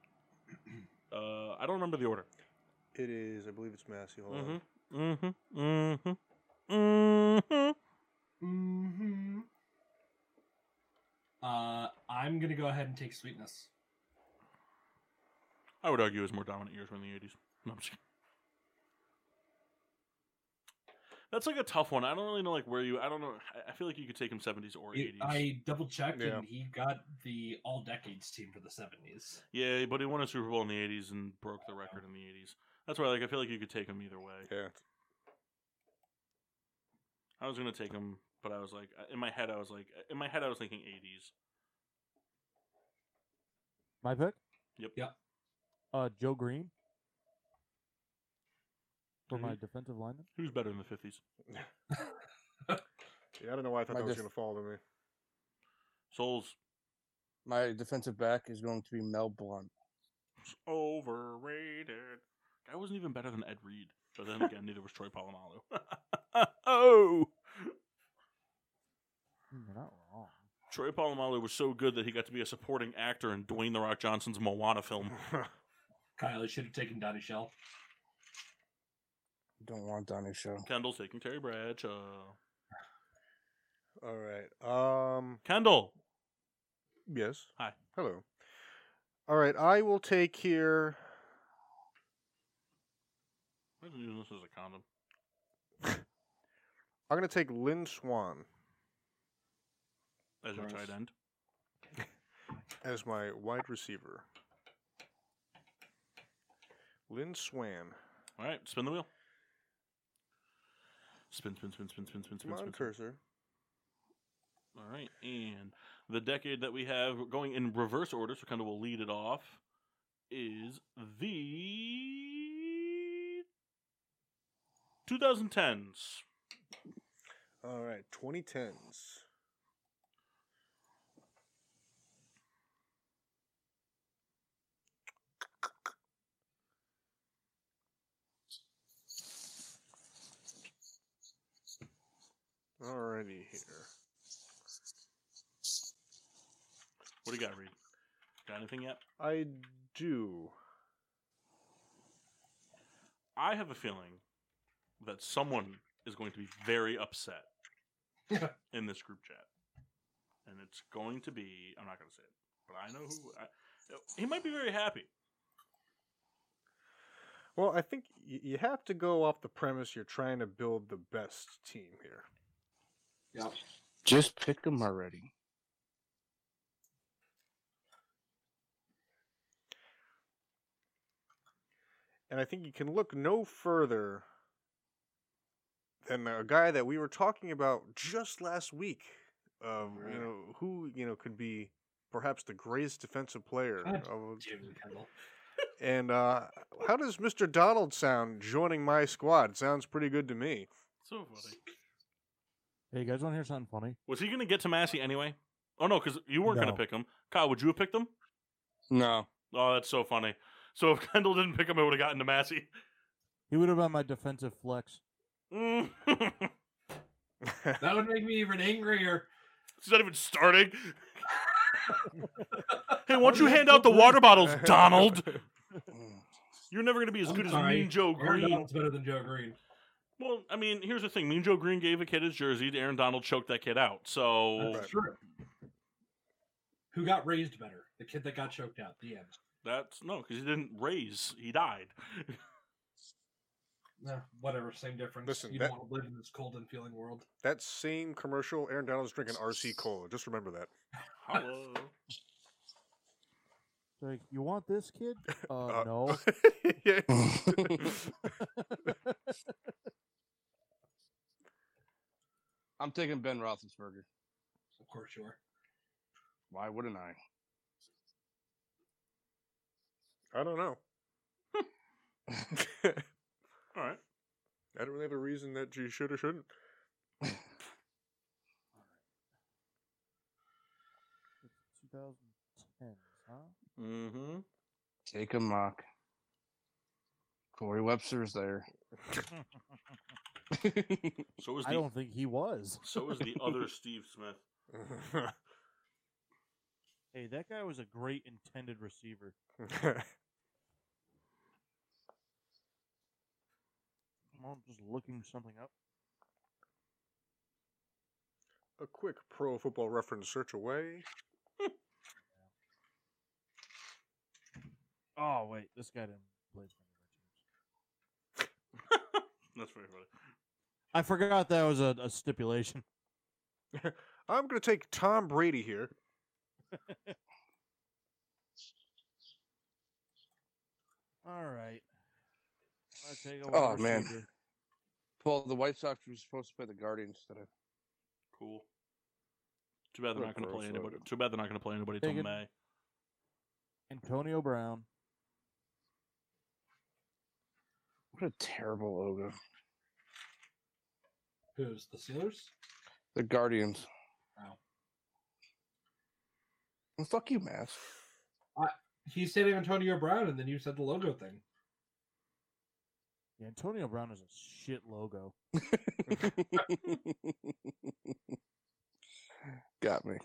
Uh, I don't remember the order. It is I believe it's Massey. Hold Mm-hmm. on. Mm-hmm. Mm-hmm. Mm-hmm. Mm-hmm. Uh, I'm gonna go ahead and take sweetness. I would argue his more dominant years were in the eighties. No, I'm just kidding. That's like a tough one. I don't really know like where you. I don't know. I- I feel like you could take him seventies or It- eighties. I double checked, Yeah. and he got the all decades team for the seventies. Yeah, but he won a Super Bowl in the eighties and broke the record in the eighties. That's why like I feel like you could take him either way. Yeah. I was gonna take him, but I was like in my head I was like in my head I was thinking eighties. My pick? Yep. Yep. Uh, Joe Green for Who- my defensive lineman. Who's better in the fifties? Yeah, I don't know why I thought My that was def- going to fall to me. Souls My defensive back is going to be Mel Blunt. overrated. Guy wasn't even better than Ed Reed. But then again, neither was Troy Polamalu. (laughs) oh. Hmm, You're not wrong. Troy Polamalu was so good that he got to be a supporting actor in Dwayne the Rock Johnson's Moana film. Kyle, you should have taken Donnie Shell. Don't want Donnie Show. Kendall's taking Terry Bradshaw. All right. Um, Kendall. Yes. Hi. Hello. All right. I will take here. I'm using this as a condom. I'm gonna take Lynn Swan As your Nice. tight end. as my wide receiver. Lynn Swan. All right, spin the wheel. Spin, spin, spin, spin, spin, spin, spin, Come on, spin. spin. cursor. All right, and the decade that we have going in reverse order, so kind of will lead it off, is the 2010s. All right. 2010s. Alrighty here. What do you got, Reed? Got anything yet? I do. I have a feeling that someone is going to be very upset in this group chat, and it's going to be. I'm not going to say it, but I know who. I, he might be very happy. Well, I think y- you have to go off the premise you're trying to build the best team here. Yeah. Just pick them already. And I think you can look no further than a guy that we were talking about just last week. Of Right. you know who you know could be perhaps the greatest defensive player. God Of, Jim Kendall. and uh, how does Mr. Donald sound joining my squad? Sounds pretty good to me. So funny. Hey, you guys want to hear something funny? Was he going to get to Massey anyway? Oh no, because you weren't going to No. pick him. Kyle, would you have picked him? No. Oh, that's so funny. So if (laughs) Kendall didn't pick him, it would have gotten to Massey. (laughs) He would have been my defensive flex. Mm. That would make me even angrier. It's not even starting. hey, why don't you hand out the water (laughs) bottles, Donald? You're never going to be as I'm good as sorry. Mean Joe Aaron Green. Donald's better than Joe Green. Well, I mean, here's the thing. Mean Joe Green gave a kid his jersey. Aaron Donald choked that kid out. So That's true. Who got raised better? The kid that got choked out. The end. that's no, because he didn't raise. He died. Nah, whatever, same difference. Listen, you that- don't want to live in this cold and feeling world. That same commercial, Aaron Donald's drinking RC Cola. Just remember that. Hello. It's Like, you want this (laughs) kid? Uh, Uh, no. yeah. (laughs) I'm taking Ben Roethlisberger. Of course you are. Why wouldn't I? I don't (laughs) know. (laughs) All right. I don't really have a reason that you should or (laughs) shouldn't. It's 2010, huh? Mm-hmm. Take a mock. Corey Webster's there. (laughs) So was I the don't think he was. (laughs) so was the other Steve Smith. Hey, that guy was a great intended receiver. I'm just looking something up. a quick pro football reference search away. Oh wait, this guy didn't play. for any of our teams. That's very funny. I forgot that was a, a stipulation. I'm going to take Tom Brady here. All right. I take a Oh wide man. receiver. Well, the White Sox were supposed to play the Guardians today. Cool. Too bad they're What a not going to play gross anybody. load. Too bad they're not going to play anybody till Take it. May. Antonio Brown. What a terrible logo. Who's the Steelers? The Guardians. Wow. Well, fuck you, Mass. (laughs) He's saying Antonio Brown, and then you said the logo thing. Yeah, Antonio Brown is a shit logo. Got me.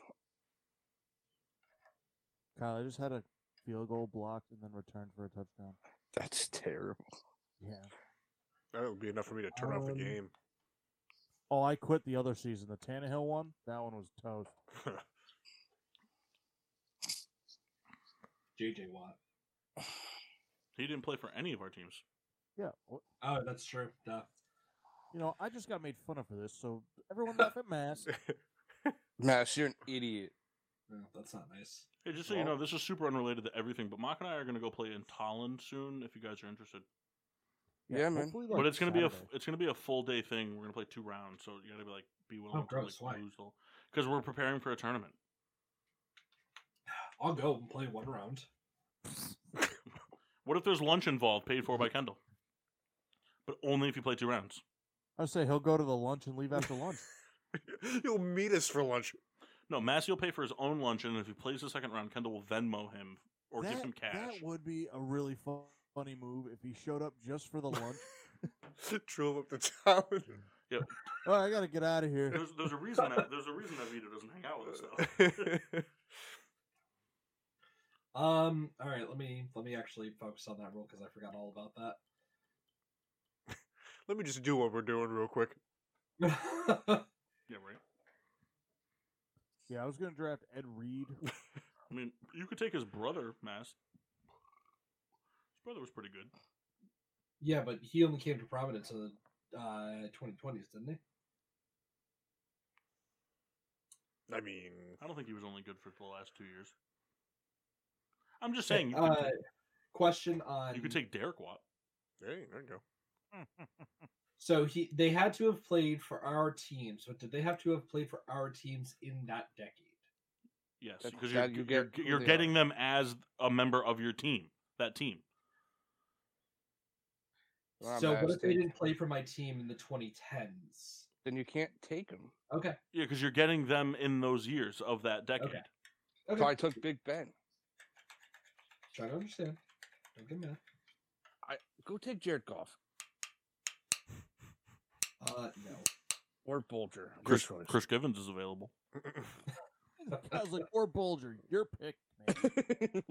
Kyle, I just had a field goal blocked and then returned for a touchdown. That's terrible. Yeah. That would be enough for me to turn off the Um, game. (laughs) Oh, I quit the other season. The Tannehill one, that one was toast. JJ Watt. He didn't play for any of our teams. yeah. well, Oh, that's true. Duh. You know, I just got made fun of for this, so everyone laugh at (laughs) Mass. Mass, you're an idiot. No, that's not nice. Hey, just so you know, this is super unrelated to everything, but Mock and I are going to go play in Tallinn soon if you guys are interested. Yeah, man. hopefully, but like, it's going to be a f- Saturday. it's going to be a full day thing. We're going to play two rounds, so you got to be like be willing Oh, to gross. like Why? lose because we're preparing for a tournament. I'll go and play one round. What if there's lunch involved, paid for by Mm-hmm. Kendall? But only if you play two rounds. I say he'll go to the lunch and leave after lunch. You'll meet us for lunch. No, Massey will pay for his own lunch, and if he plays the second round, Kendall will Venmo him (laughs) or that, give him cash. That would be a really fu- funny move if he showed up just for (laughs) the lunch. (laughs) Drove up to (laughs) town. Yep. oh, I gotta get out of here. There's, there's a reason. That, there's a reason that Vito doesn't hang out with us (laughs) though. (laughs) Um. All right. Let me let me actually focus on that rule because I forgot all about that. (laughs) Let me just do what we're doing real quick. yeah, right. Yeah, I was gonna draft Ed (laughs) Reed. I mean, you could take his brother, Mass. His brother was pretty good. (laughs) Yeah, but he only came to Providence in the uh, 2020s, didn't he? I mean, I don't think he was only good for the last two years. I'm just saying you could, Uh, question on. you um, could take Derek Watt. Hey, there you go. So he they had to have played for our teams, but did they have to have played for our teams in that decade? Yes, That's because how you're, you you're, get who you're they getting them as a member of your team. That team. Well, I'm so gonna what if they take- didn't play for my team in the 2010s? Then you can't take him. Okay. Yeah, because you're getting them in those years of that decade. Okay. So I took Big Ben. Try to understand. Don't get mad. I go take Jared Goff Uh, no. or Bolger. Chris, (laughs) Good choice. Chris Givens is available. (laughs) I was like, or Bulger, your pick, man. (laughs)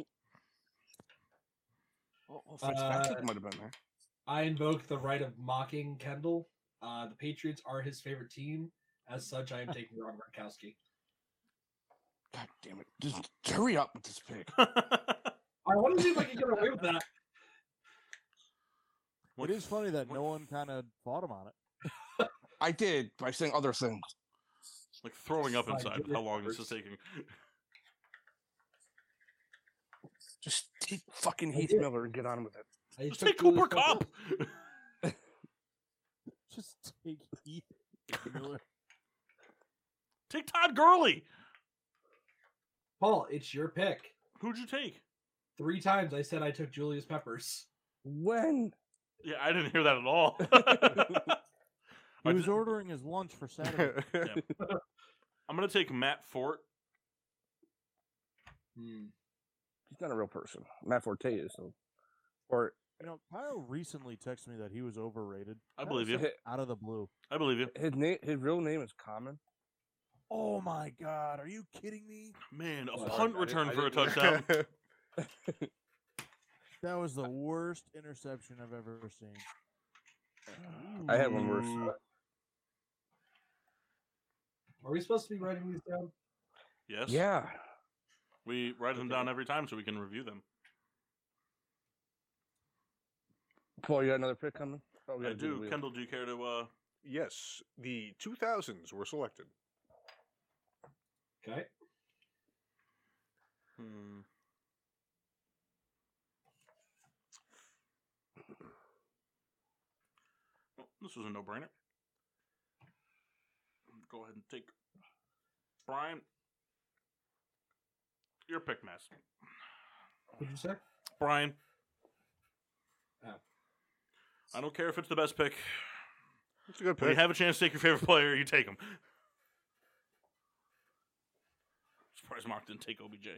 Oh, oh, Uh, Fitzpatrick might have been there. (laughs) I invoke the right of mocking Kendall. Uh, the Patriots are his favorite team. As such, I am taking Rob Gronkowski. God damn it! Just hurry up with this pick. I want to see if I can get away with that. It is funny that no one kind of fought him on it. (laughs) I did by saying other things. Like throwing up Fine, inside. give with How it long this is first. taking? Just take fucking I Heath did. Miller and get on with it. I Just took take Cooper Julius Randle. Cup. Just take Heath Miller. take Todd Gurley. Paul, it's your pick. Who'd you take? Three times I said I took Julius Peppers. When? Yeah, I didn't hear that at all. (laughs) He was ordering his lunch (laughs) for Saturday. (laughs) Yeah. I'm gonna take Matt Fort. He's not a real person. Matt Forte is though. Or You know, Kyle recently texted me that he was overrated. I That believe you. was like Out of the blue. I believe you. his name, his real name is Common. Oh my God! Are you kidding me? Man, a Sorry, punt I didn't- return I for a didn't- touchdown. That was the worst interception I've ever seen. Mm, I had one worse. uh, Are we supposed to be writing these down? yes. Yeah. We write them down every time so we can review them. Paul, you got another pick coming? Oh, we I gotta the do. wheel. Kendall, do you care to? uh Yes, the 2000s were selected. Okay. hmm. Well, this was a no-brainer. Go ahead and take Brian. Your pick, Mass. What'd you say? Brian. Oh. I don't care if it's the best pick. It's a good When you pick. have a chance to take your favorite player, you take him. Surprised Mark didn't take OBJ.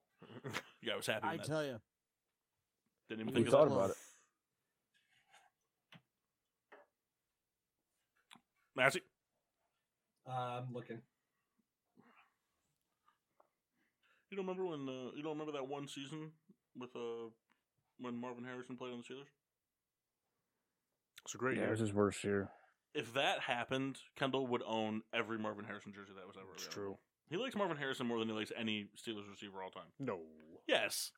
(laughs) you guy was happy. I with that. tell you, didn't We even think of thought that. about it. Massey, Uh, I'm looking. you don't remember when? Uh, you don't remember that one season with uh when Marvin Harrison played on the Steelers? It's a great Yeah, it was his worst year. If that happened, Kendall would own every Marvin Harrison jersey that was ever. It's true. He likes Marvin Harrison more than he likes any Steelers receiver all time. No. Yes.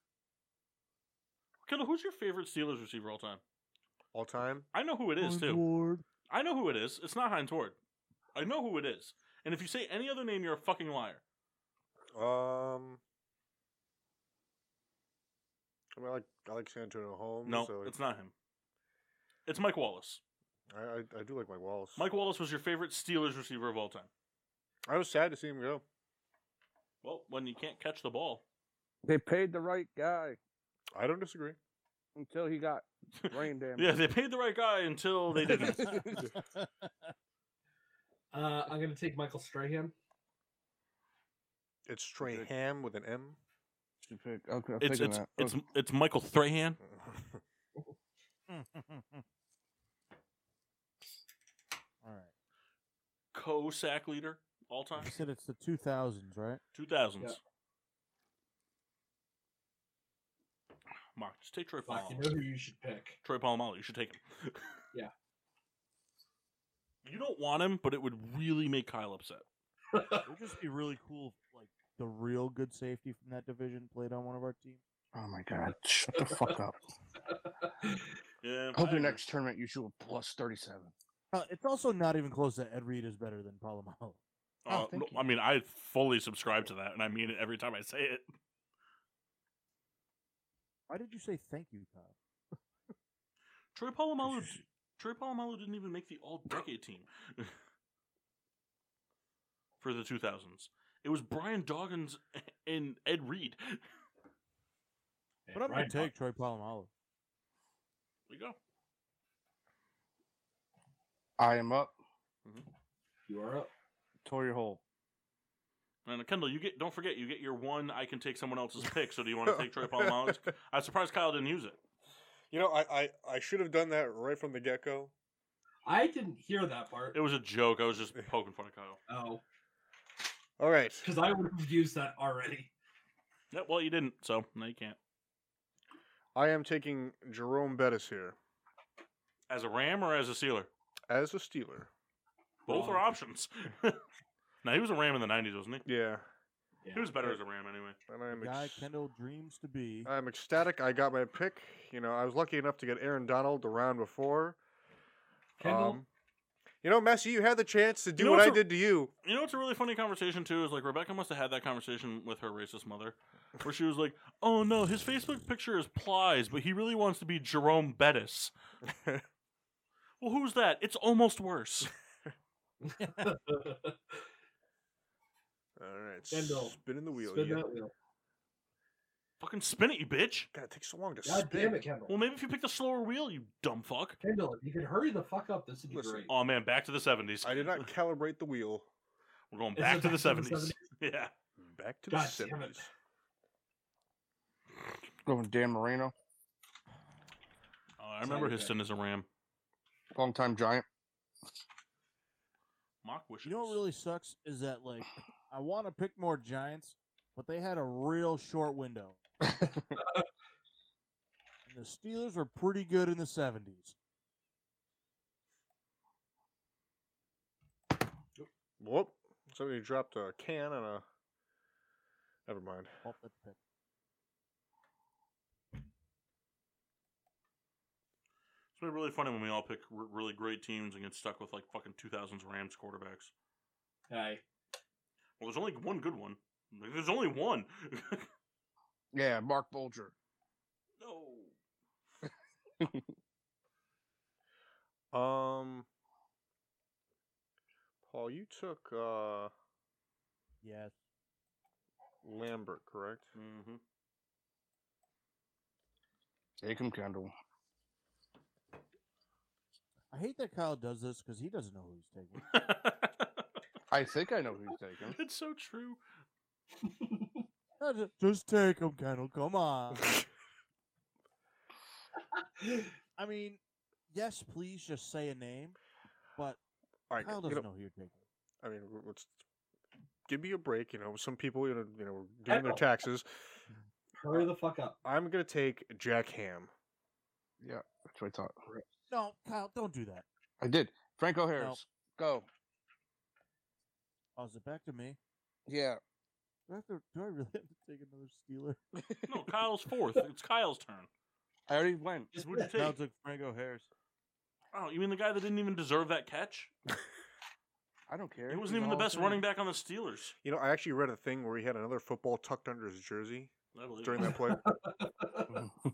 Kendall, who's your favorite Steelers receiver all time? All time? I know who it is Hines too. Ward. I know who it is. It's not Heinz Ward. I know who it is. And if you say any other name, you're a fucking liar. Um. I mean, I like I like San Antonio Holmes. No, so it's not him. It's Mike Wallace. I, I I do like Mike Wallace. Mike Wallace was your favorite Steelers receiver of all time. I was sad to see him go. Well, when you can't catch the ball, They paid the right guy I don't disagree. until he got (laughs) brain damage. yeah, they paid the right guy until they (laughs) didn't. Uh, I'm going to take Michael Strahan. It's Strahan with an M. Okay, I'm it's thinking it's that. it's it's Michael Strahan. All right. co sack leader all time. (laughs) You said it's the 2000s, right? Two thousands. Yeah. Mark, just take Troy Polamalu. Fuck, you know who you should pick. (laughs) Troy Polamalu. You should take him. (laughs) Yeah. You don't want him, but it would really make Kyle upset. It would just be really cool if, like, the real good safety from that division played on one of our teams. Oh my god! Shut the fuck (laughs) up. Yeah. Hope your next tournament you shoot a plus thirty-seven. Uh, it's also not even close that Ed Reed is better than Palomalo. Oh, Uh, thank no, I mean, I fully subscribe to that, and I mean it every time I say it. Why did you say thank you, Kyle? Troy Polamalu. Troy Polamalu didn't even make the All-Decade team (laughs) for the 2000s. It was Brian Dawkins and Ed Reed. But I'm going to take Troy Palomalo. There you go. I am up. You are up. Tore your hole. And uh, Kendall, you get don't forget you get your one. I can take someone else's pick. So do you want (laughs) to take Troy Polamalu's? I'm surprised Kyle didn't use it. You know, I, I, I should have done that right from the get go. I didn't hear that part. It was a joke. I was just poking fun at Kyle. Oh, All right. because I would have used that already. Yeah, well, you didn't, so no, you can't. I am taking Jerome Bettis here As a Ram or as a Sealer? as a Steeler. Both are options. (laughs) now he was a Ram in the '90s, wasn't he? Yeah. He was better as a Ram anyway. And I am Guy ex- Kendall dreams to be. I'm ecstatic. I got my pick. You know, I was lucky enough to get Aaron Donald the round before. Um, Kendall? you know, Messi, you had the chance to do know what what's I a- did to you. You know what's a really funny conversation too is like Rebecca must have had that conversation with her racist mother, where she was like, "Oh no, his Facebook picture is plies, but he really wants to be Jerome Bettis." well, who's that? It's almost worse. (laughs) (laughs) All right, Kendall, spinning the wheel. spin you- that wheel. Fucking spin it, you bitch! God, it takes so long to God spin. damn it, Kendall. Well, maybe if you pick the slower wheel, you dumb fuck. Kendall, if you could hurry the fuck up, this would be Listen, great. Oh man, back to the seventies. I (laughs) did not calibrate the wheel. (laughs) We're going Is it back to the back to the seventies. (laughs) Yeah. Back to God the damn it. seventies. Going Dan Marino, Oh, I remember Histon as a Ram. long time giant. Mock wishes. You know what really sucks is that (sighs) like I want to pick more Giants, but they had a real short window. (laughs) and the Steelers were pretty good in the seventies. Whoop! Somebody dropped a can on a. Never mind. Well, that's pick. It's been really funny when we all pick r- really great teams and get stuck with like fucking 2000s Rams quarterbacks. Aye. Well, there's only one good one. Like, There's only one. (laughs) Yeah, Mark Bolger. no. Um, Paul, you took uh Yes. Lambert, correct? Mm-hmm. Take him, Kendall. I hate that Kyle does this because he doesn't know who he's (laughs) taking. I think I know who he's taking. It's so true. No, ju- Just take him, Kendall. Come on. I mean, yes, please just say a name, but (laughs) All right, Kyle you doesn't know, know who you're taking. I mean, w- let's give me a break. You know, some people, you know, you know, doing their Kendall. taxes. (laughs) Hurry the (laughs) fuck up. (laughs) I'm gonna take Jack Ham. Yeah, that's what I thought. No, Kyle, don't do that. I did. Franco Harris. Go. Oh, is it back to me? Yeah. Do I, have to, do I really have to take another Steeler? No, Kyle's (laughs) fourth. It's Kyle's turn. I already went. Who'd you Now take? it's like Franco Harris. Oh, you mean the guy that didn't even deserve that catch? I don't care. He wasn't even the best running back on the Steelers. You know, I actually read a thing where he had another football tucked under his jersey I believe during it. that play. (laughs)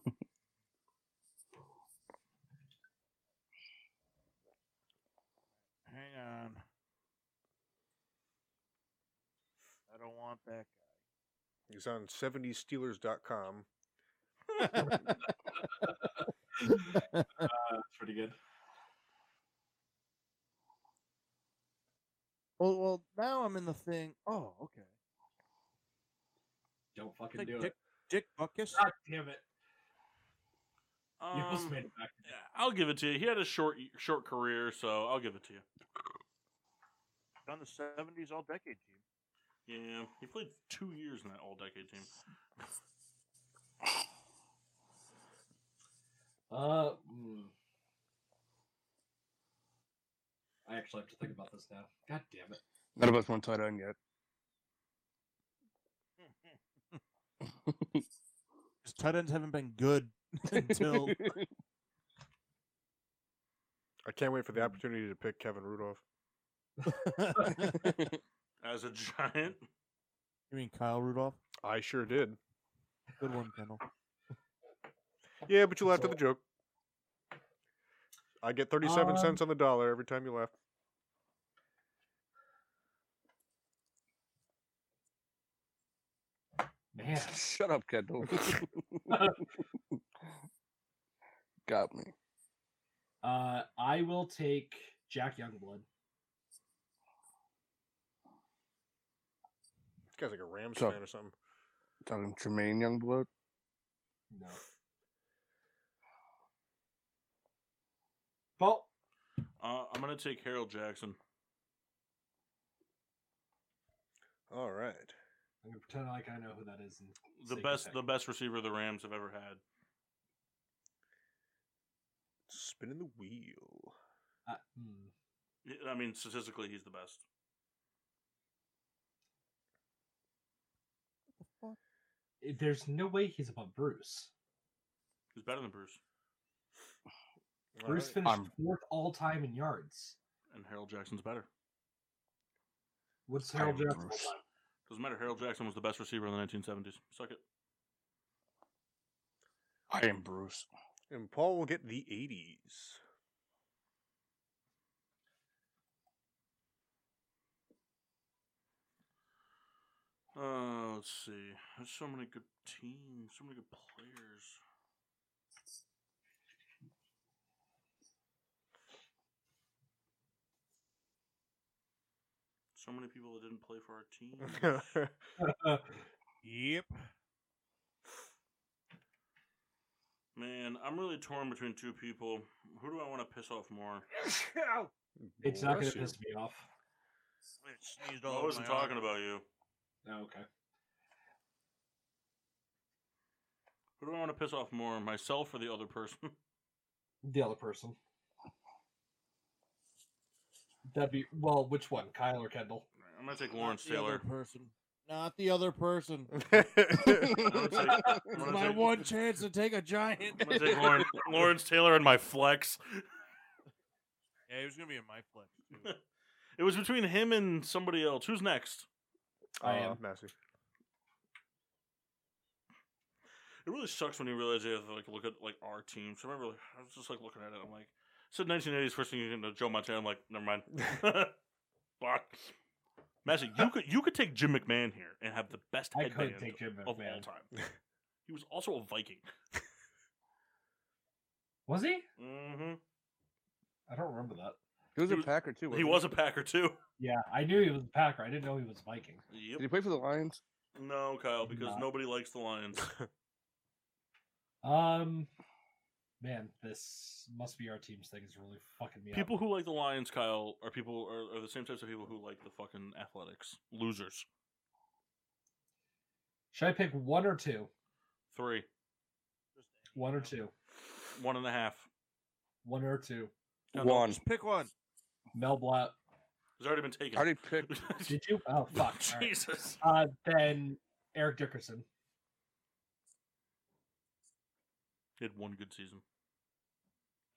Hang on. I don't want that He's on 70steelers.com. guy. Uh, that's pretty good. (laughs) well, well, now I'm in the thing. Oh, okay. Don't fucking Take do Dick, it. Dick Buckus. God damn it. You almost Um, made it back. I'll give it to you. He had a short short career, so I'll give it to you. On the seventies all decade team. Yeah, he played two years in that all decade team. Uh, mm. I actually have to think about this now. God damn it. None of us went tight end yet. His tight ends haven't been (laughs) good until (laughs) I can't wait for the opportunity to pick Kevin Rudolph. (laughs) (laughs) As a giant, You mean Kyle Rudolph? I sure did. Good one, Kendall. Yeah, but you laughed at the joke. I get 37 Um, cents on the dollar every time you laugh. Man. Shut up, Kendall. Got me. Uh, I will take Jack Youngblood. This guy's like a Rams So- fan or something. Talking Tremaine Youngblood. No. Well, uh, I'm gonna take Harold Jackson. All right. I'm gonna pretend like I know who that is. And The say best, Gonzaga. the best receiver the Rams have ever had. Spinning the wheel. Uh, hmm. Yeah, I mean, statistically, he's the best. Eh, There's no way he's above Bruce. He's better than Bruce All Bruce right. finished I'm- fourth all time in yards. and Harold Jackson's better. What's I Harold am Jackson? Bruce. all-time? Doesn't matter. Harold Jackson was the best receiver in the 1970s. Suck it. I am Bruce. And Paul will get the 80s. Uh, let's see. There's so many good teams, so many good players. So many people that didn't play for our team. (laughs) yep. Man, I'm really torn between two people. Who do I want to piss off more? It's not gonna Bless you. piss me off. Sneezed I wasn't talking about you. Oh, okay. Who do I want to piss off more, myself or the other person? (laughs) The other person. That'd be well. Which one, Kyle or Kendall? I'm gonna take Lawrence the Taylor. other person. Not the other (laughs) person. (laughs) I'm gonna take, I'm It's gonna my take- one chance to take a giant. (laughs) I'm gonna take Lawrence, Lawrence Taylor and my flex. Yeah, he was gonna be in my flex too. (laughs) It was between him and somebody else. Who's next? I Uh, am. Massey. It really sucks when you realize you have to like look at like our team. So I remember like, I was just like looking at it. I'm like, said 1980s. First thing you know, Joe Montana. I'm like, never mind. (laughs) Fuck. Massey, you could you could take Jim McMahon here and have the best I could headband take Jim of all (laughs) McMahon. time. He was also a Viking. Was he? hmm I don't remember that. He was He a was- Packer too. He wasn't was a Packer too. Yeah, I knew he was a Packer. I didn't know he was Viking. Yep. Did he play for the Lions? No, Kyle, because Nah. nobody likes the (laughs) Lions. Um, man, this must be our team's thing is really fucking me People up. who like the Lions, Kyle, are people are, are the same types of people who like the fucking athletics. Losers. Should I pick one or two? Three. One or two. One and a half. One or two. No, no, One. just pick one. Mel Blount. It's already been taken. already (laughs) picked. Did you? (laughs) Oh fuck. All right. Jesus. Uh, then Eric Dickerson. (laughs) He had one good season.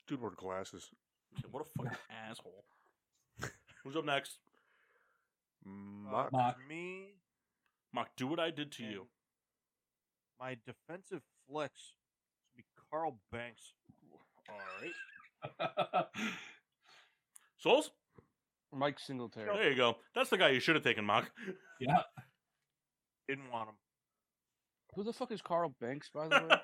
Dude wore glasses. Yeah, What a (laughs) fucking asshole. Who's up next? Mock, me. Mock, do what I did to you. My defensive flex should be Carl Banks. All right. Souls? Mike Singletary. There you go. That's the guy you should have taken, Mock. Yeah. Didn't want him. Who the fuck is Carl Banks, by the (laughs) way?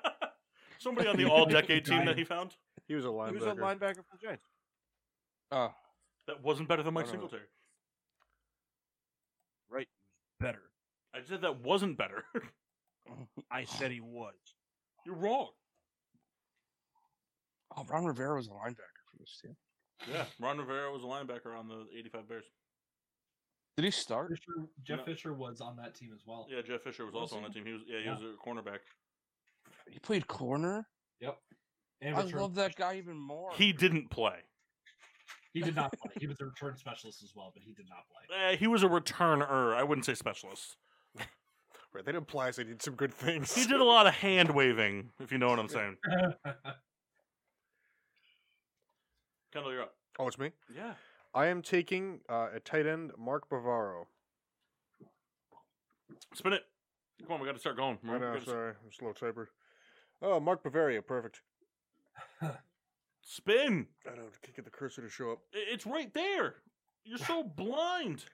Somebody on the all decade team that he found? He was a He was a linebacker for the Giants. Oh. That wasn't better than Mike I don't know. Singletary. Right. Better. I said that wasn't better. (laughs) I said he was. You're wrong. Oh, Ron Rivera was a linebacker for this team. Yeah. Ron Rivera was a linebacker on the 85 Bears. Did he start? Fisher, Jeff No. Fisher was on that team as well. Yeah, Jeff Fisher was Was also on he? that team. He was yeah, he Yeah. was a cornerback. He played corner. Yep. I return- love that guy even more. He didn't play. He (laughs) did not play. He was a return specialist as well, but he did not play. Eh, he was a returner. I wouldn't say specialist. Right, that implies they did some good things. He did a lot of hand waving, if you know what I'm saying. Kendall, you're up. Oh, it's me. Yeah. I am taking uh, a tight end, Mark Bavaro. Spin it. Come on, we got to start going. I We know, gotta- sorry, I'm a slow typer. Oh, Mark Bavaria, perfect. Spin. I don't know, can't get the cursor to show up. I- It's right there. You're so blind.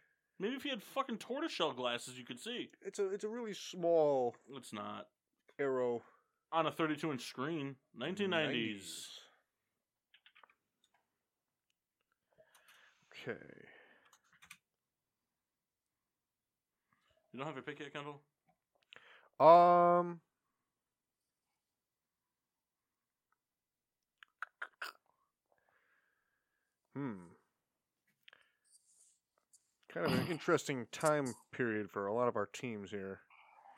Maybe if you had fucking tortoiseshell glasses, you could see. It's a it's a really small It's not arrow. on a 32 inch screen. 1990s. Okay. You don't have your pick yet, Kendall. Um. Hmm. Kind of an interesting time period for a lot of our teams here. (laughs)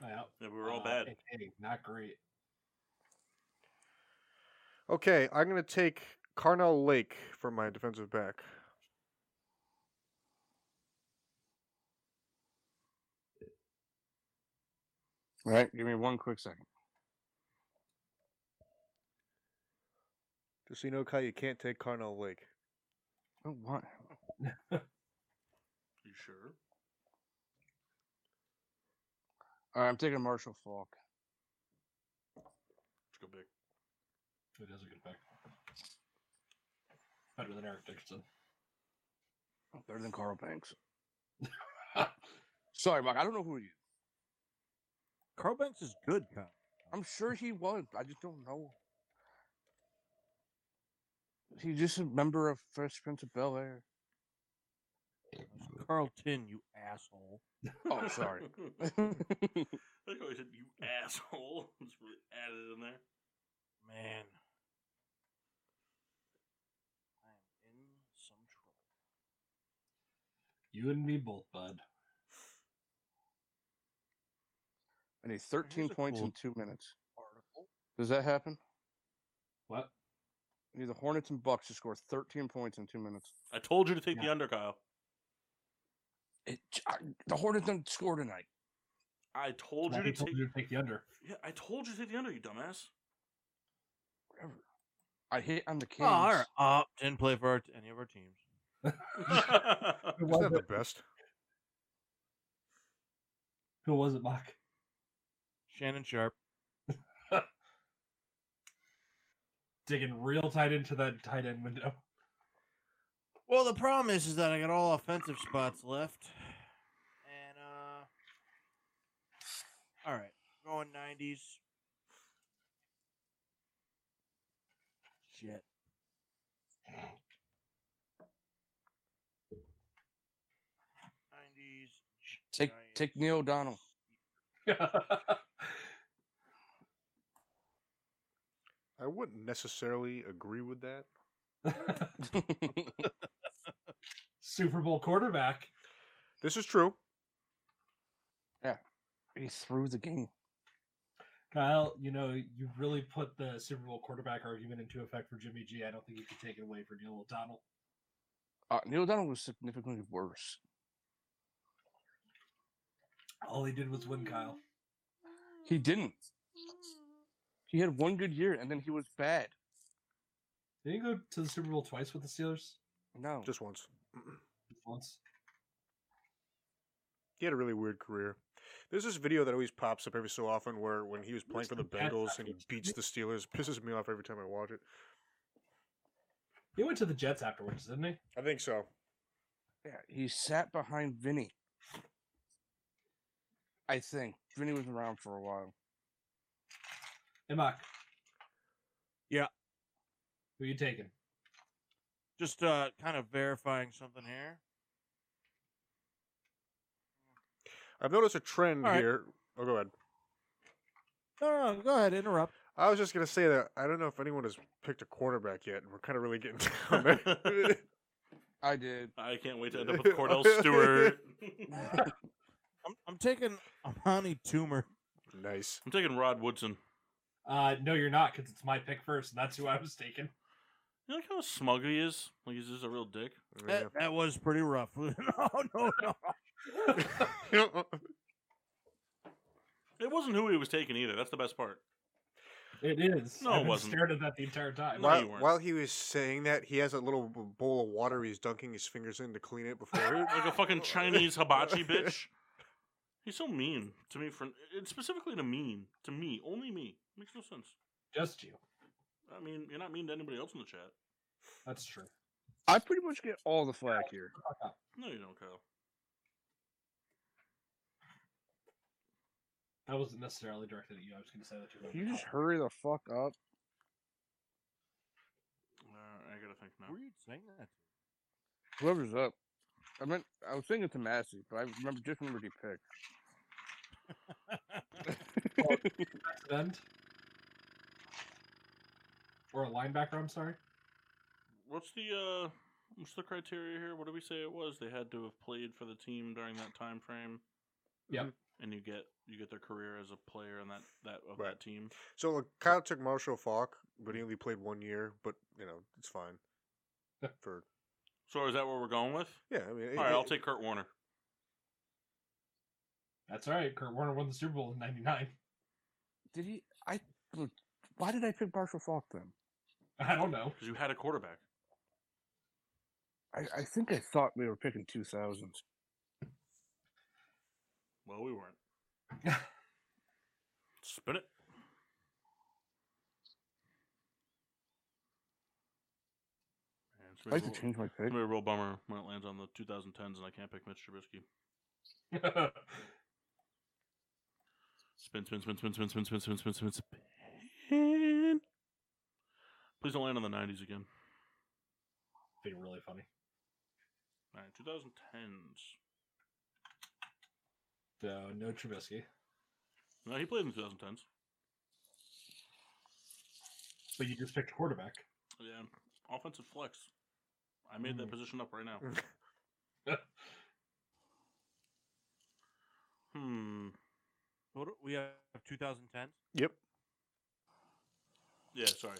Yeah. Yeah, we were all Uh, bad. Hey, hey, not great. Okay, I'm going to take Carnell Lake for my defensive back. All right, give me one quick second. Just so you know, Kai, you can't take Carnell Lake. Oh, what? You sure? All right, I'm taking Marshall Falk. Let's go big. It is a good pick. Better than Eric Dickerson. Better than Carl Banks. (laughs) Sorry, Mark. I don't know who you. Carl Banks is good, Kyle. I'm sure he was. I just don't know. He's just a member of Fresh Prince of Bel Air. Carlton, you (laughs) asshole. (laughs) Oh, sorry. I think I said, you asshole. (laughs) It's really added in there. Man. I am in some trouble. You and me both, bud. I need 13 a points cool- in two minutes. Article. Does that happen? What? I need the Hornets and Bucks to score 13 points in two minutes. I told you to take the under, Kyle. It, I, the Hornets didn't score tonight. I told I you to told take. you to take the under. Yeah, I told you to take the under, you dumbass. (laughs) Whatever. I hate on the Kings. Oh, all right. Uh, didn't play for our, any of our teams. Who Who Isn't was that the it? best? Who was it, Mock? Shannon Sharp. Digging real tight into that tight end window. (laughs) Well, the problem is, is that I got all offensive spots left, and uh, all right, going nineties. Shit. Nineties. Take take Neil (laughs) (laughs) O'Donnell. I wouldn't necessarily agree with that. Super Bowl quarterback. This is true. yeah, he threw the game. Kyle, you know, you really put the Super Bowl quarterback argument into effect for Jimmy G. I don't think you can take it away for Neil O'Donnell. Uh, Neil Donald was significantly worse. All he did was win, Kyle. He didn't. He had one good year and then he was bad. Did he go to the Super Bowl twice with the Steelers? No. Just once. Once. He had a really weird career. There's this video that always pops up every so often where when he was playing for the Bengals and he beats the Steelers, pisses me off every time I watch it. He went to the Jets afterwards, didn't he? I think so. Yeah, he sat behind Vinny. I think Vinny was around for a while. Hey, Mark, Yeah. who you taking? Just uh, kind of verifying something here. I've noticed a trend All right. here. Oh, go ahead. No, no, go ahead, interrupt. I was just gonna say that I don't know if anyone has picked a quarterback yet, and we're kind of really getting (laughs) down (laughs) there. I did. I can't wait to end (laughs) up with Cordell Stewart. I'm, I'm taking Amani Toomer. Nice. I'm taking Rod Woodson. Uh, no, you're not, because it's my pick first, and that's who I was taking. You like how smug he is? Like he's just a real dick. Eh. That, that was pretty rough. (laughs) no, no, no. (laughs) It wasn't who he was taking either. That's the best part. It is. No, I've it been wasn't. Stared at that the entire time. while, while he was saying that, he has a little b- bowl of water he's dunking his fingers in to clean it before. (laughs) Like a fucking Chinese (laughs) (laughs) hibachi bitch. He's so mean to me for it's specifically to mean to me only me makes no sense. Just you. I mean, you're not mean to anybody else in the chat. That's true. I pretty much get all the flack here. No, you don't, Kyle. That wasn't necessarily directed at you. I was going to say that you. were- Can you just hurry the fuck up? Uh, I gotta think now. Were you saying that? Whoever's up. I meant I was thinking to Massey, but I remember just remembered he picked. defensive end or a linebacker. I'm sorry. What's the uh what's the criteria here? What did we say it was? They had to have played for the team during that time frame. Yep. And you get you get their career as a player in that that of Right. that team. so like, Kyle took Marshall Falk, but he only played one year. But you know, (laughs) it's fine. For So is that where we're going with? yeah, I mean, All right, I'll take Kurt Warner. That's all right. Kurt Warner won the Super Bowl in '99. Did he? I. Why did I pick Marshall Falk then? (laughs) I don't know. (laughs) Because you had a quarterback. I, I think I thought we were picking two thousands. Well, we weren't. Spin it. Man, it's I'd like gonna be to a real- change my pick. It's gonna be a real bummer when it lands on the 2010s and I can't pick Mitch Trubisky. Spin, spin, spin, spin, spin, spin, spin, spin, spin, spin, spin. Please don't land on the 90s again. Be really funny. All right, 2010s. No, no Trubisky. No, he played in the 2010s. But you just picked quarterback. Yeah, offensive flex. I made that position up right now. hmm. What, do- we have 2010. Yep. Yeah, sorry.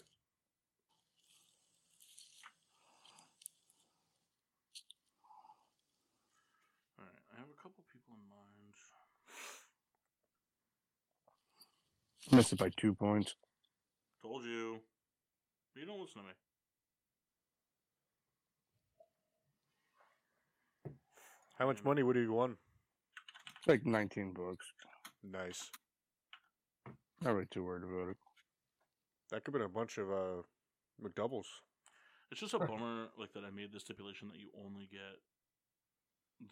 All right, I have a couple people in mind. Missed it by two points. Told you. You don't listen to me. How much money would he won? It's like nineteen bucks. Nice. Not really too worried about it. That could have been a bunch of uh, McDoubles. It's just a bummer, like that I made the stipulation that you only get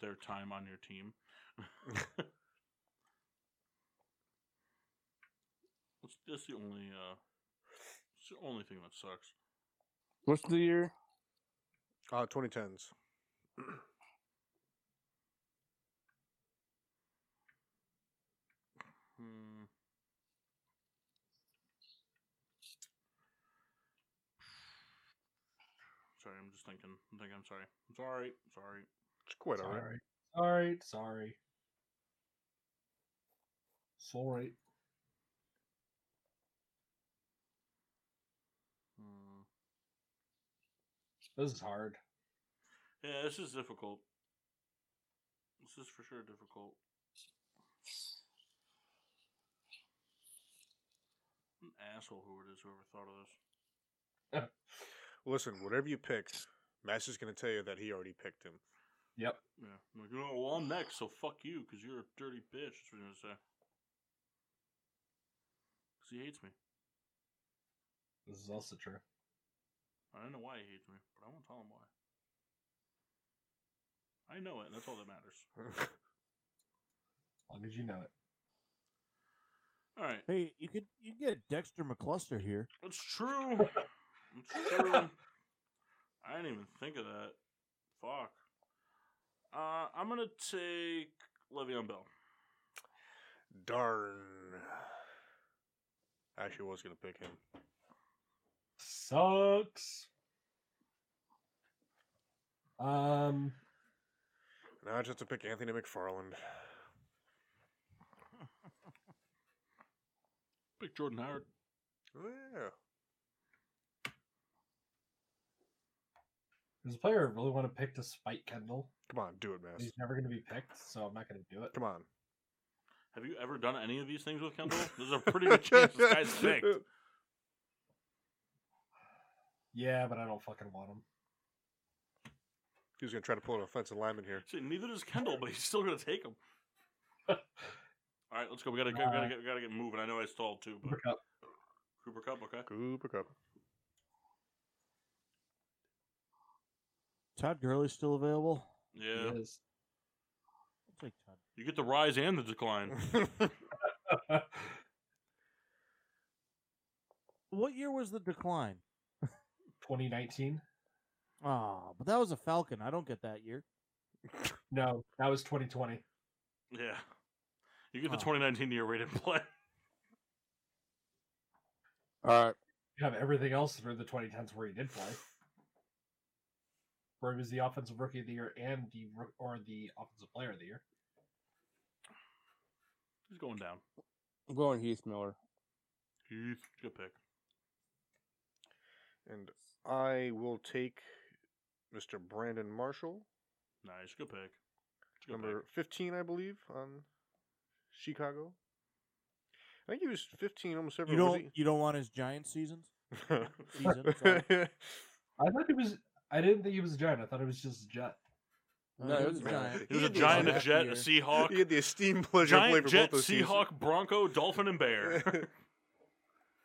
their time on your team. (laughs) that's, that's the only, uh, it's the only thing that sucks. What's the year? Uh, 2010s. Hmm. Sorry, I'm just thinking. I'm thinking. I'm sorry. I'm sorry. Sorry. It's quite all right. Sorry. Sorry. Sorry. It's all right. Hmm. This is hard. Yeah, this is difficult. This is for sure difficult. An asshole who it is whoever thought of this. Listen, whatever you pick, Master's going to tell you that he already picked him. Yep. Yeah. I'm like, oh, well, I'm next, so fuck you, because you're a dirty bitch. That's what he's going to say. Because he hates me. This is also true. I don't know why he hates me, but I won't tell him why. I know it, and that's all that matters. As long as you know it. All right. Hey, you could you could get Dexter McCluster here. That's (laughs) true. That's true. I didn't even think of that. Fuck. Uh, I'm gonna take Le'Veon Bell. Darn. (sighs) I actually was going to pick him. Sucks. Um, Now I just have to pick Anthony McFarland. Pick Jordan Howard. Oh, yeah. There's a player I really want to pick to spite Kendall. Come on, do it, man. He's never going to be picked, so I'm not going to do it. Come on. Have you ever done any of these things with Kendall? There's a (laughs) pretty good chance this (laughs) guy's sick. Yeah, but I don't fucking want him. He was going to try to pull an offensive lineman here. See, neither does Kendall, but he's still gonna take (laughs) him. All right, let's go. We gotta, we gotta, get, we gotta get moving. I know I stalled too, (laughs) but Cup. Cooper Cup, okay. Cooper Cup. Todd Gurley's still available. Yeah, (laughs) I'll take Todd. you get the rise and the (laughs) decline. What year was the decline? 2019? Ah, but that was a Falcon. I don't get that year. No, that was 2020. yeah, you get the Oh. 2019 year rated play. (laughs) All right. You have everything else for the 2010s where he did play. Where he was the offensive rookie of the year and the Rook- or the offensive player of the year. He's going down. I'm going Heath Miller. Heath, good pick. And I will take Mr. Brandon Marshall, Nice, good pick. It's a good number 15, I believe, on Chicago. I think he was 15 almost every You was don't you don't want his (laughs) giant seasons? he- (laughs) Season, sorry. I thought he was. I didn't think he was a giant. I thought it was just a jet. No, it was a giant. He was a giant, a jet, a seahawk. He had the esteemed pleasure of Giant, playing for jet, both those teams. seahawk, bronco, dolphin, and (laughs) bear.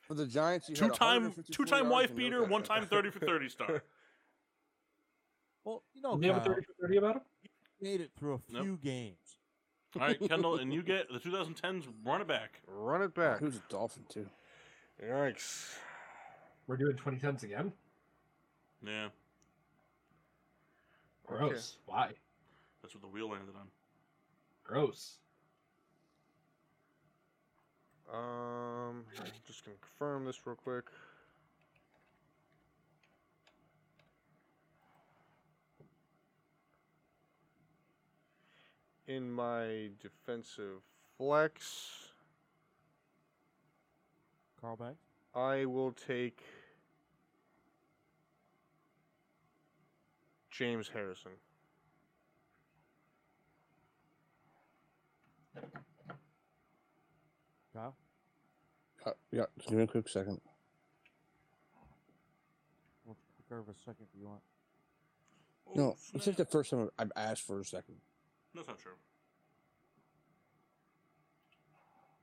For the Giants, you two time, two time wife beater, one (laughs) time thirty for thirty (laughs) star. Well, you know, Did they have a Kyle, 30 for 30 about him? made it through a Nope. few games. All right, Kendall, and you get the 2010s run it back. Run it back. Who's a Dolphin too? Yikes. We're doing 2010s again. Yeah, Gross. Why? that's what the wheel landed on. Gross. Um, I'm just gonna confirm this real quick. In my defensive flex, Carl Banks. I will take James Harrison. Kyle. Uh, yeah, just give me a quick second. We'll reserve a second if you want. No, it's like the first time I've asked for a second. Oh, That's not true.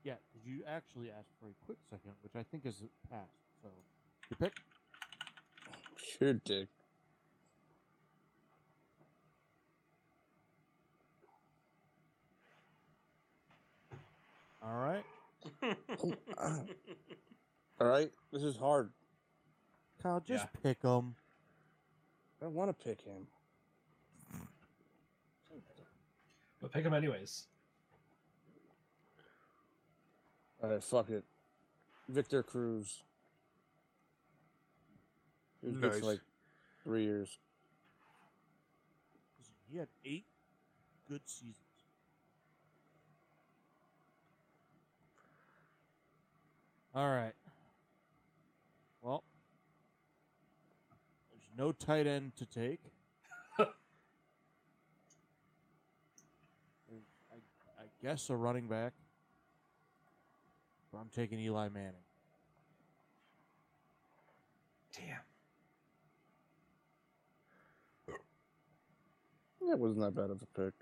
Yeah, 'cause you actually asked for a quick second, which I think is past. So your pick. Sure, dick. All right. uh, (laughs) All right, this is hard. Kyle, just pick 'em. pick them. I don't want to pick him. But pick him anyways. All right, fuck it. Victor Cruz. He was good Nice. for like three years. He had eight good seasons. All right. Well, there's no tight end to take. I guess a running back. But I'm taking Eli Manning. Damn. It wasn't that bad of a pick.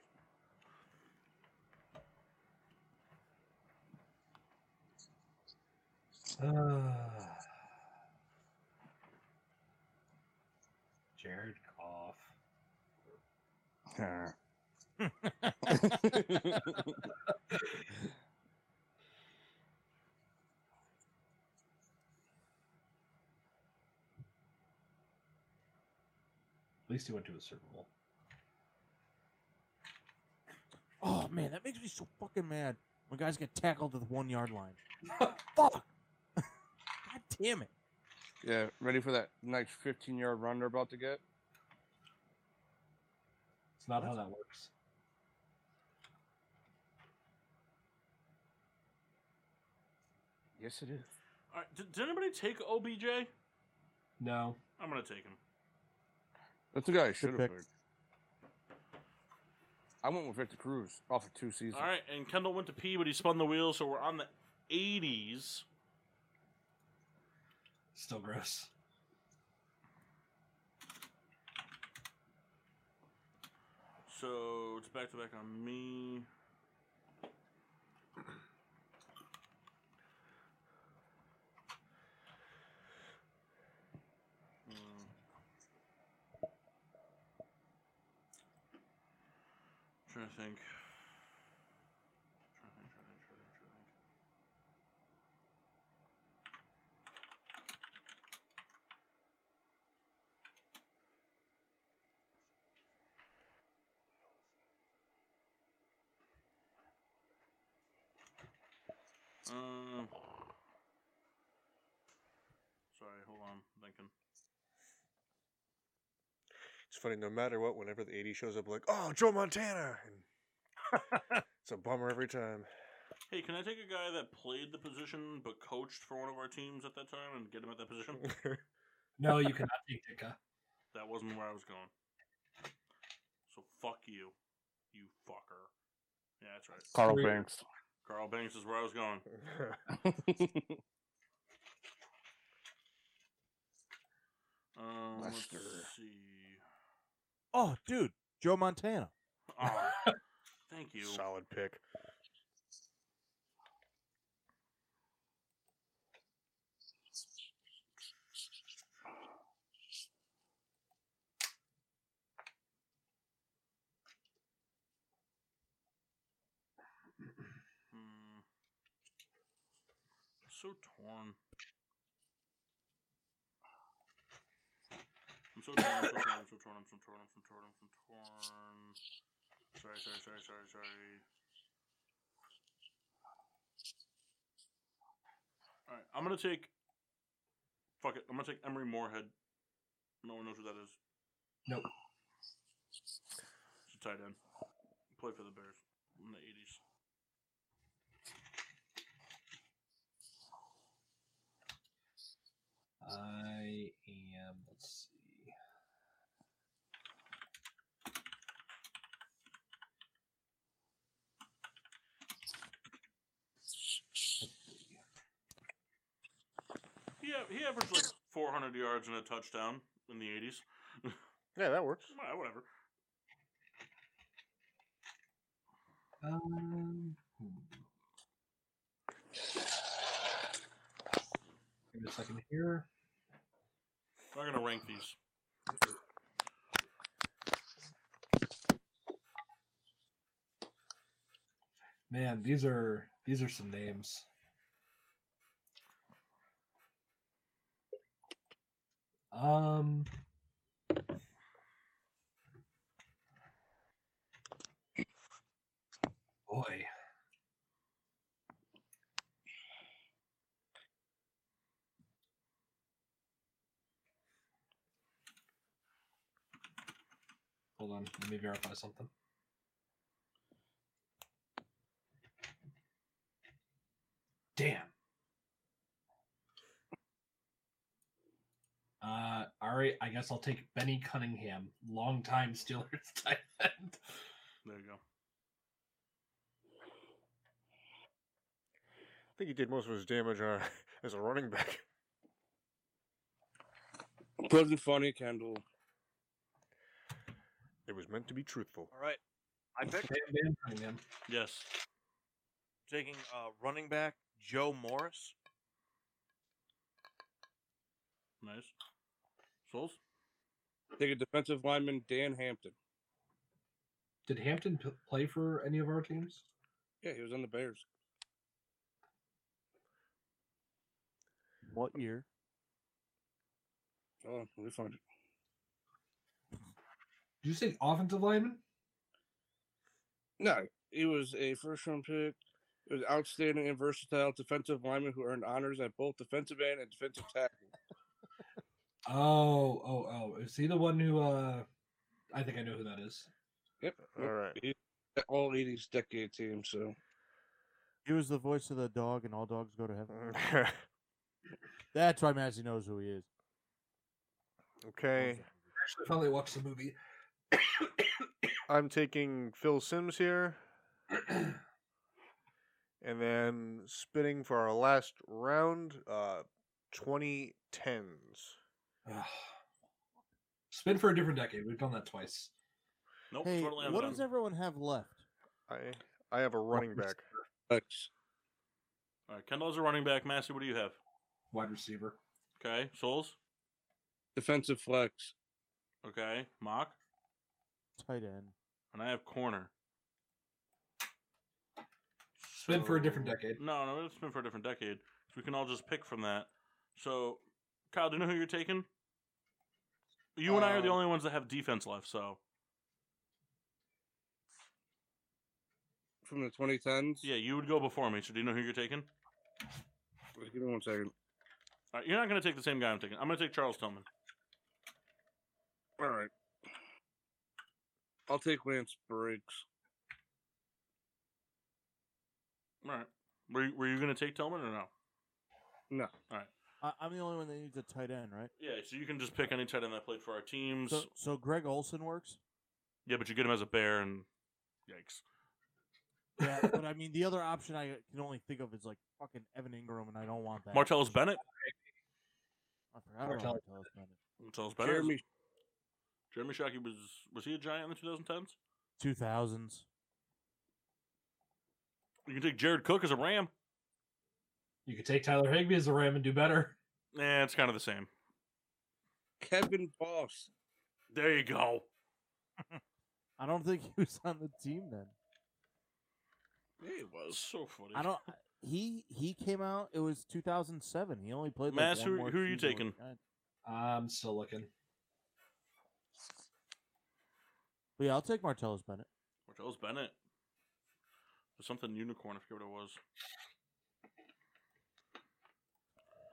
Jared Goff. At least he went to a Super Bowl. Oh man, that makes me so fucking mad when guys get tackled at the one yard line. Fuck. God damn it. Yeah, ready for that next 15 yard run they're about to get? It's not how that works. Yes, it is. All right, did, did anybody take OBJ? No. I'm gonna take him. That's the guy I should have picked. I went with Victor Cruz off of two seasons. All right, and Kendall went to pee, but he spun the wheel, so we're on the 80s. Still gross. So it's back to back on me. Mm. Trying to think. Trying to think, trying to think, trying to think, trying to think. Um, sorry, hold on. I'm thinking. It's funny, no matter what, whenever the 80 shows up, like, oh, Joe Montana. (laughs) And it's a bummer every time. Hey, can I take a guy that played the position but coached for one of our teams at that time and get him at that position? No, you cannot take Dicka. that wasn't where I was going. So fuck you, you fucker. Yeah, that's right. Carl Banks. Carl Banks is where I was going. Um, let's Lester. see. Oh, dude, Joe Montana. Oh, thank (laughs) you. Solid pick. Hmm. So torn. I'm so torn, I'm so torn, I'm so torn, I'm so torn, I'm so torn, I'm so torn. Sorry, sorry, sorry, sorry, sorry. Alright, I'm gonna take. Fuck it, I'm gonna take Emery Moorhead. No one knows who that is. Nope. He's a tight end. Played for the Bears in the 80s. (laughs) I am. Let's see. He, a- he averaged like 400 yards and a touchdown in the 80s. Yeah, that works. Well, whatever. Um, hmm. Give me a second here. We're gonna rank these. Man, these are these are some names. Um. Boy. Hold on, let me verify something. Damn. Uh, all right, I I guess I'll take Benny Cunningham, longtime (laughs) Steelers tight end. There you go. I think he did most of his damage uh, as a (laughs) running back. (laughs) Wasn't funny, Kendall. It was meant to be truthful. All right. I picked Yes. taking uh, running back Joe Morris. Nice. Souls? Take a defensive lineman, Dan Hampton. Did Hampton p- play for any of our teams? Yeah, he was on the Bears. What year? Oh, let me find it. Did you say offensive lineman? No, he was a first round pick. He was outstanding and versatile defensive lineman who earned honors at both defensive end and defensive tackle. Oh, oh, oh. Is he the one who uh I think I know who that is. Yep. All right. all 80s decade team, so. He was the voice of the dog, and all dogs go to (laughs) heaven. That's why Massey knows who he is. Okay. Actually finally watched the movie. (clears throat) I'm taking Phil Sims here. and then spinning for our last round, uh 2010s. Spin for a different decade. We've done that twice. Nope, Hey, what does everyone have left? I I have a running back. All right. Kendall's a running back. Massey, what do you have? Wide receiver. Okay. Souls? Defensive flex. Okay. Mock? Tight end. And I have corner. Spin for a different So- decade. No, no, it's been for a different decade. So we can all just pick from that. So, Kyle, do you know who you're taking? You and I are the Uh, only ones that have defense left, so. From the 2010s? Yeah, you would go before me. So, do you know who you're taking? Just give me one second. All right, you're not going to take the same guy I'm taking. I'm going to take Charles Tillman. All right. I'll take Lance Briggs. All right. Were you, were you going to take Tillman or no? No. All right. I, I'm the only one that needs a tight end, right? Yeah, so you can just pick any tight end that played for our teams. So, so Greg Olson works. yeah, but you get him as a bear, and yikes. Yeah, but I mean, the other option I can only think of is like fucking Evan Ingram, and I don't want that. Martellus Bennett. I forgot about Martellus. Martellus Bennett. Martellus Bennett. Jeremy. Jeremy- Jeremy Shockey was was he a giant in the 2010s? Two thousands. You can take Jared Cook as a Ram. You could take Tyler Higby as a Ram and do better. Yeah, Eh, it's kind of the same. Kevin Boss. There you go. I don't think he was on the team then. Yeah, it was. So funny. I don't. He he came out. It was two thousand seven. He only played. Like Mass, one who- more who are you season with taking? the Giants. I'm still looking. But yeah, I'll take Martellus Bennett. Martellus Bennett. There's something unicorn. I forget what it was.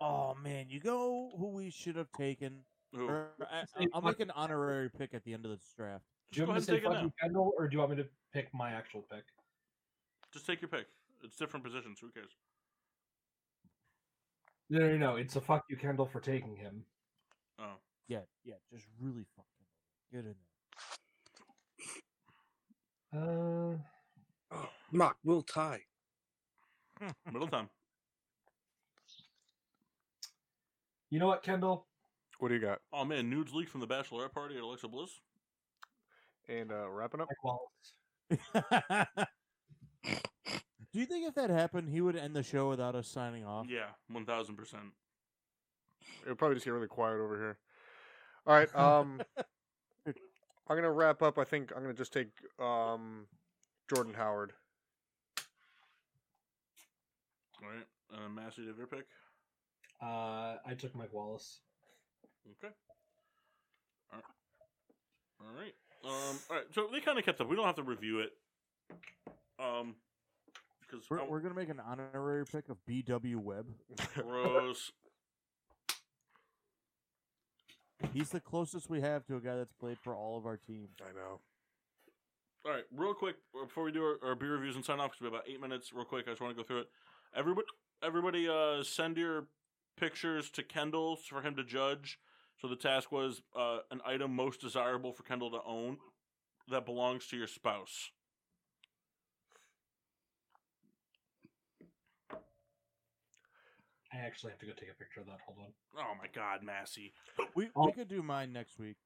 Oh man, you go who we should have taken. Who? Er, Or, I, Say I'll fuck- make an honorary pick at the end of this draft. Do you Go want me to ahead say and take it Fudgy now. Kendall or do you want me to pick my actual pick? Just take your pick. It's different positions. Who cares? No, no, no. It's a fuck you Kendall for taking him. Oh, Yeah, yeah, just really fucking good in Uh, Oh, Mock will tie. middle time. (laughs) You know what, Kendall? What do you got? Oh man, nudes leaked from the bachelorette party at Alexa Bliss. And uh wrapping up. (laughs) there. Do you think if that happened, he would end the show without us signing off? Yeah, one thousand percent. It'll probably just get really quiet over here. All right. (laughs) Um, I'm gonna wrap up. I think I'm gonna just take um, Jordan Howard. All right, uh, Massey, do you have your pick? Uh, I took Mike Wallace. Okay. All right. All right. Um. All right. So they kind of kept up. We don't have to review it. Um. Because We're, we're gonna make an honorary pick of B.W. Webb. gross. (laughs) He's the closest we have to a guy that's played for all of our teams. I know. All right, real quick before we do our, our beer reviews and sign off, because we have about eight minutes. Real quick, I just want to go through it. Everybody, everybody, uh, send your pictures to Kendall for him to judge. So the task was uh, an item most desirable for Kendall to own that belongs to your spouse. I actually have to go take a picture of that. Hold on. Oh my God, Massey! We, we could do mine next week.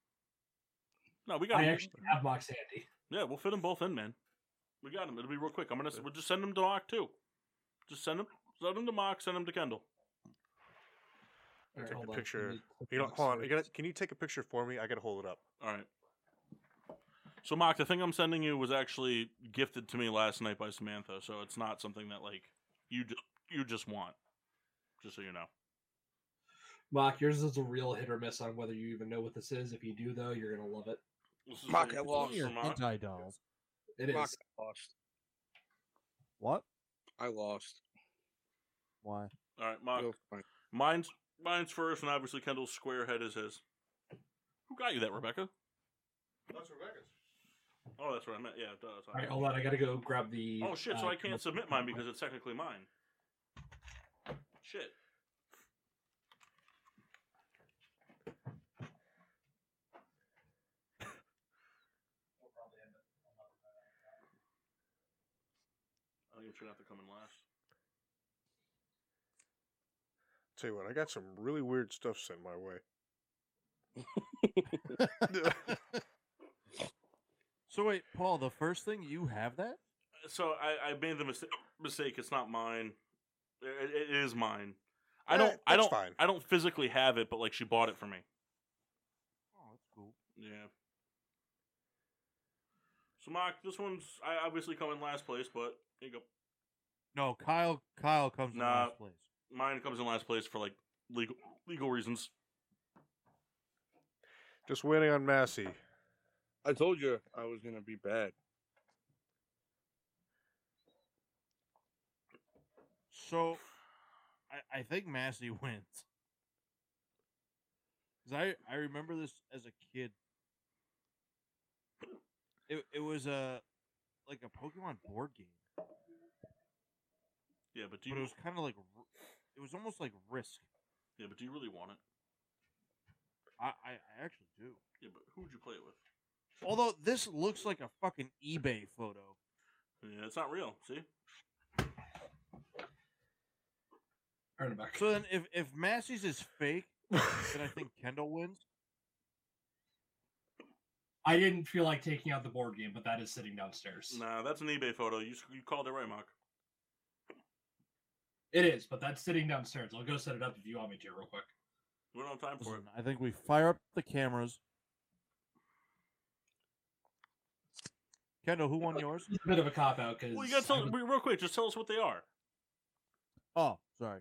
No, we got. I him. actually have Mox handy. Yeah, we'll fit them both in, man. We got them. It'll be real quick. I'm gonna. We'll just send them to Mock too. Just send them. Send them to Mock. Send them to Kendall. All right, take hold the on. Let picture. me- You know, hold on. You gotta, can you take a picture for me? I gotta hold it up. All right. So, Mock, the thing I'm sending you was actually gifted to me last night by Samantha, so it's not something that like you ju- you just want. Just so you know. Mock, yours is a real hit or miss on whether you even know what this is. If you do, though, you're gonna love it. This Mock, like- I lost. this is Mock. Anti dolls. It is. Mock, I lost. What? I lost. Why? All right, Mock. Mine's mine's first, and obviously Kendall's square head is his. Who got you that, Rebecca? That's Rebecca's. Oh, that's what I meant. Yeah. Duh, that's what All right, hold on. I gotta go grab the. Oh shit! So uh, I can't submit mine because it's technically mine. Shit. I think I'm gonna have to come in last. Tell you what, I got some really weird stuff sent my (laughs) way. (laughs) So wait, Paul, the first thing you have that? So I, I made the mistake. Mistake. It's not mine. It- it- it is mine. I don't. I Eh, that's don't. fine. I don't physically have it, but like she bought it for me. Oh, that's cool. Yeah. So Mark, this one's I obviously come in last place, but here you go. No, Kyle. Kyle comes in Nah. last place. Mine comes in last place for like legal legal reasons. Just waiting on Massey. I told you I was gonna be bad. So, I, I think Massey (laughs) wins. Cause I I remember this as a kid. It it was a like a Pokemon board game, Yeah, but do you? but it was kind of like r- it was almost like Risk. Yeah, but do you really want it? I, I I actually do. Yeah, but who would you play it with? Although this looks like a fucking eBay photo. Yeah, it's not real. See, Turn it back. So then, if if Massey's is fake, then I think Kendall wins. I didn't feel like taking out the board game, but that is sitting downstairs. nah, that's an eBay photo. You s- you called it right, Mark. It is, but that's sitting downstairs. I'll go set it up if you want me to, real quick. We don't have time for it. I think we fire up the cameras. Kendall, who won yours? It's a bit of a cop out because Well, you gotta tell re- real quick. Just tell us what they are. Oh, sorry.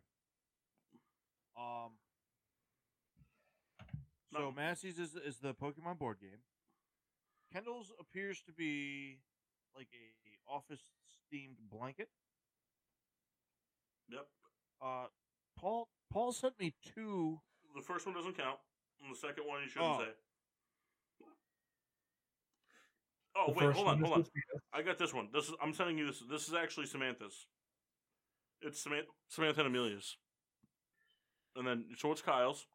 Um. So Massey's is is the Pokemon board game. Kendall's appears to be like a office themed blanket. Yep. Uh, Paul Paul sent me two. The first one doesn't count, and the second one you shouldn't Oh. say. Oh The wait, first hold on, one is hold on. Sophia. I got this one. This is I'm sending you this. This is actually Samantha's. It's Samantha, Samantha and Amelia's. And then so it's Kyle's.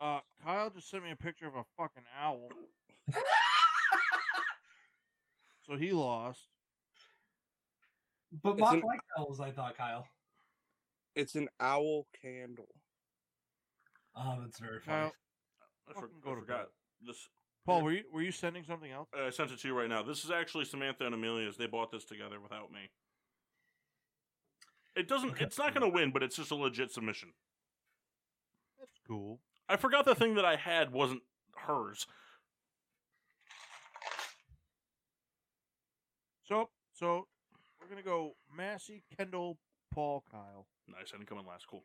Uh, Kyle just sent me a picture of a fucking owl. so he lost. But It's Mock an- liked owls, I thought, Kyle. It's an owl candle. Oh, that's very funny. Kyle, I, for, Fucking go I to forgot this. Paul, were you were you sending something else? I sent it to you right now. This is actually Samantha and Amelia's. They bought this together without me. It doesn't. It's not going to win, but it's just a legit submission. That's cool. I forgot the thing that I had wasn't hers. So so we're gonna go Massey, Kendall, Paul, Kyle. Nice. I didn't come in last. Cool.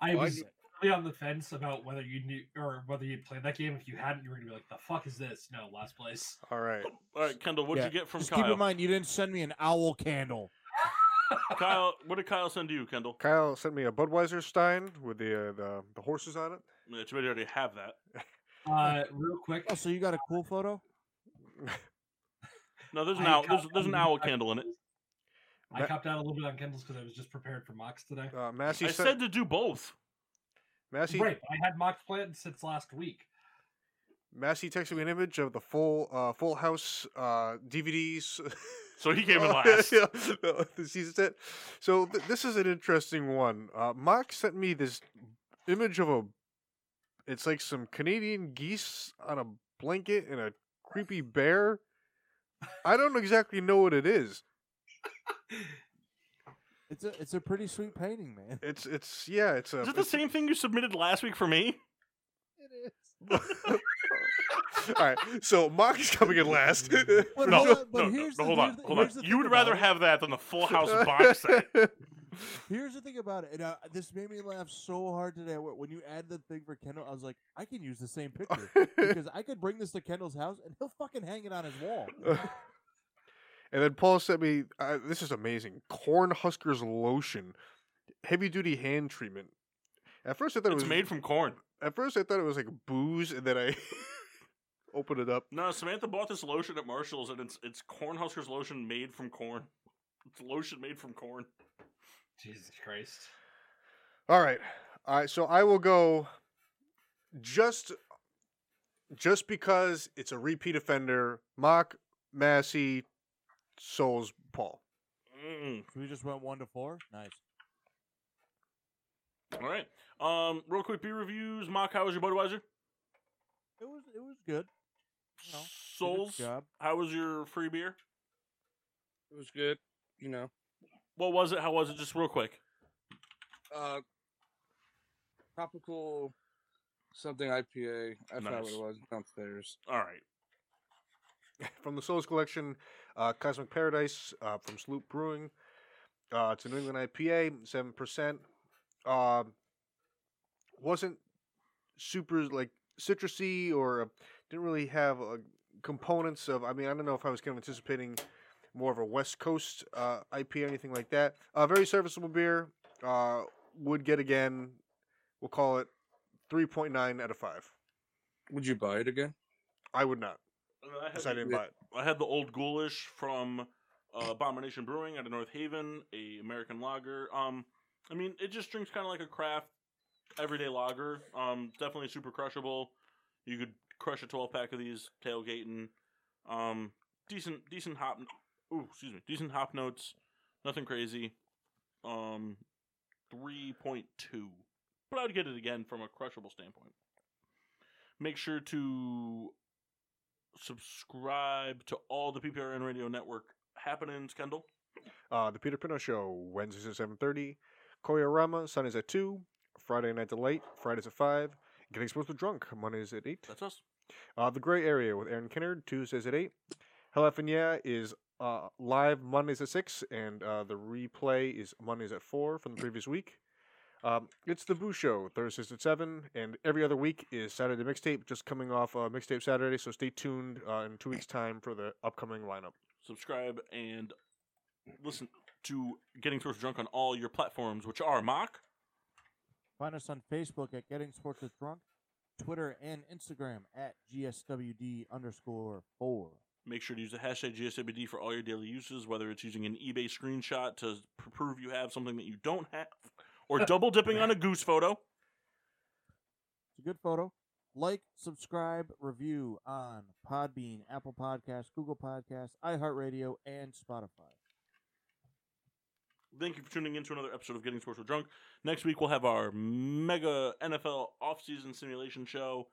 I Well, I was did- really on the fence about whether you knew or whether you'd played that game. If you hadn't, you were gonna be like, "The fuck is this?" No, last place. All right. All right, Kendall. What'd you Yeah, get from Just Kyle? keep in mind you didn't send me an owl candle. (laughs) Kyle, what did Kyle send to you, Kendall? Kyle sent me a Budweiser Stein with the uh, the, the horses on it. Yeah, It's already have that. Uh, real quick. Oh, so you got a cool photo? No, there's an I owl. copped There's, there's out an on- owl candle in it. I Ma- Uh, copped out a little bit on Kendall's because I was just prepared for Mox today. Uh, Massey I sent, said to do both. Massey, right, I had mock plant since last week. Massey texted me an image of the full uh, Full House uh, DVDs. So he came in last. (laughs) yeah, the the season set. So th- this is an interesting one. Uh, Mark sent me this image of a. It's like some Canadian geese on a blanket and a creepy bear. I don't exactly know what it is. It's a it's a pretty sweet painting, man. (laughs) It's it's yeah. It's a. Is it the same thing you submitted last week for me? (laughs) All right. So Mark is coming in last. No, (laughs) (laughs) no, no, no, hold on, hold on. You would rather have that than the (laughs) Full House box (laughs) set. Here's the thing about it, and uh, this made me laugh so hard today. Wh- When you add the thing for Kendall, I was like, I can use the (laughs) same picture because I could bring this to Kendall's house and he'll fucking hang it on his wall. (laughs) And then Paul sent me uh, this is amazing corn huskers lotion, heavy duty hand treatment. At first, I thought It's it was made from corn. At first, I thought it was like booze, and then I (laughs) opened it up. No, Samantha bought this lotion at Marshalls, and it's it's Cornhuskers lotion made from corn. It's lotion made from corn. Jesus Christ! (laughs) All right, all right. So I will go. Just, just because it's a repeat offender, Mock Massey, Souls Paul. Mm. So we just went one to four. Nice. All right. Um, real quick beer reviews. Mock, how was your Budweiser? It was it was good. You know, Souls, job. how was your free beer? It was good, you know. What was it? How was it? Just real quick. Uh, tropical something IPA. I forgot what Nice. it was downstairs. All right. from the Souls Collection, uh, Cosmic Paradise uh, from Sloop Brewing. Uh, it's a New England IPA, seven percent. Uh, wasn't super like citrusy or uh, didn't really have uh, components of. I mean, I don't know if I was kind of anticipating more of a West Coast uh, IPA or anything like that. Uh, very serviceable beer. Uh, would get again. We'll call it three point nine out of five. Would you buy it again? I would not. I had, Yes, I didn't buy it. I had the old ghoulish from uh, Abomination Brewing out of North Haven, a American lager. Um, I mean, it just drinks kind of like a craft everyday lager. Um, definitely super crushable. You could crush a twelve pack of these tailgating. Um, decent, decent hop. Ooh, excuse me. Decent hop notes. Nothing crazy. Um, three point two. But I'd get it again from a crushable standpoint. Make sure to subscribe to all the PPRN Radio Network happenings, Kendall. Uh, the Peter Pino Show, Wednesdays at 7.30. Koyorama, Sundays at 2. Friday Night Delight, Fridays at 5. Getting Exposed with Drunk, Mondays at 8. That's us. Uh, the Gray Area with Aaron Kinnard, Tuesdays at 8. Hell Effing Yeah is uh, live Mondays at 6, and uh, the replay is Mondays at 4 from the previous week. Um, it's the Boo Show, Thursdays at 7, and every other week is Saturday Mixtape, just coming off uh, Mixtape Saturday, so stay tuned uh, in two weeks' time for the upcoming lineup. Subscribe and listen to Getting Source Drunk on all your platforms, which are Mock. Find us on Facebook at Getting Sports with Drunk, Twitter and Instagram at GSWD underscore four. Make sure to use the hashtag GSABD for all your daily uses, whether it's using an eBay screenshot to pr- prove you have something that you don't have, or double dipping on a goose photo. It's a good photo. Like, subscribe, review on Podbean, Apple Podcasts, Google Podcasts, iHeartRadio, and Spotify. Thank you for tuning in to another episode of Getting Sports with Drunk. Next week we'll have our mega NFL offseason simulation show.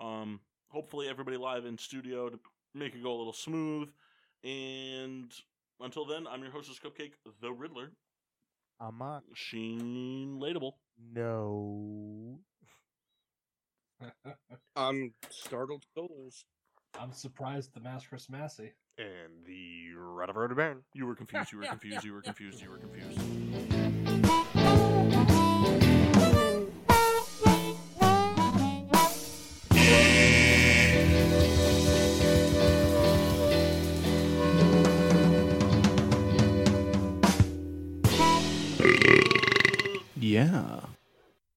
Um, hopefully everybody live in studio to make it go a little smooth. And until then, I'm your hostess Cupcake, the Riddler, I'm not. Sheen Latable. No. I'm startled souls. I'm surprised the Mascaris Massey. And the Rutherford Baron. You were confused, you were confused, you were confused, you were confused. Yeah.